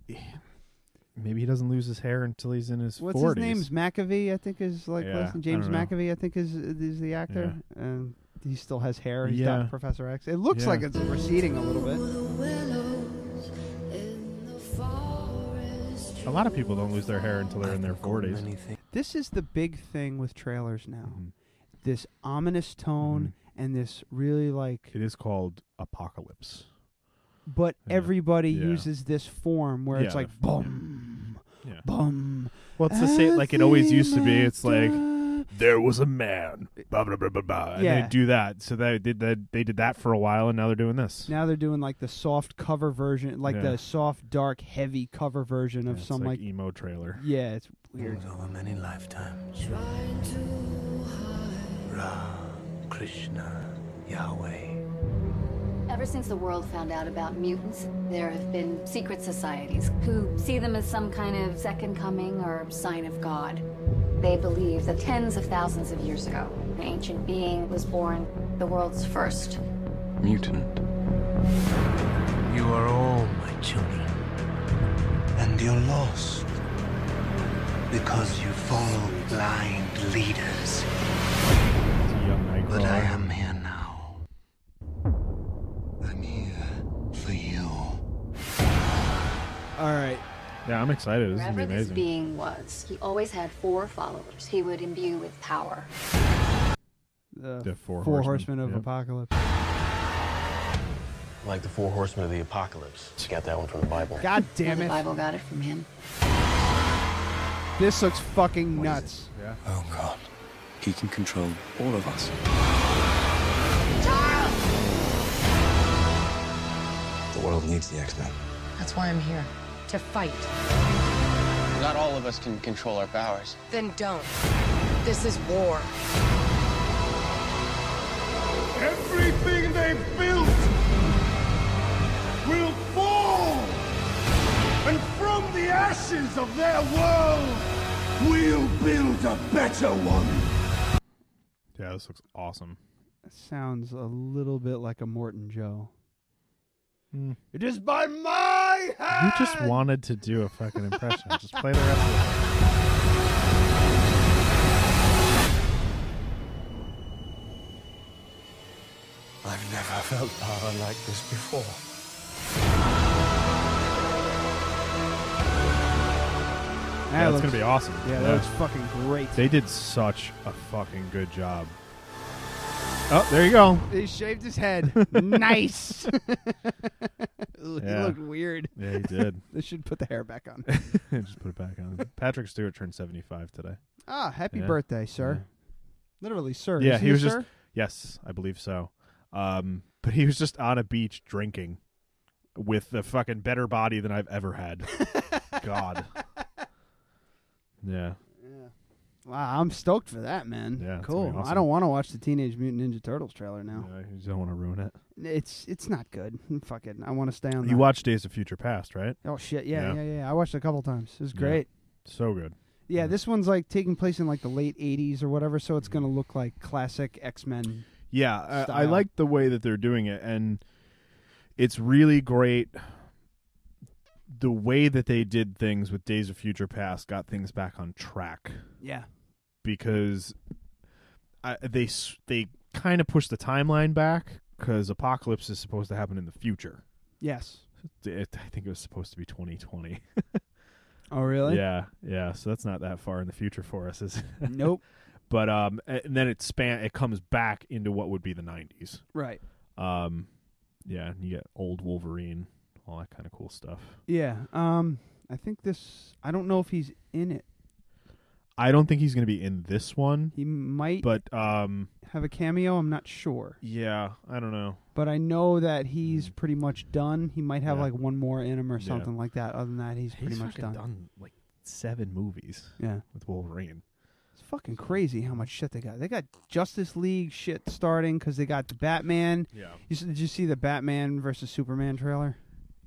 [SPEAKER 3] <sighs> maybe he doesn't lose his hair until he's in his
[SPEAKER 6] What's
[SPEAKER 3] 40s.
[SPEAKER 6] his name's McAvee, I think is like
[SPEAKER 3] Yeah,
[SPEAKER 6] last name.
[SPEAKER 3] I
[SPEAKER 6] James
[SPEAKER 3] don't know.
[SPEAKER 6] McAvee, I think is is the actor, and he still has hair. He's
[SPEAKER 3] Yeah.
[SPEAKER 6] Doc Professor X. It looks
[SPEAKER 3] Yeah.
[SPEAKER 6] like it's receding a little bit.
[SPEAKER 3] A lot of people don't lose their hair until they're in their 40s.
[SPEAKER 6] This is the big thing with trailers now.
[SPEAKER 3] Mm-hmm.
[SPEAKER 6] This ominous tone and this really like
[SPEAKER 3] It is called Apocalypse.
[SPEAKER 6] but everybody
[SPEAKER 3] Yeah.
[SPEAKER 6] uses this form where it's
[SPEAKER 3] Yeah,
[SPEAKER 6] like
[SPEAKER 3] the-
[SPEAKER 6] boom.
[SPEAKER 3] Yeah.
[SPEAKER 6] Bum.
[SPEAKER 3] Well, it's the same like it always used to be. It's like there was a man, blah blah blah blah blah, and
[SPEAKER 6] Yeah.
[SPEAKER 3] they do that. So they did that. They did that for a while, and now they're doing this.
[SPEAKER 6] Now they're doing like the soft cover version, like
[SPEAKER 3] Yeah.
[SPEAKER 6] the soft, dark, heavy cover version of
[SPEAKER 3] It's
[SPEAKER 6] some
[SPEAKER 3] like,
[SPEAKER 6] like,
[SPEAKER 3] emo trailer.
[SPEAKER 6] yeah, it's weird.
[SPEAKER 15] Over many lifetimes. Ram, Krishna, Yahweh.
[SPEAKER 16] Ever since the world found out about mutants, there have been secret societies who see them as some kind of second coming or sign of God. They believe that tens of thousands of years ago, an ancient being was born, the world's first.
[SPEAKER 15] Mutant. You are all Oh, my children. And you're lost. Because you follow blind leaders. But I am here now. I'm here for you.
[SPEAKER 6] All right.
[SPEAKER 3] Yeah, I'm excited. This is
[SPEAKER 16] Wherever
[SPEAKER 3] gonna be
[SPEAKER 16] this
[SPEAKER 3] amazing.
[SPEAKER 16] being was, he always had four followers he would imbue with power.
[SPEAKER 6] The,
[SPEAKER 3] The four
[SPEAKER 6] horsemen,
[SPEAKER 3] horsemen,
[SPEAKER 6] of
[SPEAKER 3] yep.
[SPEAKER 6] apocalypse.
[SPEAKER 17] Like the four horsemen of the apocalypse. You got that one from the Bible.
[SPEAKER 6] God damn
[SPEAKER 16] the <laughs>
[SPEAKER 6] it!
[SPEAKER 16] Bible got it from him.
[SPEAKER 6] This looks fucking nuts.
[SPEAKER 3] Yeah.
[SPEAKER 15] Oh God. He can control all of us. The world needs the X-Men.
[SPEAKER 18] That's why I'm here. To fight.
[SPEAKER 17] Not all of us can control our powers.
[SPEAKER 18] Then don't. This is war.
[SPEAKER 13] Everything they built will fall. And from the ashes of their world, we'll build a better one.
[SPEAKER 3] Yeah, this looks awesome.
[SPEAKER 6] Sounds a little bit like a Morton Joe.
[SPEAKER 13] It is by my hand.
[SPEAKER 3] You just wanted to do a fucking impression. just play the rest of it.
[SPEAKER 15] I've never felt power like this before.
[SPEAKER 6] That
[SPEAKER 3] Yeah, it's
[SPEAKER 6] looks-
[SPEAKER 3] gonna be awesome.
[SPEAKER 6] Yeah, that looks fucking great.
[SPEAKER 3] They did such a fucking good job. Oh, there you <laughs> go.
[SPEAKER 6] He shaved
[SPEAKER 3] <laughs>
[SPEAKER 6] his head. nice. <laughs> Ooh, He
[SPEAKER 3] Yeah.
[SPEAKER 6] looked weird.
[SPEAKER 3] Yeah, he did. <laughs>
[SPEAKER 6] they should put the hair back on.
[SPEAKER 3] just put it back on. Patrick Stewart turned 75 today.
[SPEAKER 6] ah, happy
[SPEAKER 3] Yeah.
[SPEAKER 6] birthday, sir. Literally, sir.
[SPEAKER 3] Yeah,
[SPEAKER 6] Isn't
[SPEAKER 3] he was
[SPEAKER 6] sir?
[SPEAKER 3] just yes, I believe so. Um, but he was just on a beach drinking with a fucking better body <laughs>
[SPEAKER 6] <laughs>
[SPEAKER 3] than I've ever had. God. Yeah.
[SPEAKER 6] Yeah. Wow, I'm stoked for that, man.
[SPEAKER 3] Yeah, it's
[SPEAKER 6] cool.
[SPEAKER 3] gonna be awesome.
[SPEAKER 6] I don't want to watch the Teenage Mutant Ninja Turtles trailer now.
[SPEAKER 3] I just don't want to ruin it.
[SPEAKER 6] It's it's not good. Fuck it. I want to stay on.
[SPEAKER 3] You
[SPEAKER 6] the-
[SPEAKER 3] watched Days of Future Past, right?
[SPEAKER 6] Oh shit! Yeah, yeah, yeah, I watched it a couple times. It was
[SPEAKER 3] Yeah.
[SPEAKER 6] great.
[SPEAKER 3] So good.
[SPEAKER 6] Yeah, this one's like taking place in like the late '80s or whatever, so it's gonna look like classic X Men.
[SPEAKER 3] Yeah, uh, I, I
[SPEAKER 6] style.
[SPEAKER 3] like the way that they're doing it, and it's really great. The way that they did things with Days of Future Past got things back on track
[SPEAKER 6] Yeah.
[SPEAKER 3] because I, they s- they kind of pushed the timeline back because Apocalypse is supposed to happen in the future.
[SPEAKER 6] Yes.
[SPEAKER 3] It, I think it was supposed to be 2020.
[SPEAKER 6] Oh really?
[SPEAKER 3] Yeah, yeah. So that's not that far in the future for us, is it?
[SPEAKER 6] <laughs>
[SPEAKER 3] <laughs>
[SPEAKER 6] Nope.
[SPEAKER 3] but um, a- and then it span it comes back into what would be the '90s.
[SPEAKER 6] Right.
[SPEAKER 3] Um, yeah, and you get old Wolverine, all that kind of cool stuff.
[SPEAKER 6] Yeah. Um, I think this. I don't know if he's in it.
[SPEAKER 3] I don't think he's going to be in this one.
[SPEAKER 6] He might,
[SPEAKER 3] but um,
[SPEAKER 6] Have a cameo. I'm not sure,
[SPEAKER 3] yeah, I don't know.
[SPEAKER 6] but I know that he's pretty much done. He might have
[SPEAKER 3] Mm-hmm. Yeah.
[SPEAKER 6] like one more in him or
[SPEAKER 3] Yeah.
[SPEAKER 6] something like that. Other than that, he's, pretty
[SPEAKER 3] He's
[SPEAKER 6] much
[SPEAKER 3] fucking
[SPEAKER 6] done.
[SPEAKER 3] done like seven movies.
[SPEAKER 6] Yeah.
[SPEAKER 3] with Wolverine.
[SPEAKER 6] It's fucking crazy how much shit they got. They got Justice League shit starting because they got the Batman.
[SPEAKER 3] Yeah.
[SPEAKER 6] You, s- did you see the Batman versus Superman trailer?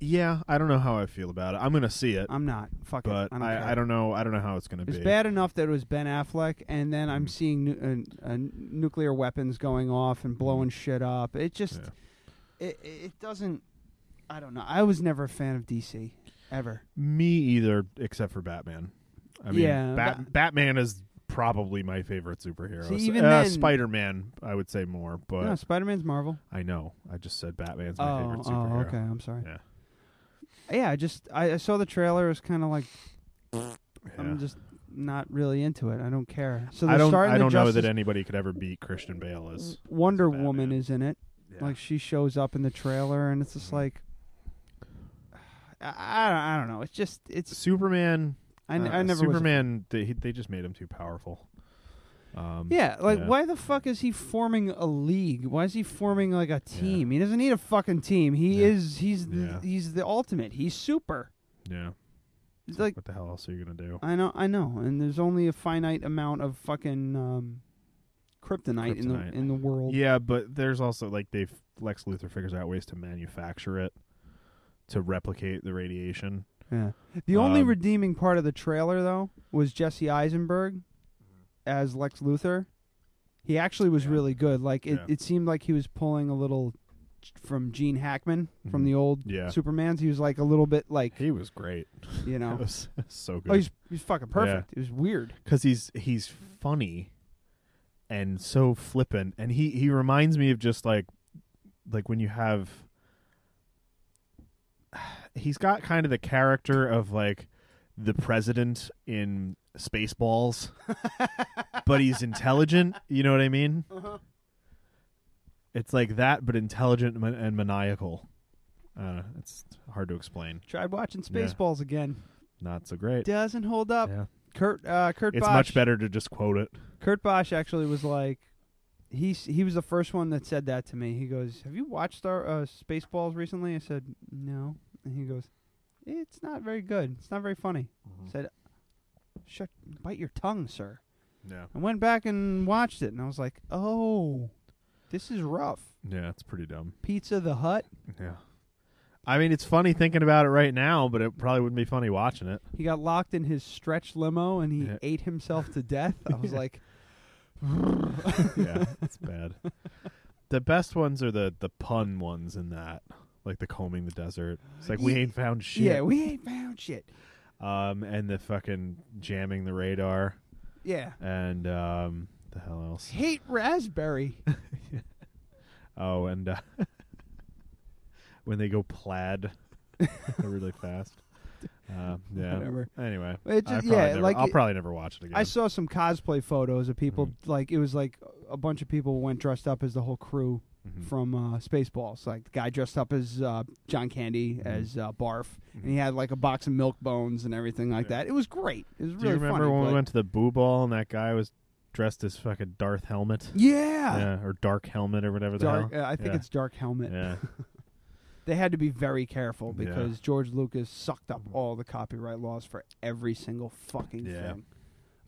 [SPEAKER 3] Yeah, I don't know how I feel about it. I'm going to see it.
[SPEAKER 6] I'm not. Fuck
[SPEAKER 3] but
[SPEAKER 6] it. I don't care.
[SPEAKER 3] I, I don't know. I don't know how it's going to
[SPEAKER 6] It's
[SPEAKER 3] be.
[SPEAKER 6] bad enough that it was Ben Affleck, and then I'm seeing nu- uh, uh, nuclear weapons going off
[SPEAKER 3] Mm-hmm.
[SPEAKER 6] and blowing shit up. It just, it, it doesn't. I don't know. I was never a fan of DC ever.
[SPEAKER 3] Me either, except for Batman. I mean,
[SPEAKER 6] Yeah,
[SPEAKER 3] Bat- Batman is probably my favorite superhero.
[SPEAKER 6] See, even
[SPEAKER 3] uh,
[SPEAKER 6] then-
[SPEAKER 3] Spider-Man, I would say more, but
[SPEAKER 6] no, Spider Man's Marvel.
[SPEAKER 3] I know. I just said Batman's my
[SPEAKER 6] Oh,
[SPEAKER 3] favorite
[SPEAKER 6] oh,
[SPEAKER 3] superhero.
[SPEAKER 6] okay. I'm sorry.
[SPEAKER 3] Yeah.
[SPEAKER 6] Yeah, I just I, I saw the trailer. It was kind of like,
[SPEAKER 3] Yeah.
[SPEAKER 6] I'm just not really into it. I don't care. So
[SPEAKER 3] I
[SPEAKER 6] they're
[SPEAKER 3] don't. I
[SPEAKER 6] starting the
[SPEAKER 3] don't know that
[SPEAKER 6] Justice-
[SPEAKER 3] anybody could ever beat Christian Bale as.
[SPEAKER 6] Wonder Woman is in it.
[SPEAKER 3] Yeah. Mm-hmm.
[SPEAKER 6] Like she shows up in the trailer, and it's just like, I, I, I don't know. It's just it's
[SPEAKER 3] Superman.
[SPEAKER 6] I, n-
[SPEAKER 3] uh,
[SPEAKER 6] I never was a
[SPEAKER 3] Superman. They he- they just made him too powerful. Um,
[SPEAKER 6] Yeah, like why the fuck is he forming a league? Why is he forming like a team? He doesn't need a fucking team. He is he's th-
[SPEAKER 3] Yeah.
[SPEAKER 6] he's the ultimate. He's super.
[SPEAKER 3] Yeah.
[SPEAKER 6] It's like
[SPEAKER 3] what the hell else are you gonna do?
[SPEAKER 6] I know I know, and there's only a finite amount of fucking um, kryptonite, in the
[SPEAKER 3] Kryptonite.
[SPEAKER 6] in the world.
[SPEAKER 3] Yeah, but there's also like they've Lex Luthor figures out ways to manufacture it to replicate the radiation.
[SPEAKER 6] Yeah. The only
[SPEAKER 3] Um,
[SPEAKER 6] redeeming part of the trailer though was Jesse Eisenberg as Lex Luthor. He actually was really good. Like it,
[SPEAKER 3] Yeah.
[SPEAKER 6] it seemed like he was pulling a little from Gene Hackman from
[SPEAKER 3] Mhm.
[SPEAKER 6] the old
[SPEAKER 3] Yeah.
[SPEAKER 6] Supermans. He was like a little bit like
[SPEAKER 3] He was great.
[SPEAKER 6] you know.
[SPEAKER 3] <laughs> That was so good.
[SPEAKER 6] Oh, he's he's fucking perfect. It was weird.
[SPEAKER 3] because he's he's funny and so flippant, and he he reminds me of just like like when you have <sighs> he's got kind of the character of like the president in
[SPEAKER 6] <laughs>
[SPEAKER 3] Spaceballs, but he's intelligent. You know what I mean?
[SPEAKER 6] Uh-huh.
[SPEAKER 3] It's like that, but intelligent and, and maniacal. Uh, it's hard to explain.
[SPEAKER 6] Tried watching
[SPEAKER 3] Yeah.
[SPEAKER 6] Spaceballs again.
[SPEAKER 3] Not so great.
[SPEAKER 6] Doesn't hold up.
[SPEAKER 3] Yeah.
[SPEAKER 6] Kurt uh, Kurt
[SPEAKER 3] It's
[SPEAKER 6] Bosch.
[SPEAKER 3] much better to just quote it.
[SPEAKER 6] Kurt Bosch actually was like, he he was the first one that said that to me. He goes, "Have you watched our uh, Spaceballs recently?" I said, "No," and he goes, "It's not very good. It's not very funny." I said, "Shut, bite your tongue, sir."
[SPEAKER 3] Yeah.
[SPEAKER 6] I went back and watched it, and I was like, "Oh, this is rough."
[SPEAKER 3] Yeah, it's pretty dumb.
[SPEAKER 6] Pizza the Hut.
[SPEAKER 3] Yeah. I mean, it's funny thinking about it right now, but it probably wouldn't be funny watching
[SPEAKER 6] <laughs>
[SPEAKER 3] it.
[SPEAKER 6] He got locked in his stretch limo and he ate himself to death. I was like,
[SPEAKER 3] yeah, it's bad. The best ones are the the pun ones in that, like the combing the desert. It's like we
[SPEAKER 6] Ye-
[SPEAKER 3] ain't found shit.
[SPEAKER 6] "Yeah, we ain't found shit."
[SPEAKER 3] Um, and the fucking jamming the radar.
[SPEAKER 6] Yeah.
[SPEAKER 3] And um, the hell else?
[SPEAKER 6] Hate raspberry.
[SPEAKER 3] Oh, and uh, <laughs> when they go plaid
[SPEAKER 6] <laughs>
[SPEAKER 3] really fast. Uh, yeah.
[SPEAKER 6] Whatever.
[SPEAKER 3] Anyway,
[SPEAKER 6] It
[SPEAKER 3] I
[SPEAKER 6] just,
[SPEAKER 3] probably
[SPEAKER 6] yeah,
[SPEAKER 3] never-
[SPEAKER 6] like
[SPEAKER 3] I'll
[SPEAKER 6] it-
[SPEAKER 3] probably never watch it again.
[SPEAKER 6] I saw some cosplay photos of people
[SPEAKER 3] Mm-hmm.
[SPEAKER 6] like it was like a bunch of people went dressed up as the whole crew
[SPEAKER 3] Mm-hmm.
[SPEAKER 6] from uh, Spaceballs. Like the guy dressed up as uh, John Candy
[SPEAKER 3] Mm-hmm.
[SPEAKER 6] as uh, Barf, and he had like a box of milk bones and everything like that. It was great. It was
[SPEAKER 3] Do
[SPEAKER 6] really
[SPEAKER 3] you remember
[SPEAKER 6] funny,
[SPEAKER 3] when we
[SPEAKER 6] but-
[SPEAKER 3] went to the Boo Ball and that guy was dressed as fucking Darth Helmet?
[SPEAKER 6] Yeah.
[SPEAKER 3] yeah or Dark Helmet or whatever
[SPEAKER 6] Dark,
[SPEAKER 3] the hell.
[SPEAKER 6] uh, I think
[SPEAKER 3] Yeah.
[SPEAKER 6] it's Dark Helmet.
[SPEAKER 3] Yeah.
[SPEAKER 6] they had to be very careful
[SPEAKER 3] Yeah. Mm-hmm.
[SPEAKER 6] because George Lucas sucked up all the copyright laws for every single fucking
[SPEAKER 3] Yeah.
[SPEAKER 6] thing. I'm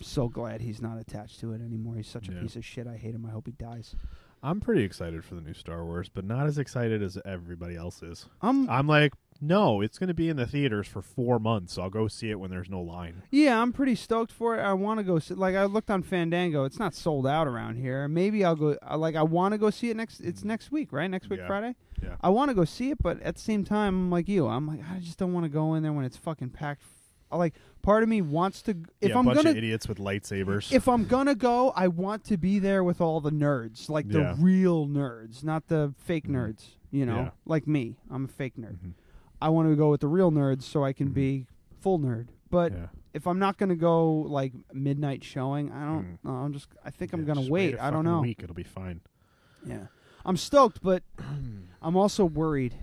[SPEAKER 6] so glad he's not attached to it anymore. He's such a piece of shit. I hate him. I hope he dies.
[SPEAKER 3] I'm pretty excited for the new Star Wars, but not as excited as everybody else is.
[SPEAKER 6] I'm,
[SPEAKER 3] I'm like, no, it's going to be in the theaters for four months. I'll go see it when there's no line.
[SPEAKER 6] Yeah, I'm pretty stoked for it. I want to go see. Like I looked on Fandango, it's not sold out around here. Maybe I'll go. I- Like I want to go see it next. It's next week, right? Next week,
[SPEAKER 3] Yeah.
[SPEAKER 6] Friday.
[SPEAKER 3] Yeah.
[SPEAKER 6] I want to go see it, but at the same time, I'm like you. I'm like I just don't want to go in there when it's fucking packed. I- Like part of me wants to. If
[SPEAKER 3] yeah,
[SPEAKER 6] I'm
[SPEAKER 3] a bunch
[SPEAKER 6] gonna
[SPEAKER 3] of idiots with lightsabers.
[SPEAKER 6] if I'm gonna go, I want to be there with all the nerds, like
[SPEAKER 3] Yeah. Mm-hmm.
[SPEAKER 6] the real nerds, not the fake nerds. You know,
[SPEAKER 3] Yeah. Mm-hmm.
[SPEAKER 6] like me, I'm a fake nerd. I want to go with the real nerds so I can be full nerd. But if I'm not gonna go like midnight showing, I don't. know, I'm just. I think I'm gonna
[SPEAKER 3] Hmm. Just
[SPEAKER 6] wait.
[SPEAKER 3] a
[SPEAKER 6] I don't
[SPEAKER 3] fucking
[SPEAKER 6] know.
[SPEAKER 3] Week, it'll be fine.
[SPEAKER 6] Yeah, I'm
[SPEAKER 3] <clears throat>
[SPEAKER 6] stoked, but I'm also worried.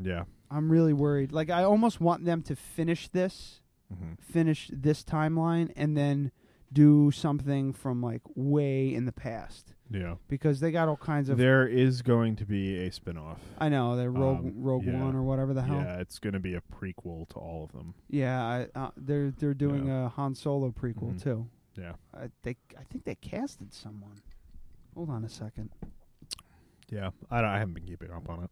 [SPEAKER 3] Yeah.
[SPEAKER 6] I'm really worried. Like I almost want them to finish this,
[SPEAKER 3] Mm-hmm.
[SPEAKER 6] finish this timeline, and then do something from like way in the past.
[SPEAKER 3] Yeah.
[SPEAKER 6] because they got all kinds of.
[SPEAKER 3] There is going to be a spin-off.
[SPEAKER 6] I know they're Rogue
[SPEAKER 3] Um,
[SPEAKER 6] Rogue
[SPEAKER 3] yeah.
[SPEAKER 6] One or whatever the hell.
[SPEAKER 3] Yeah, it's going to be a prequel to all of them.
[SPEAKER 6] Yeah, I, uh, they're they're doing a Han Solo prequel too.
[SPEAKER 3] Mm-hmm. Yeah.
[SPEAKER 6] I, they I think they casted someone. Hold on a second.
[SPEAKER 3] Yeah, I, don't- I haven't been keeping up on it.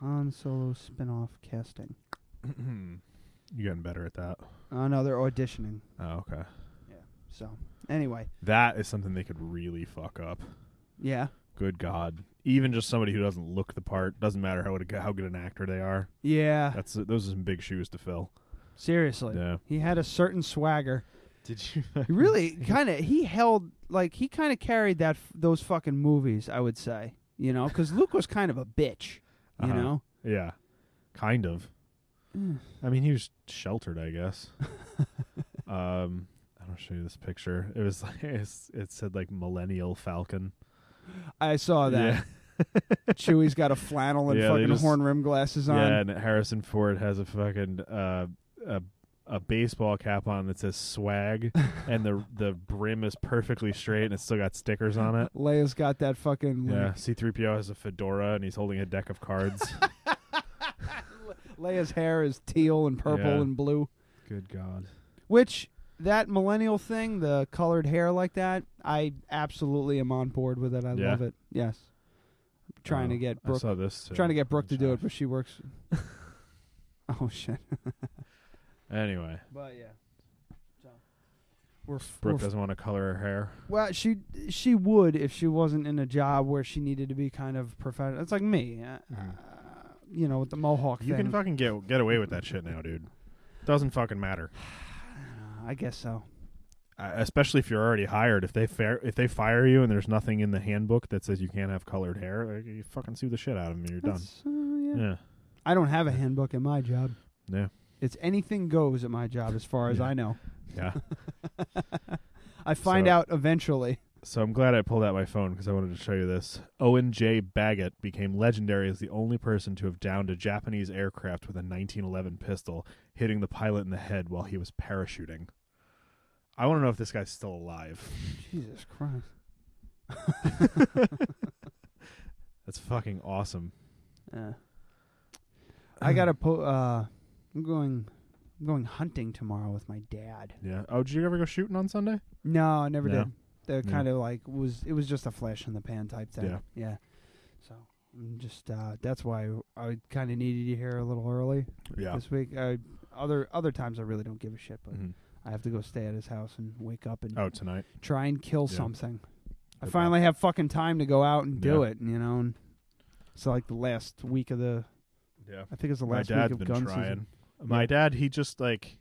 [SPEAKER 6] Han Solo spin-off casting.
[SPEAKER 3] <clears throat> You're getting better at that.
[SPEAKER 6] Oh no, they're auditioning.
[SPEAKER 3] Oh, okay.
[SPEAKER 6] So anyway,
[SPEAKER 3] That is something they could really fuck up.
[SPEAKER 6] Yeah.
[SPEAKER 3] Good God. Even just somebody who doesn't look the part doesn't matter how good, how good an actor they are.
[SPEAKER 6] Yeah.
[SPEAKER 3] That's <laughs> those are some big shoes to fill.
[SPEAKER 6] seriously,
[SPEAKER 3] Yeah.
[SPEAKER 6] he had a
[SPEAKER 3] <laughs>
[SPEAKER 6] certain swagger.
[SPEAKER 3] Did you <laughs>
[SPEAKER 6] He really kind of he held like he kind of carried that f- those fucking movies. I would say you know because Luke was kind of a bitch. You
[SPEAKER 3] Uh-huh.
[SPEAKER 6] know.
[SPEAKER 3] Yeah. Kind of. <laughs>
[SPEAKER 6] Mm.
[SPEAKER 3] I mean, he was sheltered, I <laughs> guess. um, I'll show you this picture. It was <laughs> like it's, it said like millennial falcon.
[SPEAKER 6] I
[SPEAKER 3] Oh,
[SPEAKER 6] saw that. <laughs> Chewie's got a flannel and
[SPEAKER 3] Yeah, they
[SPEAKER 6] fucking
[SPEAKER 3] just-
[SPEAKER 6] horn rim glasses on.
[SPEAKER 3] Yeah, and Harrison Ford has a fucking uh, a a baseball cap on that says <laughs> swag, and the the brim is perfectly straight, and it's still got stickers on <laughs> it.
[SPEAKER 6] Leia's got that fucking. like,
[SPEAKER 3] Yeah, C three PO has a fedora, and he's holding a deck of cards.
[SPEAKER 6] Leia's hair is teal and purple
[SPEAKER 3] Yeah.
[SPEAKER 6] and blue.
[SPEAKER 3] <laughs> Good God.
[SPEAKER 6] Which that millennial thing, the colored hair like that, I absolutely am on board with it. I
[SPEAKER 3] Yeah.
[SPEAKER 6] love it. Yes. I'm trying to
[SPEAKER 3] Oh,
[SPEAKER 6] get
[SPEAKER 3] I
[SPEAKER 6] Brooke.
[SPEAKER 3] saw this, too.
[SPEAKER 6] Trying to get Brooke to do it, but
[SPEAKER 3] <laughs>
[SPEAKER 6] she works. oh shit.
[SPEAKER 3] Anyway,
[SPEAKER 6] But yeah. We're, f-
[SPEAKER 3] Brooke
[SPEAKER 6] we're f-
[SPEAKER 3] doesn't want to color her hair.
[SPEAKER 6] Well, she she would if she wasn't in a job where she needed to be kind of professional. It's like me, uh, you know, with the mohawk.
[SPEAKER 3] Mm-hmm. You
[SPEAKER 6] thing.
[SPEAKER 3] can fucking get get away with that shit now, dude. Doesn't fucking matter.
[SPEAKER 6] Uh, I guess so.
[SPEAKER 3] Uh, especially if you're already hired. If they fire if they fire you and there's nothing in the handbook that says you can't have colored hair, like, you fucking sue the shit out of them and you're
[SPEAKER 6] That's, uh, yeah.
[SPEAKER 3] done. Yeah.
[SPEAKER 6] I don't have a handbook at my job.
[SPEAKER 3] Yeah.
[SPEAKER 6] It's anything goes at my job, as far as I know.
[SPEAKER 3] Yeah.
[SPEAKER 6] I find
[SPEAKER 3] So-
[SPEAKER 6] out eventually.
[SPEAKER 3] <laughs> So I'm glad I pulled out my phone because I wanted to show you this. Owen J. Baggett became legendary as the only person to have downed a Japanese aircraft with a 1911 pistol, hitting the pilot in the head while he was parachuting. I want to know if this guy's still alive.
[SPEAKER 6] Jesus Christ.
[SPEAKER 3] That's fucking awesome.
[SPEAKER 6] Yeah.
[SPEAKER 3] <sighs>
[SPEAKER 6] I got to po. Uh, I'm going. I'm going hunting tomorrow with my dad.
[SPEAKER 3] Yeah. Oh, did you ever go shooting on Sunday?
[SPEAKER 6] No, I never
[SPEAKER 3] No?
[SPEAKER 6] did. That
[SPEAKER 3] Yeah.
[SPEAKER 6] kind of like was it was just a flash in the pan type thing.
[SPEAKER 3] Yeah.
[SPEAKER 6] Yeah. So I'm just uh that's why I kind of needed you here a little early.
[SPEAKER 3] Yeah.
[SPEAKER 6] This week, I, other other times I really don't give a shit, but
[SPEAKER 3] Mhm.
[SPEAKER 6] I have to go stay at his house and wake up and
[SPEAKER 3] Oh, tonight.
[SPEAKER 6] try and kill
[SPEAKER 3] Yeah.
[SPEAKER 6] something. I
[SPEAKER 3] Good
[SPEAKER 6] finally have fucking time to go out and do
[SPEAKER 3] Yeah.
[SPEAKER 6] it. You know, and so like the last week of the.
[SPEAKER 3] Yeah.
[SPEAKER 6] I think it's the last
[SPEAKER 3] My dad's
[SPEAKER 6] week of
[SPEAKER 3] been
[SPEAKER 6] gun
[SPEAKER 3] trying.
[SPEAKER 6] season.
[SPEAKER 3] My dad, he just like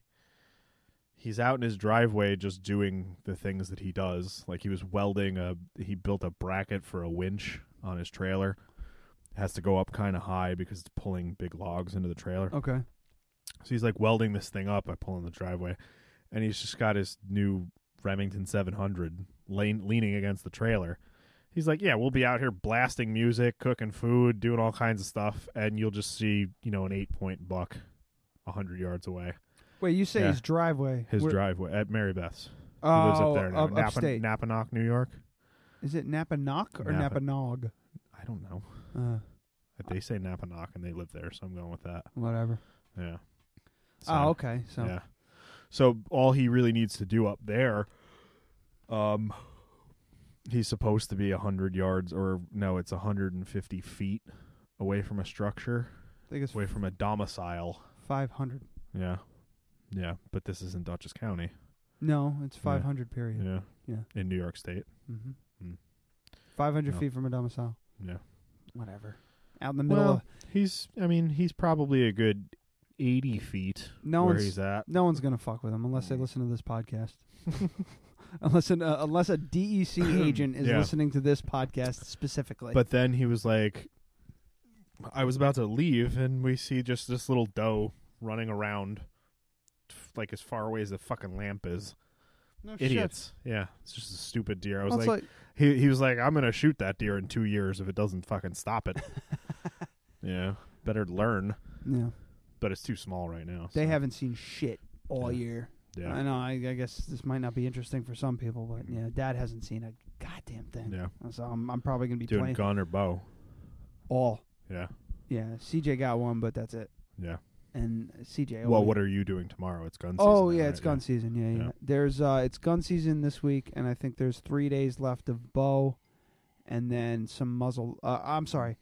[SPEAKER 3] he's out in his driveway just doing the things that he does. Like he was welding a he built a bracket for a winch on his trailer. has to go up kind of high because it's pulling big logs into the trailer.
[SPEAKER 6] Okay.
[SPEAKER 3] So he's like welding this thing up by pulling the driveway, and he's just got his new Remington 700 lean, leaning against the trailer. He's like, yeah, we'll be out here blasting music, cooking food, doing all kinds of stuff, and you'll just see, you know, an eight point buck, a hundred yards away.
[SPEAKER 6] Wait, you say
[SPEAKER 3] Yeah.
[SPEAKER 6] his driveway?
[SPEAKER 3] His
[SPEAKER 6] Where-
[SPEAKER 3] driveway at Mary Beth's. He lives
[SPEAKER 6] Oh,
[SPEAKER 3] up there now,
[SPEAKER 6] up-
[SPEAKER 3] Napa-
[SPEAKER 6] upstate.
[SPEAKER 3] Napanock, New York.
[SPEAKER 6] Is it Napanock or
[SPEAKER 3] Napa-
[SPEAKER 6] Napanog?
[SPEAKER 3] I don't know.
[SPEAKER 6] Uh,
[SPEAKER 3] they say Napanock and they live there, so I'm going with that.
[SPEAKER 6] Whatever.
[SPEAKER 3] Yeah.
[SPEAKER 6] Oh, okay, so-
[SPEAKER 3] yeah. So all he really needs to do up there, um, he's supposed to be hundred yards, or no, it's hundred and fifty feet away from a structure.
[SPEAKER 6] I think it's
[SPEAKER 3] away from a domicile.
[SPEAKER 6] Five hundred.
[SPEAKER 3] Yeah, yeah, but this isn't Dutchess County.
[SPEAKER 6] No, it's
[SPEAKER 3] Yeah.
[SPEAKER 6] five hundred. Period.
[SPEAKER 3] Yeah,
[SPEAKER 6] Yeah.
[SPEAKER 3] in New York State.
[SPEAKER 6] Mm-hmm.
[SPEAKER 3] Mm.
[SPEAKER 6] Five hundred
[SPEAKER 3] No.
[SPEAKER 6] feet from a domicile.
[SPEAKER 3] Yeah.
[SPEAKER 6] Whatever. Out in the middle.
[SPEAKER 3] Well,
[SPEAKER 6] of,
[SPEAKER 3] he's. I mean, he's probably a good eighty feet.
[SPEAKER 6] no
[SPEAKER 3] where
[SPEAKER 6] one's
[SPEAKER 3] he's at.
[SPEAKER 6] no one's gonna fuck with him unless
[SPEAKER 3] Mm.
[SPEAKER 6] they listen to this podcast. <laughs> unless an, uh, unless
[SPEAKER 3] <clears throat>
[SPEAKER 6] a DEC agent is
[SPEAKER 3] Yeah.
[SPEAKER 6] listening to this podcast specifically.
[SPEAKER 3] But then he was like, I was about to leave, and we see just this little doe running around, f- like as far away as the fucking lamp is.
[SPEAKER 6] No Oh, shit.
[SPEAKER 3] Idiots. Yeah, it's just a stupid deer. I was
[SPEAKER 6] Well, it's
[SPEAKER 3] like,
[SPEAKER 6] like-
[SPEAKER 3] he he was like, I'm gonna shoot that deer in two years if it doesn't fucking stop
[SPEAKER 6] <laughs>
[SPEAKER 3] it. yeah, better learn.
[SPEAKER 6] Yeah.
[SPEAKER 3] but it's too small right now.
[SPEAKER 6] they haven't seen shit all year.
[SPEAKER 3] Yeah. Mm.
[SPEAKER 6] I know. I, I guess this might not be interesting for some people, but yeah, Dad hasn't seen a goddamn thing.
[SPEAKER 3] Yeah.
[SPEAKER 6] So I'm, I'm probably gonna be
[SPEAKER 3] Doing
[SPEAKER 6] playing
[SPEAKER 3] gun or bow.
[SPEAKER 6] all.
[SPEAKER 3] Yeah,
[SPEAKER 6] Yeah. CJ got one, but that's it.
[SPEAKER 3] yeah.
[SPEAKER 6] And CJ.
[SPEAKER 3] Well,
[SPEAKER 6] only-
[SPEAKER 3] what are you doing tomorrow? It's gun.
[SPEAKER 6] Oh
[SPEAKER 3] season
[SPEAKER 6] yeah,
[SPEAKER 3] now,
[SPEAKER 6] it's
[SPEAKER 3] right?
[SPEAKER 6] gun season. Yeah, yeah,
[SPEAKER 3] Yeah.
[SPEAKER 6] There's uh, it's gun season this week, and I think there's three days left of bow, and then some muzzle. Uh, I'm sorry,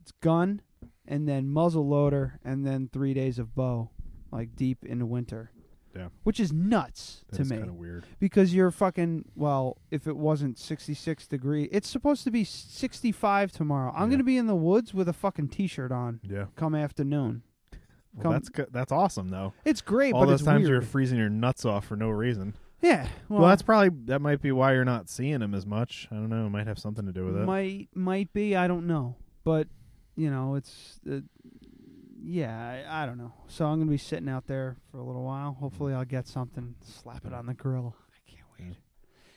[SPEAKER 6] it's gun, and then muzzle loader, and then three days of bow, like deep into winter.
[SPEAKER 3] Yeah.
[SPEAKER 6] Which is nuts
[SPEAKER 3] That
[SPEAKER 6] to
[SPEAKER 3] is
[SPEAKER 6] me.
[SPEAKER 3] kinda weird.
[SPEAKER 6] Because you're fucking well, if it wasn't 66 degree, it's supposed to be 65 tomorrow. I'm gonna be in the woods with a fucking t-shirt on.
[SPEAKER 3] Yeah.
[SPEAKER 6] Come afternoon.
[SPEAKER 3] Well,
[SPEAKER 6] Come-
[SPEAKER 3] that's good. That's awesome though.
[SPEAKER 6] It's great,
[SPEAKER 3] All
[SPEAKER 6] but
[SPEAKER 3] those
[SPEAKER 6] it's
[SPEAKER 3] times
[SPEAKER 6] weird.
[SPEAKER 3] you're freezing your nuts off for no reason.
[SPEAKER 6] Yeah,
[SPEAKER 3] Well,
[SPEAKER 6] well-
[SPEAKER 3] that's probably that might be why you're not seeing him as much. I don't know. It might have something to do with it.
[SPEAKER 6] Might might be. I don't know. But you know, it's uh, yeah. I, I don't know. So I'm gonna be sitting out there for a little while. Hopefully, I'll get something. Slap it on the grill. I can't wait.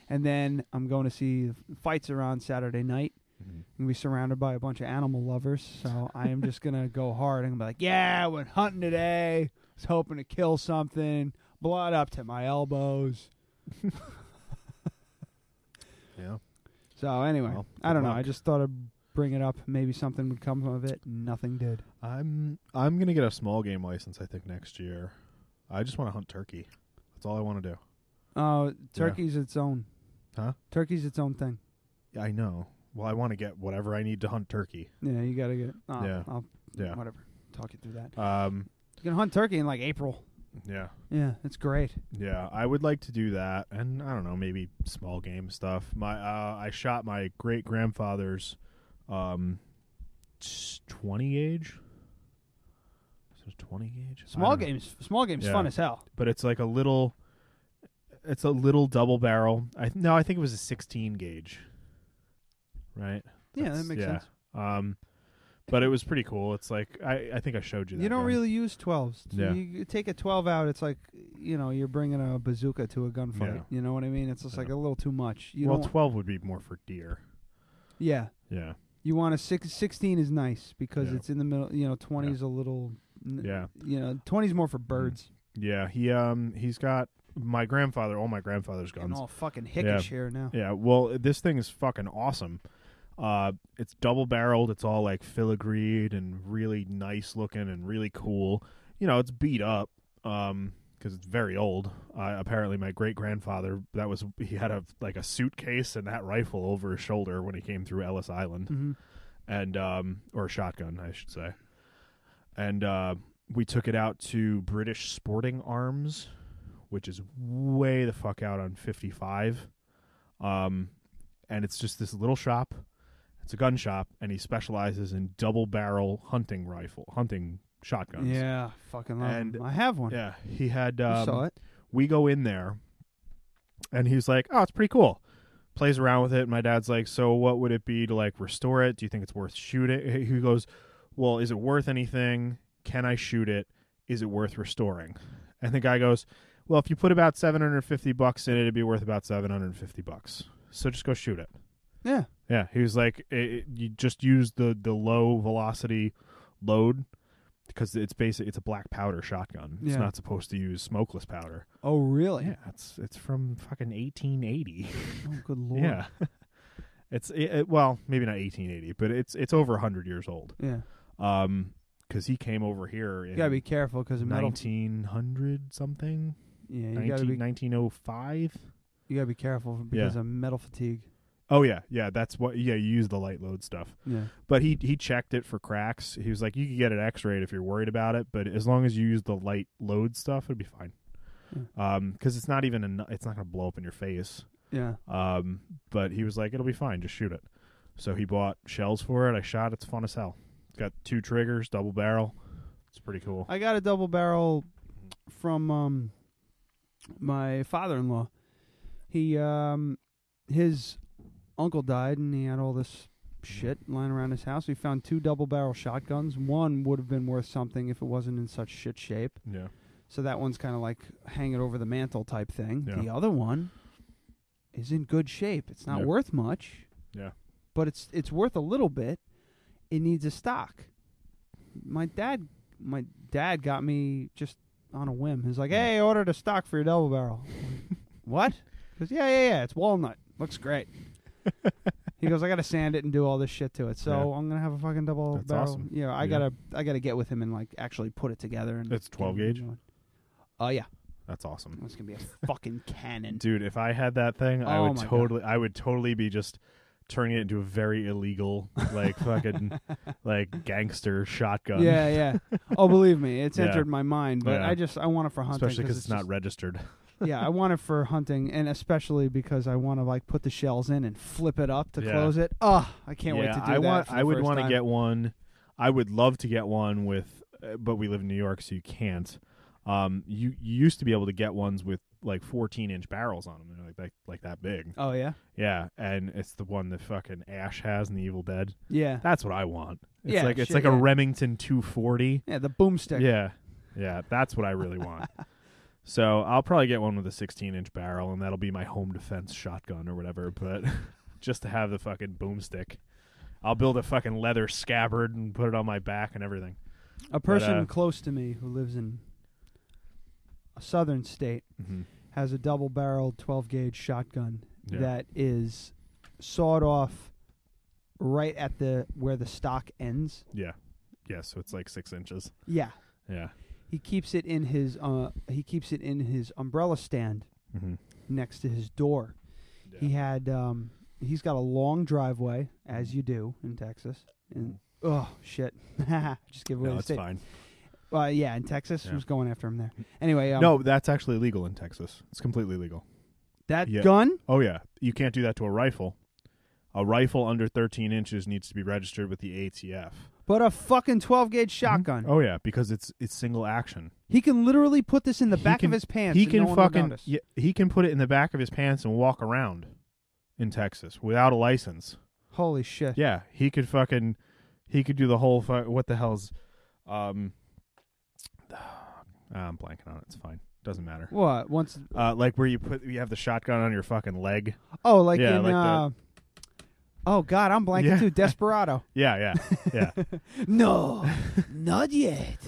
[SPEAKER 6] And then I'm going to see the fights are on Saturday night.
[SPEAKER 3] Mm-hmm.
[SPEAKER 6] I'm gonna be surrounded by a bunch of animal lovers. So I am just gonna go hard. I'm gonna be like, yeah, I went hunting today. Was hoping to kill something. Blood up to my elbows.
[SPEAKER 3] Yeah.
[SPEAKER 6] So anyway,
[SPEAKER 3] Well,
[SPEAKER 6] I
[SPEAKER 3] good
[SPEAKER 6] don't know.
[SPEAKER 3] luck.
[SPEAKER 6] I just thought I'd bring it up. Maybe something would come of it. Nothing did.
[SPEAKER 3] I'm I'm gonna get a small game license. I think next year. I just want to hunt turkey. That's all I want to do.
[SPEAKER 6] Oh, turkey's its own.
[SPEAKER 3] Huh?
[SPEAKER 6] Turkey's its own thing.
[SPEAKER 3] I know. Well, I want to get whatever I need to hunt turkey.
[SPEAKER 6] Yeah, you gotta get. Uh,
[SPEAKER 3] Yeah.
[SPEAKER 6] I'll,
[SPEAKER 3] Yeah.
[SPEAKER 6] Whatever. Talk you through that.
[SPEAKER 3] Um.
[SPEAKER 6] You can hunt turkey in like April.
[SPEAKER 3] Yeah.
[SPEAKER 6] Yeah, it's great.
[SPEAKER 3] Yeah, I would like to do that, and I don't know, maybe small game stuff. My, uh, I shot my great grandfather's, um, s- twenty gauge. Is it a twenty gauge? I
[SPEAKER 6] Small
[SPEAKER 3] don't know.
[SPEAKER 6] games. Small games. Fun
[SPEAKER 3] Yeah.
[SPEAKER 6] as hell.
[SPEAKER 3] But it's like a little. It's a little double barrel. I th- no, I think it was a sixteen gauge. Right.
[SPEAKER 6] Yeah, that makes sense.
[SPEAKER 3] Um, but it was pretty cool. It's like I, I think I showed you.
[SPEAKER 6] You
[SPEAKER 3] that
[SPEAKER 6] don't
[SPEAKER 3] gun.
[SPEAKER 6] really use twelves.
[SPEAKER 3] Yeah.
[SPEAKER 6] You take a twelve out, it's like you know you're bringing a bazooka to a gunfight.
[SPEAKER 3] Yeah.
[SPEAKER 6] You know what I mean? It's just like a little too much. You
[SPEAKER 3] well,
[SPEAKER 6] don't-
[SPEAKER 3] twelve would be more for deer.
[SPEAKER 6] Yeah.
[SPEAKER 3] Yeah.
[SPEAKER 6] You want a six, 16 is nice because
[SPEAKER 3] Yeah.
[SPEAKER 6] it's in the middle. You know, twenty is a little. n-
[SPEAKER 3] Yeah. Mm-hmm.
[SPEAKER 6] You know, twenty is more for birds.
[SPEAKER 3] Yeah, he um he's got my grandfather, all my grandfather's guns.
[SPEAKER 6] all fucking hickish here now.
[SPEAKER 3] Yeah, well, this thing is fucking awesome. Uh, it's double barreled. It's all like filigreed and really nice looking and really cool. You know, it's beat up um because it's very old. Uh, apparently, my great grandfather that was he had a like a suitcase and that rifle over his shoulder when he came through Ellis Island,
[SPEAKER 6] Mhm.
[SPEAKER 3] and um or a shotgun, I should say and uh, we took it out to British Sporting Arms, which is way the fuck out on 55. Um, and it's just this little shop. It's a gun shop, and he specializes in double barrel hunting rifle, hunting shotguns.
[SPEAKER 6] Yeah, fucking love 'em.
[SPEAKER 3] And
[SPEAKER 6] I have one.
[SPEAKER 3] Yeah, he had.
[SPEAKER 6] You
[SPEAKER 3] Um,
[SPEAKER 6] saw it.
[SPEAKER 3] We go in there, and he's like, "Oh, it's pretty cool." Plays around with it. And my dad's like, "So, what would it be to like restore it? Do you think it's worth shooting?" He goes, "Well, is it worth anything? Can I shoot it? Is it worth restoring?" And the guy goes, "Well, if you put about seven hundred fifty bucks in it, it'd be worth about seven hundred fifty bucks. So just go shoot it."
[SPEAKER 6] Yeah.
[SPEAKER 3] Yeah, he was like, it, it- you just use the the low velocity load because it's basic. It's a black powder shotgun. It's
[SPEAKER 6] Yeah.
[SPEAKER 3] not supposed to use smokeless powder.
[SPEAKER 6] Oh, really?
[SPEAKER 3] Yeah, it's it's from fucking <laughs> 1880.
[SPEAKER 6] Oh, good lord.
[SPEAKER 3] Yeah, <laughs> it's it, it- well, maybe not 1880, but it's it's over 100 years old.
[SPEAKER 6] Yeah.
[SPEAKER 3] um, because he came over here.
[SPEAKER 6] You
[SPEAKER 3] In
[SPEAKER 6] gotta be careful because of metal.
[SPEAKER 3] 1900 something. oh
[SPEAKER 6] Yeah, you
[SPEAKER 3] 19,
[SPEAKER 6] gotta be-
[SPEAKER 3] 1905.
[SPEAKER 6] You gotta be careful because of metal fatigue.
[SPEAKER 3] Oh yeah, yeah. That's what. Yeah, you use the light load stuff.
[SPEAKER 6] Yeah.
[SPEAKER 3] But he he checked it for cracks. He was like, you could get it X-rayed if you're worried about it, but as long as you use the light load stuff, it'd be fine. Um
[SPEAKER 6] Hmm.
[SPEAKER 3] 'cause because it's not even a, it's not gonna blow up in your face.
[SPEAKER 6] Yeah.
[SPEAKER 3] Um, but he was like, it'll be fine. Just shoot it. So he bought shells for it. I shot. it. It's fun as hell. It's got two triggers, double barrel. It's pretty cool.
[SPEAKER 6] I got a double barrel from um my father-in-law. He um his uncle died and he had all this shit lying around his house. We found two double barrel shotguns. One would have been worth something if it wasn't in such shit shape.
[SPEAKER 3] Yeah.
[SPEAKER 6] So that one's kind of like hang it over the mantle type thing.
[SPEAKER 3] Yeah.
[SPEAKER 6] The other one is in good shape. It's not
[SPEAKER 3] Yeah.
[SPEAKER 6] worth much,
[SPEAKER 3] Yeah.
[SPEAKER 6] but it's it's worth a little bit. It needs a stock. My dad, my dad got me just on a whim. He's like, "Hey, I ordered a stock for your
[SPEAKER 3] <laughs>
[SPEAKER 6] double barrel." what? Because yeah, yeah, yeah. It's walnut.
[SPEAKER 3] <laughs>
[SPEAKER 6] Looks great. he goes, "I got to sand it and do all this shit to it." So
[SPEAKER 3] Yeah.
[SPEAKER 6] I'm gonna have a fucking double
[SPEAKER 3] That's
[SPEAKER 6] barrel.
[SPEAKER 3] awesome.
[SPEAKER 6] Yeah, I
[SPEAKER 3] Yeah.
[SPEAKER 6] gotta, I gotta get with him and like actually put it together. And
[SPEAKER 3] It's 12 gauge?
[SPEAKER 6] Oh yeah,
[SPEAKER 3] That's awesome.
[SPEAKER 6] it's gonna be
[SPEAKER 3] <laughs>
[SPEAKER 6] a fucking cannon.
[SPEAKER 3] Dude, if I had that thing, I
[SPEAKER 6] Oh
[SPEAKER 3] would
[SPEAKER 6] my God.
[SPEAKER 3] totally I would totally be just turning it into a very illegal like
[SPEAKER 6] <laughs>
[SPEAKER 3] fucking like gangster shotgun.
[SPEAKER 6] Yeah, yeah. Oh, believe me, it's
[SPEAKER 3] Yeah.
[SPEAKER 6] entered my mind, but
[SPEAKER 3] Yeah.
[SPEAKER 6] I just I want it for hunting,
[SPEAKER 3] Especially
[SPEAKER 6] 'cause
[SPEAKER 3] cuz
[SPEAKER 6] it's
[SPEAKER 3] it's, not
[SPEAKER 6] just-
[SPEAKER 3] registered.
[SPEAKER 6] yeah, I want it for hunting, and especially because I want to like put the shells in and flip it up to
[SPEAKER 3] Yeah.
[SPEAKER 6] close it. Oh, I can't wait
[SPEAKER 3] Yeah,
[SPEAKER 6] to do
[SPEAKER 3] I
[SPEAKER 6] that.
[SPEAKER 3] want
[SPEAKER 6] for the
[SPEAKER 3] I would
[SPEAKER 6] first
[SPEAKER 3] wanna
[SPEAKER 6] time.
[SPEAKER 3] get one. I would love to get one with uh, but we live in New York so you can't. Um you, you used to be able to get ones with like 14-inch barrels on them. They're like like, like that big.
[SPEAKER 6] Oh yeah,
[SPEAKER 3] Yeah, and it's the one that fucking Ash has in the Evil Dead.
[SPEAKER 6] Yeah.
[SPEAKER 3] That's what I want. It's
[SPEAKER 6] Yeah,
[SPEAKER 3] like it's
[SPEAKER 6] shit,
[SPEAKER 3] like a
[SPEAKER 6] yeah.
[SPEAKER 3] Remington 240.
[SPEAKER 6] yeah the boomstick.
[SPEAKER 3] Yeah. Yeah, that's what I really
[SPEAKER 6] <laughs>
[SPEAKER 3] want. so I'll probably get one with a 16 inch barrel, and that'll be my home defense shotgun or whatever. But <laughs> just to have the fucking boomstick, I'll build a fucking leather scabbard and put it on my back and everything.
[SPEAKER 6] A person
[SPEAKER 3] uh,
[SPEAKER 6] close to me who lives in a southern state
[SPEAKER 3] Mhm.
[SPEAKER 6] has a double barreled 12 gauge shotgun
[SPEAKER 3] Yeah.
[SPEAKER 6] that is sawed off right at the where the stock ends.
[SPEAKER 3] yeah, yeah. So it's like six inches.
[SPEAKER 6] Yeah.
[SPEAKER 3] Yeah.
[SPEAKER 6] He keeps it in his uh he keeps it in his umbrella stand
[SPEAKER 3] Mhm.
[SPEAKER 6] next to his door. He had um he's got a long driveway as you do in Texas and oh shit. <laughs> Just give
[SPEAKER 3] Mm-hmm.
[SPEAKER 6] away
[SPEAKER 3] No,
[SPEAKER 6] the
[SPEAKER 3] it's
[SPEAKER 6] state.
[SPEAKER 3] fine.
[SPEAKER 6] Uh, yeah, in Texas,
[SPEAKER 3] Yeah.
[SPEAKER 6] who's going after him there? Anyway, um,
[SPEAKER 3] no, that's actually legal in Texas. It's completely legal.
[SPEAKER 6] That
[SPEAKER 3] Yeah.
[SPEAKER 6] gun?
[SPEAKER 3] Oh yeah, you can't do that to a rifle. A rifle under 13 inches needs to be registered with the ATF.
[SPEAKER 6] But a fucking 12 gauge shotgun.
[SPEAKER 3] Oh yeah, because it's it's single action.
[SPEAKER 6] He can literally put this in the
[SPEAKER 3] He
[SPEAKER 6] back
[SPEAKER 3] can-
[SPEAKER 6] of his pants.
[SPEAKER 3] He
[SPEAKER 6] and
[SPEAKER 3] can
[SPEAKER 6] no one will
[SPEAKER 3] fucking
[SPEAKER 6] notice.
[SPEAKER 3] yeah, he can put it in the back of his pants and walk around in Texas without a license.
[SPEAKER 6] Holy shit!
[SPEAKER 3] Yeah, he could fucking he could do the whole fu- what the hell's um <sighs> ah, I'm blanking on it. It's fine. Doesn't matter.
[SPEAKER 6] What? Once-
[SPEAKER 3] uh like where you put you have the shotgun on your fucking leg.
[SPEAKER 6] Oh, like
[SPEAKER 3] yeah,
[SPEAKER 6] in.
[SPEAKER 3] like the-
[SPEAKER 6] uh, oh God, I'm blanking
[SPEAKER 3] Yeah. <laughs>
[SPEAKER 6] too. Desperado.
[SPEAKER 3] yeah, yeah.
[SPEAKER 6] <laughs>
[SPEAKER 3] Yeah. <laughs>
[SPEAKER 6] no, not yet.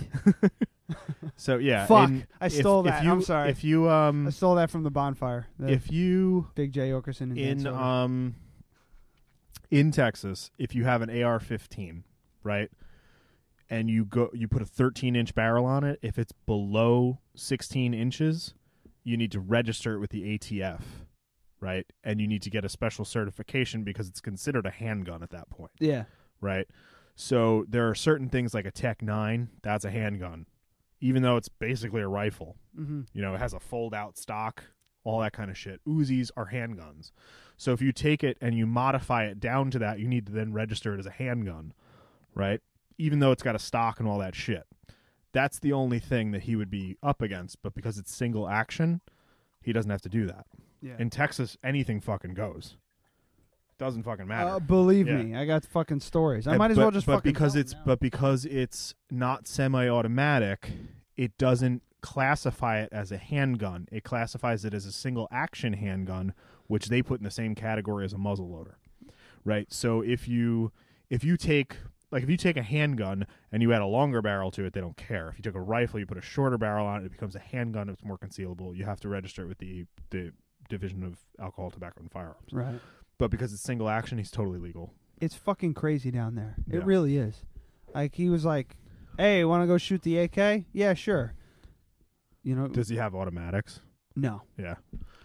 [SPEAKER 3] So yeah,
[SPEAKER 6] Fuck!
[SPEAKER 3] in-
[SPEAKER 6] I
[SPEAKER 3] if-
[SPEAKER 6] stole
[SPEAKER 3] if
[SPEAKER 6] that.
[SPEAKER 3] you-
[SPEAKER 6] I'm sorry.
[SPEAKER 3] If you um,
[SPEAKER 6] I stole that from the bonfire. The
[SPEAKER 3] if you
[SPEAKER 6] Big J Okerson and Dan
[SPEAKER 3] in
[SPEAKER 6] Soder.
[SPEAKER 3] um, in Texas, if you have an AR-15, right, and you go, you put a 13-inch barrel on it. If it's below 16 inches, you need to register it with the ATF, right, and you need to get a special certification because it's considered a handgun at that point.
[SPEAKER 6] Yeah.
[SPEAKER 3] Right. So there are certain things like a Tech Nine. That's a handgun, even though it's basically a rifle.
[SPEAKER 6] Mhm.
[SPEAKER 3] You know, it has a fold-out stock, all that kind of shit. Uzis are handguns. So if you take it and you modify it down to that, you need to then register it as a handgun, right? Even though it's got a stock and all that shit. That's the only thing that he would be up against, but because it's single action, he doesn't have to do that.
[SPEAKER 6] Yeah.
[SPEAKER 3] In Texas, anything fucking goes. Doesn't fucking matter.
[SPEAKER 6] Uh, believe
[SPEAKER 3] Yeah.
[SPEAKER 6] me, I got fucking stories. I
[SPEAKER 3] And-
[SPEAKER 6] might as
[SPEAKER 3] but-
[SPEAKER 6] well just
[SPEAKER 3] but
[SPEAKER 6] fucking.
[SPEAKER 3] because it's but because it's not semi-automatic, it doesn't classify it as a handgun. It classifies it as a single action handgun, which they put in the same category as a muzzle loader. Right? So if you if you take like if you take a handgun and you add a longer barrel to it, they don't care. If you took a rifle, you put a shorter barrel on it, it becomes a handgun, it's more concealable. You have to register it with the the Division of Alcohol, Tobacco and Firearms.
[SPEAKER 6] Right.
[SPEAKER 3] But because it's single action, he's totally legal.
[SPEAKER 6] it's fucking crazy down there. It
[SPEAKER 3] Yeah.
[SPEAKER 6] really is. Like he was like, "Hey, want to go shoot the AK? Yeah, sure." You know,
[SPEAKER 3] Does he have automatics?
[SPEAKER 6] No.
[SPEAKER 3] Yeah.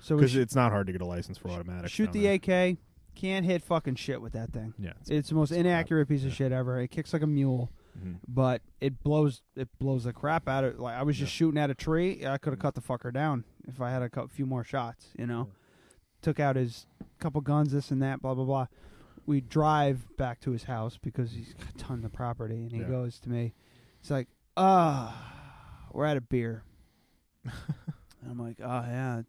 [SPEAKER 6] So we
[SPEAKER 3] because
[SPEAKER 6] sh-
[SPEAKER 3] it's not hard to get a license for automatic.
[SPEAKER 6] Shoot the AK. Can't hit fucking shit with that thing.
[SPEAKER 3] Yeah,
[SPEAKER 6] it's, the most inaccurate piece of shit ever. It kicks like a mule,
[SPEAKER 3] mm-hmm.
[SPEAKER 6] but it blows it blows the crap out of. Like I was just shooting at a tree. I could have cut the fucker down if I had a cou- few more shots. You know, took out his couple guns, this and that, blah blah blah. We drive back to his house because he's got a ton of property, and he
[SPEAKER 3] Yeah.
[SPEAKER 6] goes to me. It's like, ah, we're out of beer. And I'm like, oh yeah,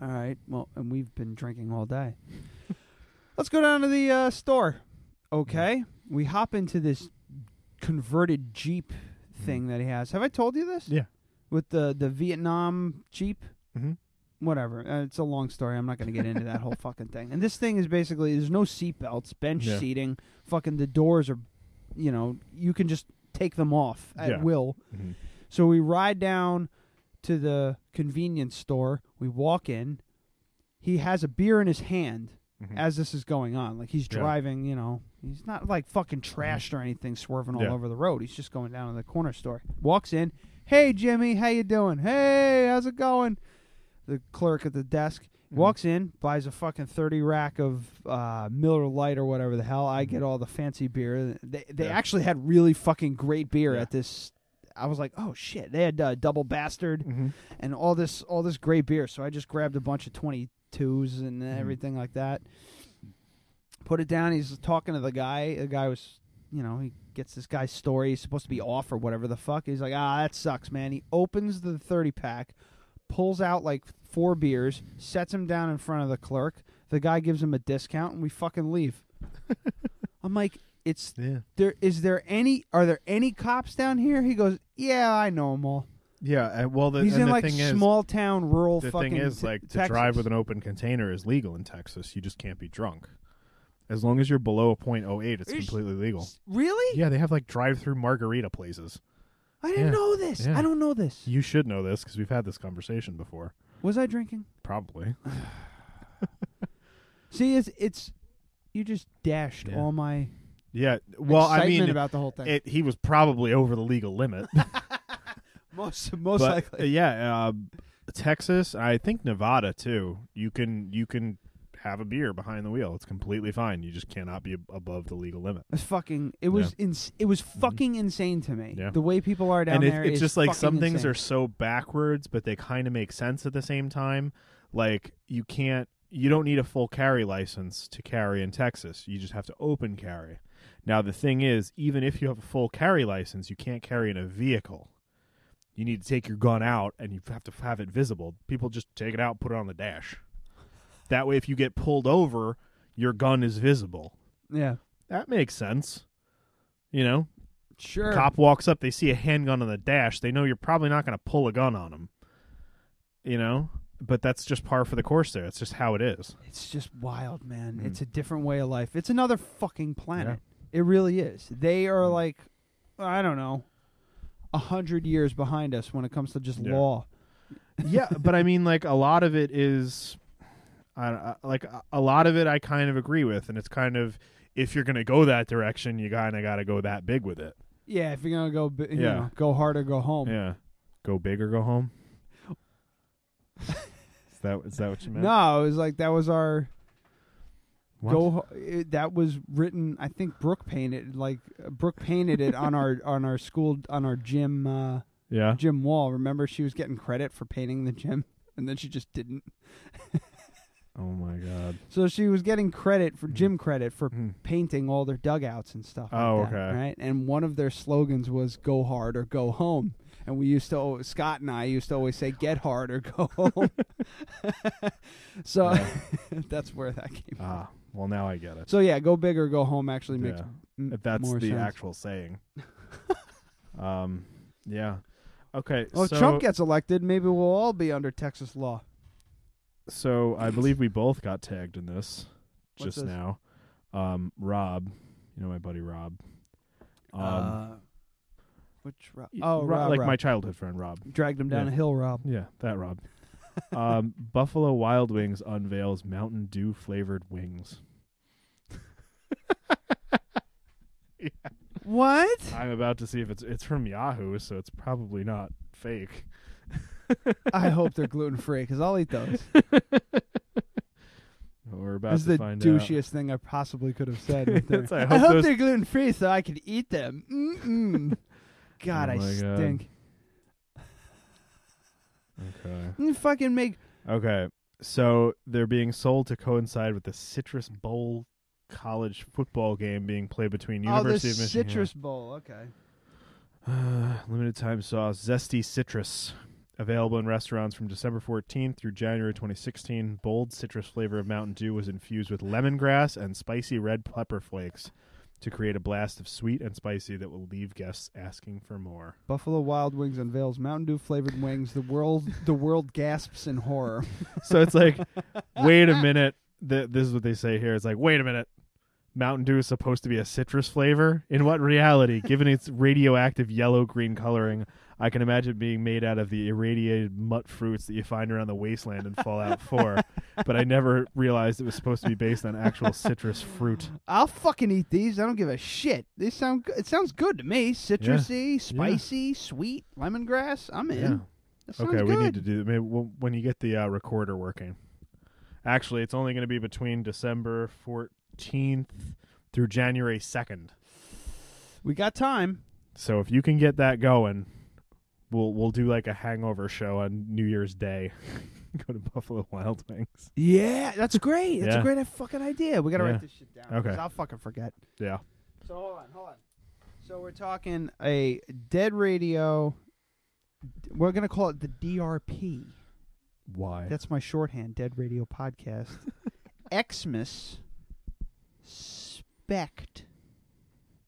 [SPEAKER 6] all right. Well, and we've been drinking all day. <laughs> Let's go down to the uh, store. Okay, we hop into this converted Jeep thing that he has. Have I told you this?
[SPEAKER 3] Mm-hmm. Yeah.
[SPEAKER 6] With the the Vietnam Jeep.
[SPEAKER 3] Mm-hmm.
[SPEAKER 6] Whatever. Uh, it's a long story. I'm not going to get into that whole fucking thing. And this thing is basically there's no seatbelts, bench
[SPEAKER 3] Yeah.
[SPEAKER 6] seating. Fucking the doors are, you know, you can just take them off at
[SPEAKER 3] Yeah.
[SPEAKER 6] will.
[SPEAKER 3] Mhm.
[SPEAKER 6] So we ride down to the convenience store. We walk in. He has a beer in his hand as this is going on. Like he's
[SPEAKER 3] Mm-hmm. Yeah. Mm-hmm.
[SPEAKER 6] driving, you know. He's not like fucking trashed or anything swerving all
[SPEAKER 3] Yeah.
[SPEAKER 6] over the road. He's just going down to the corner store. Walks in. Hey Jimmy, how you doing? Hey, how's it going? The clerk at the desk
[SPEAKER 3] Mm-hmm.
[SPEAKER 6] walks in, buys a fucking thirty rack of uh, Miller Lite or whatever the hell. I get all the fancy beer. They they
[SPEAKER 3] Mm-hmm. Yeah.
[SPEAKER 6] actually had really fucking great beer at this. I was like, oh shit, they had uh, Double Bastard
[SPEAKER 3] Mm-hmm.
[SPEAKER 6] and all this all this great beer. So I just grabbed a bunch of twenty twos and everything like that. Put it down. He's talking to the guy. The guy was, you know, he gets this guy's story. He's supposed to be off or whatever the fuck. He's like, ah, that sucks, man. He opens the thirty pack, pulls out like four beers, sets him down in front of the clerk. The guy gives him a discount, and we fucking leave. I'm like, it's
[SPEAKER 3] Yeah.
[SPEAKER 6] there. Is there any? Are there any cops down here? He goes, yeah, I know them all.
[SPEAKER 3] Yeah. uh, Well, the,
[SPEAKER 6] He's
[SPEAKER 3] and
[SPEAKER 6] in
[SPEAKER 3] the
[SPEAKER 6] like
[SPEAKER 3] thing is-
[SPEAKER 6] small town rural
[SPEAKER 3] The
[SPEAKER 6] fucking
[SPEAKER 3] thing is,
[SPEAKER 6] Te-
[SPEAKER 3] like, to
[SPEAKER 6] Texas.
[SPEAKER 3] drive with an open container is legal in Texas. You just can't be drunk. As long as you're below a .08, it's completely legal.
[SPEAKER 6] Really?
[SPEAKER 3] Yeah, they have like drive-through margarita places.
[SPEAKER 6] I didn't
[SPEAKER 3] Yeah.
[SPEAKER 6] know this.
[SPEAKER 3] Yeah.
[SPEAKER 6] I don't know this.
[SPEAKER 3] You should know this because we've had this conversation before.
[SPEAKER 6] Was I drinking?
[SPEAKER 3] Probably.
[SPEAKER 6] See, it's it's you just dashed all my
[SPEAKER 3] Yeah. Well, I
[SPEAKER 6] Excitement
[SPEAKER 3] mean,
[SPEAKER 6] about the whole thing.
[SPEAKER 3] It, he was probably over the legal limit. <laughs>
[SPEAKER 6] most most
[SPEAKER 3] But,
[SPEAKER 6] likely.
[SPEAKER 3] uh, yeah, uh, Texas, I think Nevada too. You can you can have a beer behind the wheel. It's completely fine. You just cannot be ab- above the legal limit.
[SPEAKER 6] It's fucking. It was ins- it was fucking insane to me.
[SPEAKER 3] Yeah.
[SPEAKER 6] The way people are down
[SPEAKER 3] and it-
[SPEAKER 6] there
[SPEAKER 3] it's
[SPEAKER 6] is
[SPEAKER 3] just like
[SPEAKER 6] fucking
[SPEAKER 3] some things
[SPEAKER 6] insane.
[SPEAKER 3] are so backwards, but they kind of make sense at the same time. Like you can't, you don't need a full carry license to carry in Texas. You just have to open carry. Now the thing is, even if you have a full carry license, you can't carry in a vehicle. You need to take your gun out, and you have to have it visible. People just take it out, put it on the dash. That way, if you get pulled over, your gun is visible.
[SPEAKER 6] Yeah.
[SPEAKER 3] That makes sense. You know,
[SPEAKER 6] Sure.
[SPEAKER 3] Cop walks up, they see a handgun on the dash. They know you're probably not going to pull a gun on them. You know, but that's just par for the course. There, it's just how it is.
[SPEAKER 6] It's just wild, man.
[SPEAKER 3] Mm.
[SPEAKER 6] It's a different way of life. It's another fucking planet. It really is. They
[SPEAKER 3] Mm.
[SPEAKER 6] are like, I don't know, a hundred years behind us when it comes to just
[SPEAKER 3] Yeah.
[SPEAKER 6] law.
[SPEAKER 3] yeah, but I mean, like a lot of it is, I, I- like a- a lot of it, I kind of agree with, and it's kind of if you're going to go that direction, you kind of got to go that big with it.
[SPEAKER 6] Yeah, if you're gonna go, bi- you
[SPEAKER 3] Yeah.
[SPEAKER 6] know, go hard or go home.
[SPEAKER 3] Yeah, go big or go home. is that is that what you meant?
[SPEAKER 6] No, it was like that was our
[SPEAKER 3] What?
[SPEAKER 6] go. ho- It, that was written. I think Brooke painted like uh, Brooke painted it on our on our school on our gym. Uh,
[SPEAKER 3] Yeah.
[SPEAKER 6] gym wall. Remember, she was getting credit for painting the gym, and then she just didn't.
[SPEAKER 3] Oh my god.
[SPEAKER 6] So she was getting credit for gym credit for painting all their dugouts and stuff. like
[SPEAKER 3] Mm-hmm. Oh,
[SPEAKER 6] that,
[SPEAKER 3] okay.
[SPEAKER 6] Right, and one of their slogans was "Go hard or go home." And we used to al- Scott and I used to always say "Get hard or go home." <laughs> so <laughs> that's where that came from.
[SPEAKER 3] Ah, well now I get it.
[SPEAKER 6] So yeah, go big or go home actually makes
[SPEAKER 3] Yeah.
[SPEAKER 6] m-
[SPEAKER 3] If that's
[SPEAKER 6] more
[SPEAKER 3] the
[SPEAKER 6] sense.
[SPEAKER 3] actual saying. <laughs> um, yeah. Okay.
[SPEAKER 6] Well, if
[SPEAKER 3] so,
[SPEAKER 6] Oh, Trump gets elected, maybe we'll all be under Texas law.
[SPEAKER 3] So
[SPEAKER 6] <clears throat>
[SPEAKER 3] I believe we both got tagged in this
[SPEAKER 6] What's
[SPEAKER 3] just
[SPEAKER 6] this?
[SPEAKER 3] now. Um, Rob, you know my buddy Rob. Um,
[SPEAKER 6] Uh, which Rob?
[SPEAKER 3] y-
[SPEAKER 6] Oh,
[SPEAKER 3] Ro-
[SPEAKER 6] Rob,
[SPEAKER 3] like
[SPEAKER 6] Rob.
[SPEAKER 3] my childhood friend Rob.
[SPEAKER 6] Dragged him down
[SPEAKER 3] Yeah.
[SPEAKER 6] a hill, Rob.
[SPEAKER 3] <laughs> Yeah, that
[SPEAKER 6] <laughs>
[SPEAKER 3] Rob. um, Buffalo Wild Wings unveils Mountain Dew flavored
[SPEAKER 6] <laughs>
[SPEAKER 3] wings.
[SPEAKER 6] What?
[SPEAKER 3] I'm about to see if it's it's from Yahoo, so it's probably not fake.
[SPEAKER 6] I hope they're gluten free because I'll eat those.
[SPEAKER 3] We're about
[SPEAKER 6] That's
[SPEAKER 3] to
[SPEAKER 6] the
[SPEAKER 3] find
[SPEAKER 6] douchiest thing I possibly could have
[SPEAKER 3] <laughs>
[SPEAKER 6] said. with their-
[SPEAKER 3] That's- I
[SPEAKER 6] I hope,
[SPEAKER 3] hope those-
[SPEAKER 6] they're gluten free so I could eat them.
[SPEAKER 3] <laughs>
[SPEAKER 6] Mm-mm. God,
[SPEAKER 3] Oh
[SPEAKER 6] I
[SPEAKER 3] my God.
[SPEAKER 6] stink.
[SPEAKER 3] out. Okay.
[SPEAKER 6] You fucking make
[SPEAKER 3] Okay. So they're being sold to coincide with the Citrus Bowl college football game being played between University
[SPEAKER 6] oh
[SPEAKER 3] of
[SPEAKER 6] the
[SPEAKER 3] Michigan.
[SPEAKER 6] citrus bowl. Okay.
[SPEAKER 3] Uh, <sighs> limited time sauce, zesty citrus, available in restaurants from December 14th through January 2016. Bold citrus flavor of Mountain Dew was infused with lemongrass and spicy red pepper flakes to create a blast of sweet and spicy that will leave guests asking for more.
[SPEAKER 6] Buffalo Wild Wings unveils Mountain Dew flavored wings. The world, the world gasps in horror.
[SPEAKER 3] So it's like, wait a minute. Th- this is what they say here. It's like, wait a minute. Mountain Dew is supposed to be a citrus flavor? In what reality, given its radioactive yellow green coloring, I can imagine it being made out of the irradiated mutt fruits that you find around the wasteland in Fallout 4. but I never realized it was supposed to be based on actual citrus fruit.
[SPEAKER 6] I'll fucking eat these. I don't give a shit. They sound. go- It sounds good to me. Citrusy, spicy, sweet, lemongrass. I'm in.
[SPEAKER 3] Yeah.
[SPEAKER 6] That sounds
[SPEAKER 3] Okay, we
[SPEAKER 6] good.
[SPEAKER 3] need to do maybe we'll, when you get the uh, recorder working. Actually, it's only going to be between December 14th through January 2nd.
[SPEAKER 6] We got time.
[SPEAKER 3] So if you can get that going, we'll we'll do like a hangover show on New Year's Day. <laughs> Go to Buffalo Wild Wings.
[SPEAKER 6] Yeah, that's great. That's
[SPEAKER 3] Yeah.
[SPEAKER 6] a great fucking idea. We gotta
[SPEAKER 3] Yeah.
[SPEAKER 6] write this shit down. 'cause
[SPEAKER 3] Okay.
[SPEAKER 6] I'll fucking forget.
[SPEAKER 3] Yeah.
[SPEAKER 6] So hold on, hold on. So we're talking a dead radio. We're gonna call it the DRP.
[SPEAKER 3] Why?
[SPEAKER 6] That's my shorthand. Dead Radio Podcast.
[SPEAKER 3] <laughs>
[SPEAKER 6] Xmas. Spect.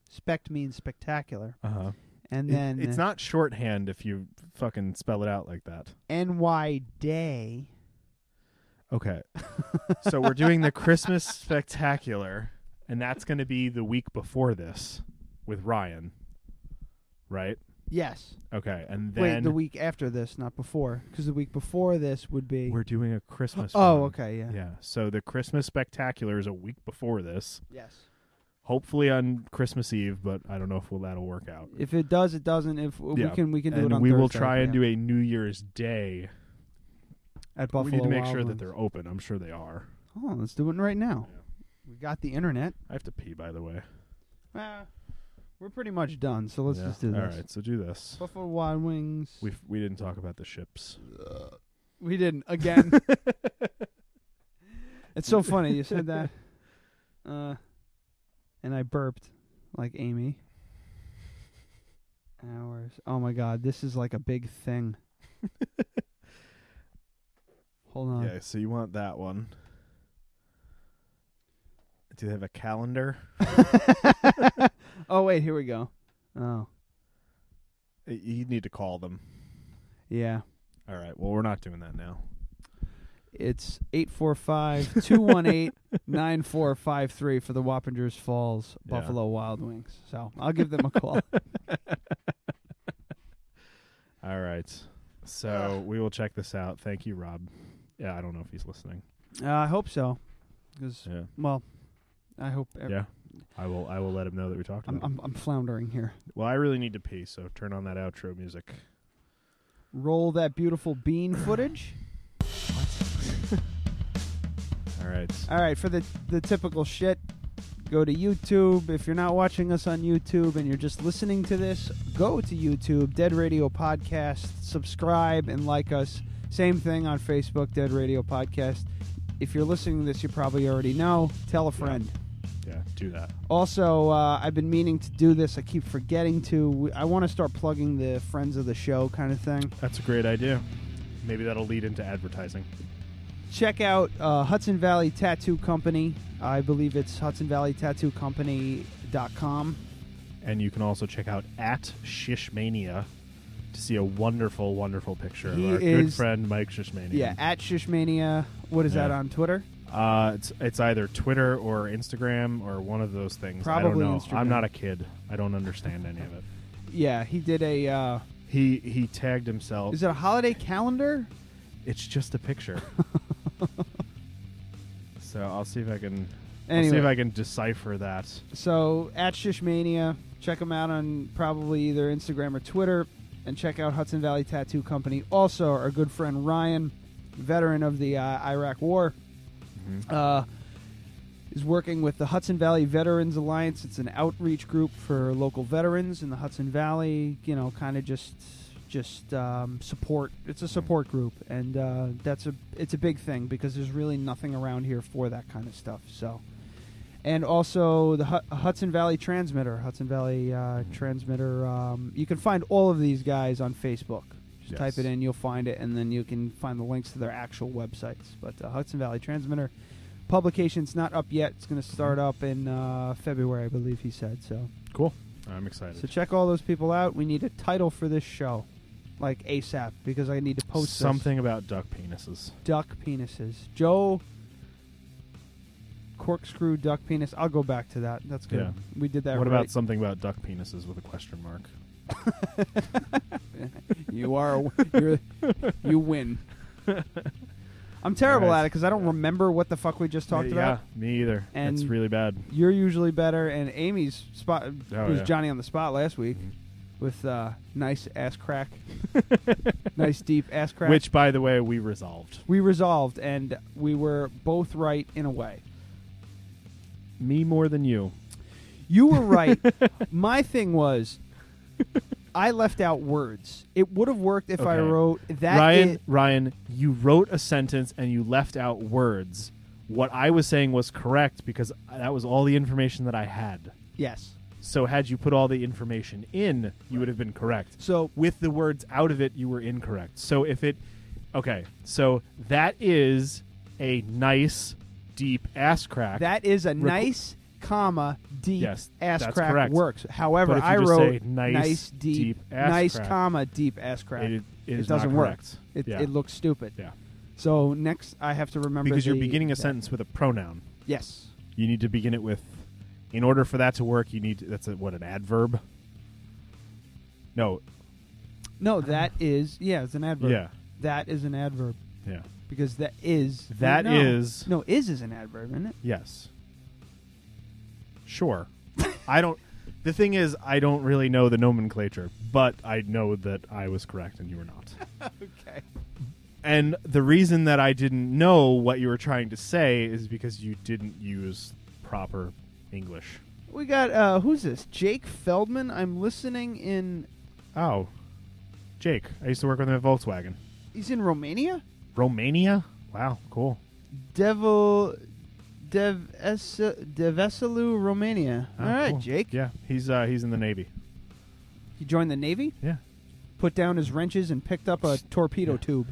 [SPEAKER 6] Spect means spectacular.
[SPEAKER 3] Uh-huh.
[SPEAKER 6] And
[SPEAKER 3] It-
[SPEAKER 6] then
[SPEAKER 3] it's not shorthand if you fucking spell it out like that.
[SPEAKER 6] NY Day.
[SPEAKER 3] Okay. <laughs> so we're doing the Christmas spectacular, and that's going to be the week before this with Ryan, right?
[SPEAKER 6] Yes.
[SPEAKER 3] Okay, and then
[SPEAKER 6] Wait, the week after this, not before, because the week before this would be.
[SPEAKER 3] we're doing a Christmas.
[SPEAKER 6] Oh,
[SPEAKER 3] one.
[SPEAKER 6] okay, yeah.
[SPEAKER 3] Yeah. So the Christmas spectacular is a week before this.
[SPEAKER 6] Yes.
[SPEAKER 3] Hopefully on Christmas Eve, but I don't know if we'll, that'll work out.
[SPEAKER 6] If it does, it doesn't. If
[SPEAKER 3] Yeah.
[SPEAKER 6] we can, we can do
[SPEAKER 3] and
[SPEAKER 6] it on
[SPEAKER 3] we will
[SPEAKER 6] Thursday,
[SPEAKER 3] try and
[SPEAKER 6] yeah.
[SPEAKER 3] do a New Year's Day.
[SPEAKER 6] at
[SPEAKER 3] But
[SPEAKER 6] Buffalo.
[SPEAKER 3] we need to make
[SPEAKER 6] Wild
[SPEAKER 3] sure that
[SPEAKER 6] Wings.
[SPEAKER 3] they're open. I'm sure they are.
[SPEAKER 6] Oh, let's do it right now. We got the internet.
[SPEAKER 3] I have to pee, by the way.
[SPEAKER 6] Uh, we're pretty much done, so let's
[SPEAKER 3] Yeah.
[SPEAKER 6] just do this.
[SPEAKER 3] All right, so do this.
[SPEAKER 6] Buffalo Wild Wings.
[SPEAKER 3] We we didn't talk about the ships.
[SPEAKER 6] We didn't
[SPEAKER 3] <laughs>
[SPEAKER 6] again. it's so funny you said that. <laughs> Uh, and I burped like Amy. Hours. Oh my god, this is like a big
[SPEAKER 3] <laughs>
[SPEAKER 6] thing. Hold on.
[SPEAKER 3] yeah, so you want that one. Do they have a calendar?
[SPEAKER 6] <laughs> oh wait, here we go. Oh.
[SPEAKER 3] Y- you need to call them.
[SPEAKER 6] Yeah.
[SPEAKER 3] All right. Well, we're not doing that now.
[SPEAKER 6] It's 845-218-9453 for the Wappingers Falls
[SPEAKER 3] Yeah.
[SPEAKER 6] Buffalo Wild Wings. So, I'll give them a
[SPEAKER 3] <laughs>
[SPEAKER 6] call.
[SPEAKER 3] All right. So we will check this out. Thank you, Rob. Yeah, I don't know if he's listening.
[SPEAKER 6] Uh, I hope so. 'Cause-
[SPEAKER 3] Yeah.
[SPEAKER 6] well, I hope. ev-
[SPEAKER 3] Yeah. I will. I will let him know that we talked
[SPEAKER 6] I'm,
[SPEAKER 3] about. him.
[SPEAKER 6] I'm I'm floundering here.
[SPEAKER 3] Well, I really need to pee, so turn on that outro music.
[SPEAKER 6] Roll that beautiful bean footage.
[SPEAKER 3] All right.
[SPEAKER 6] All right, for the the typical shit, go to YouTube. If you're not watching us on YouTube and you're just listening to this, go to YouTube, Dead Radio Podcast, subscribe and like us. Same thing on Facebook, Dead Radio Podcast. If you're listening to this, you probably already know. Tell a friend.
[SPEAKER 3] Yeah, do that.
[SPEAKER 6] Also, uh, I've been meaning to do this. I keep forgetting to. We- I want to start plugging the friends of the show kind of thing.
[SPEAKER 3] That's a great idea. Maybe that'll lead into advertising.
[SPEAKER 6] Check out uh, Hudson Valley Tattoo Company. I believe it's hudsonvalleytattoocompany.com.
[SPEAKER 3] And you can also check out at Shishmania to see a wonderful, wonderful picture
[SPEAKER 6] He
[SPEAKER 3] of our good
[SPEAKER 6] is-
[SPEAKER 3] friend Mike Shishmania.
[SPEAKER 6] Yeah, at Shishmania. What is that
[SPEAKER 3] Yeah.
[SPEAKER 6] on Twitter?
[SPEAKER 3] Uh, it's it's either Twitter or Instagram or one of those things.
[SPEAKER 6] Probably
[SPEAKER 3] I don't know.
[SPEAKER 6] Instagram.
[SPEAKER 3] I'm not a kid. I don't understand any of it.
[SPEAKER 6] Yeah, he did a. Uh,
[SPEAKER 3] He he tagged himself.
[SPEAKER 6] is it a holiday calendar?
[SPEAKER 3] It's just a
[SPEAKER 6] <laughs>
[SPEAKER 3] picture. so I'll see if I can. I'll see
[SPEAKER 6] Anyway.
[SPEAKER 3] if I can decipher that.
[SPEAKER 6] So at Shishmania, check him out on probably either Instagram or Twitter. and check out Hudson Valley Tattoo Company. Also, our good friend Ryan, veteran of the uh, Iraq War, uh, is working with the Hudson Valley Veterans Alliance. It's an outreach group for local veterans in the Hudson Valley. You know, kind of just just um, support. It's a support group, and uh, that's a it's a big thing because there's really nothing around here for that kind of stuff. So and also the Hu- Hudson Valley Transmitter. Hudson Valley uh,
[SPEAKER 3] Mm-hmm.
[SPEAKER 6] Transmitter. Um, you can find all of these guys on Facebook. Just
[SPEAKER 3] Yes.
[SPEAKER 6] type it in, you'll find it, and then you can find the links to their actual websites. But uh, Hudson Valley Transmitter publication's not up yet. It's going to start up in uh, February, I believe he said. So
[SPEAKER 3] cool. I'm excited.
[SPEAKER 6] So check all those people out. We need a title for this show, like ASAP, because I need to post this.
[SPEAKER 3] Something about duck penises.
[SPEAKER 6] duck penises. Joe corkscrew duck penis. I'll go back to that. That's good.
[SPEAKER 3] Yeah.
[SPEAKER 6] We did that
[SPEAKER 3] What
[SPEAKER 6] right.
[SPEAKER 3] about something about duck penises with a question mark?
[SPEAKER 6] <laughs> you are you're,
[SPEAKER 3] <laughs>
[SPEAKER 6] you win. I'm terrible
[SPEAKER 3] Alright.
[SPEAKER 6] at it because I don't remember what the fuck we just talked
[SPEAKER 3] yeah,
[SPEAKER 6] about.
[SPEAKER 3] me either.
[SPEAKER 6] And
[SPEAKER 3] That's really bad.
[SPEAKER 6] You're usually better, and Amy's spot
[SPEAKER 3] Oh,
[SPEAKER 6] was
[SPEAKER 3] yeah. Mm-hmm.
[SPEAKER 6] Johnny on the spot last week with uh, nice
[SPEAKER 3] <laughs>
[SPEAKER 6] ass crack, nice deep ass crack.
[SPEAKER 3] Which, by the way, we resolved.
[SPEAKER 6] we resolved, and we were both right in a way.
[SPEAKER 3] Me more than you.
[SPEAKER 6] You were right. <laughs> My thing was, I left out words. It would have worked if I
[SPEAKER 3] Okay.
[SPEAKER 6] wrote that.
[SPEAKER 3] Ryan,
[SPEAKER 6] i-
[SPEAKER 3] Ryan, you wrote a sentence and you left out words. What I was saying was correct because that was all the information that I had.
[SPEAKER 6] Yes.
[SPEAKER 3] So had you put all the information in, you would have been correct.
[SPEAKER 6] So
[SPEAKER 3] with the words out of it, you were incorrect. So if it, okay, so that is a nice deep ass crack.
[SPEAKER 6] that is a
[SPEAKER 3] Requ-
[SPEAKER 6] nice comma deep
[SPEAKER 3] Yes,
[SPEAKER 6] ass
[SPEAKER 3] that's
[SPEAKER 6] crack
[SPEAKER 3] correct.
[SPEAKER 6] works. However,
[SPEAKER 3] But if you
[SPEAKER 6] I
[SPEAKER 3] just
[SPEAKER 6] wrote
[SPEAKER 3] say nice,
[SPEAKER 6] deep,
[SPEAKER 3] deep ass
[SPEAKER 6] nice
[SPEAKER 3] crack,
[SPEAKER 6] comma deep ass crack.
[SPEAKER 3] it- it is not
[SPEAKER 6] doesn't work.
[SPEAKER 3] correct.
[SPEAKER 6] It,
[SPEAKER 3] Yeah.
[SPEAKER 6] it looks stupid.
[SPEAKER 3] Yeah.
[SPEAKER 6] So next, I have to remember
[SPEAKER 3] because you're
[SPEAKER 6] the-
[SPEAKER 3] beginning a
[SPEAKER 6] that.
[SPEAKER 3] sentence with a pronoun.
[SPEAKER 6] Yes.
[SPEAKER 3] You need to begin it with. In order for that to work, you need that's a, what an adverb. No,
[SPEAKER 6] No, that is yeah, it's an adverb.
[SPEAKER 3] Yeah.
[SPEAKER 6] That is an adverb.
[SPEAKER 3] Yeah.
[SPEAKER 6] Because that is
[SPEAKER 3] That
[SPEAKER 6] no.
[SPEAKER 3] is-
[SPEAKER 6] no is is an adverb, isn't it?
[SPEAKER 3] Yes. Sure. I don't. The thing is, I don't really know the nomenclature, but I know that I was correct and you were not.
[SPEAKER 6] <laughs> okay.
[SPEAKER 3] And the reason that I didn't know what you were trying to say is because you didn't use proper English.
[SPEAKER 6] We got uh who's this? Jake Feldman. I'm listening in
[SPEAKER 3] Oh, Jake, I used to work with him at Volkswagen.
[SPEAKER 6] he's in Romania?
[SPEAKER 3] Romania? Wow, cool.
[SPEAKER 6] Devil Dev Es Deveselu, Romania.
[SPEAKER 3] Oh,
[SPEAKER 6] All right,
[SPEAKER 3] cool.
[SPEAKER 6] Jake.
[SPEAKER 3] Yeah, he's uh, he's in the Navy.
[SPEAKER 6] He joined the Navy?
[SPEAKER 3] Yeah.
[SPEAKER 6] Put down his wrenches and picked up a torpedo tube.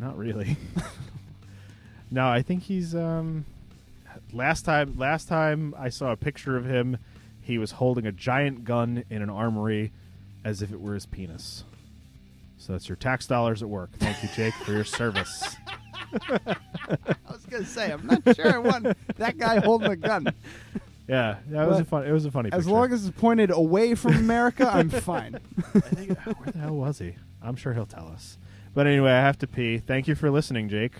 [SPEAKER 3] Not really. <laughs> no, I think he's um last time last time I saw a picture of him, he was holding a giant gun in an armory as if it were his penis. So that's your tax dollars at work. Thank you, Jake, for your
[SPEAKER 6] <laughs>
[SPEAKER 3] service.
[SPEAKER 6] I was gonna say, I'm not sure I want that <laughs> guy holding a gun.
[SPEAKER 3] Yeah, that was a
[SPEAKER 6] But
[SPEAKER 3] fun. It was a funny.
[SPEAKER 6] As
[SPEAKER 3] picture.
[SPEAKER 6] long as it's pointed away from America, I'm fine.
[SPEAKER 3] I think <laughs> where the hell was he? I'm sure he'll tell us. But anyway, I have to pee. Thank you for listening, Jake,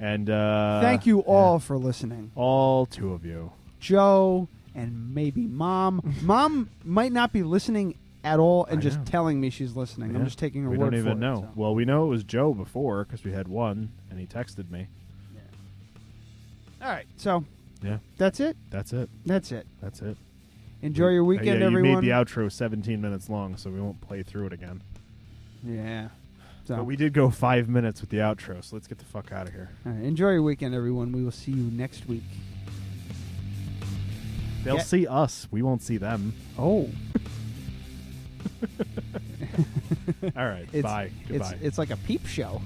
[SPEAKER 3] and <laughs> uh,
[SPEAKER 6] Thank you all for listening.
[SPEAKER 3] all two of you.
[SPEAKER 6] Joe and maybe
[SPEAKER 3] <laughs>
[SPEAKER 6] mom. mom might not be listening at all and just telling me she's listening. I'm
[SPEAKER 3] Yeah.
[SPEAKER 6] just taking her
[SPEAKER 3] we
[SPEAKER 6] word
[SPEAKER 3] don't even
[SPEAKER 6] for
[SPEAKER 3] know.
[SPEAKER 6] it. so.
[SPEAKER 3] Well, we know it was Joe before because we had one, and he texted me.
[SPEAKER 6] All right. So
[SPEAKER 3] Yeah,
[SPEAKER 6] that's it.
[SPEAKER 3] that's it.
[SPEAKER 6] That's it.
[SPEAKER 3] That's it.
[SPEAKER 6] Enjoy your
[SPEAKER 3] Uh,
[SPEAKER 6] weekend,
[SPEAKER 3] yeah, You
[SPEAKER 6] everyone.
[SPEAKER 3] made the outro 17 minutes long, so we won't play through it again.
[SPEAKER 6] yeah. So
[SPEAKER 3] But we did go five minutes with the outro, so let's get the fuck out of here.
[SPEAKER 6] all right, enjoy your weekend, everyone. We will see you next week.
[SPEAKER 3] They'll
[SPEAKER 6] Yeah.
[SPEAKER 3] see us. We won't see
[SPEAKER 6] <laughs>
[SPEAKER 3] them.
[SPEAKER 6] Oh.
[SPEAKER 3] All right.
[SPEAKER 6] It's,
[SPEAKER 3] bye.
[SPEAKER 6] it's-
[SPEAKER 3] Goodbye.
[SPEAKER 6] it's like a peep show.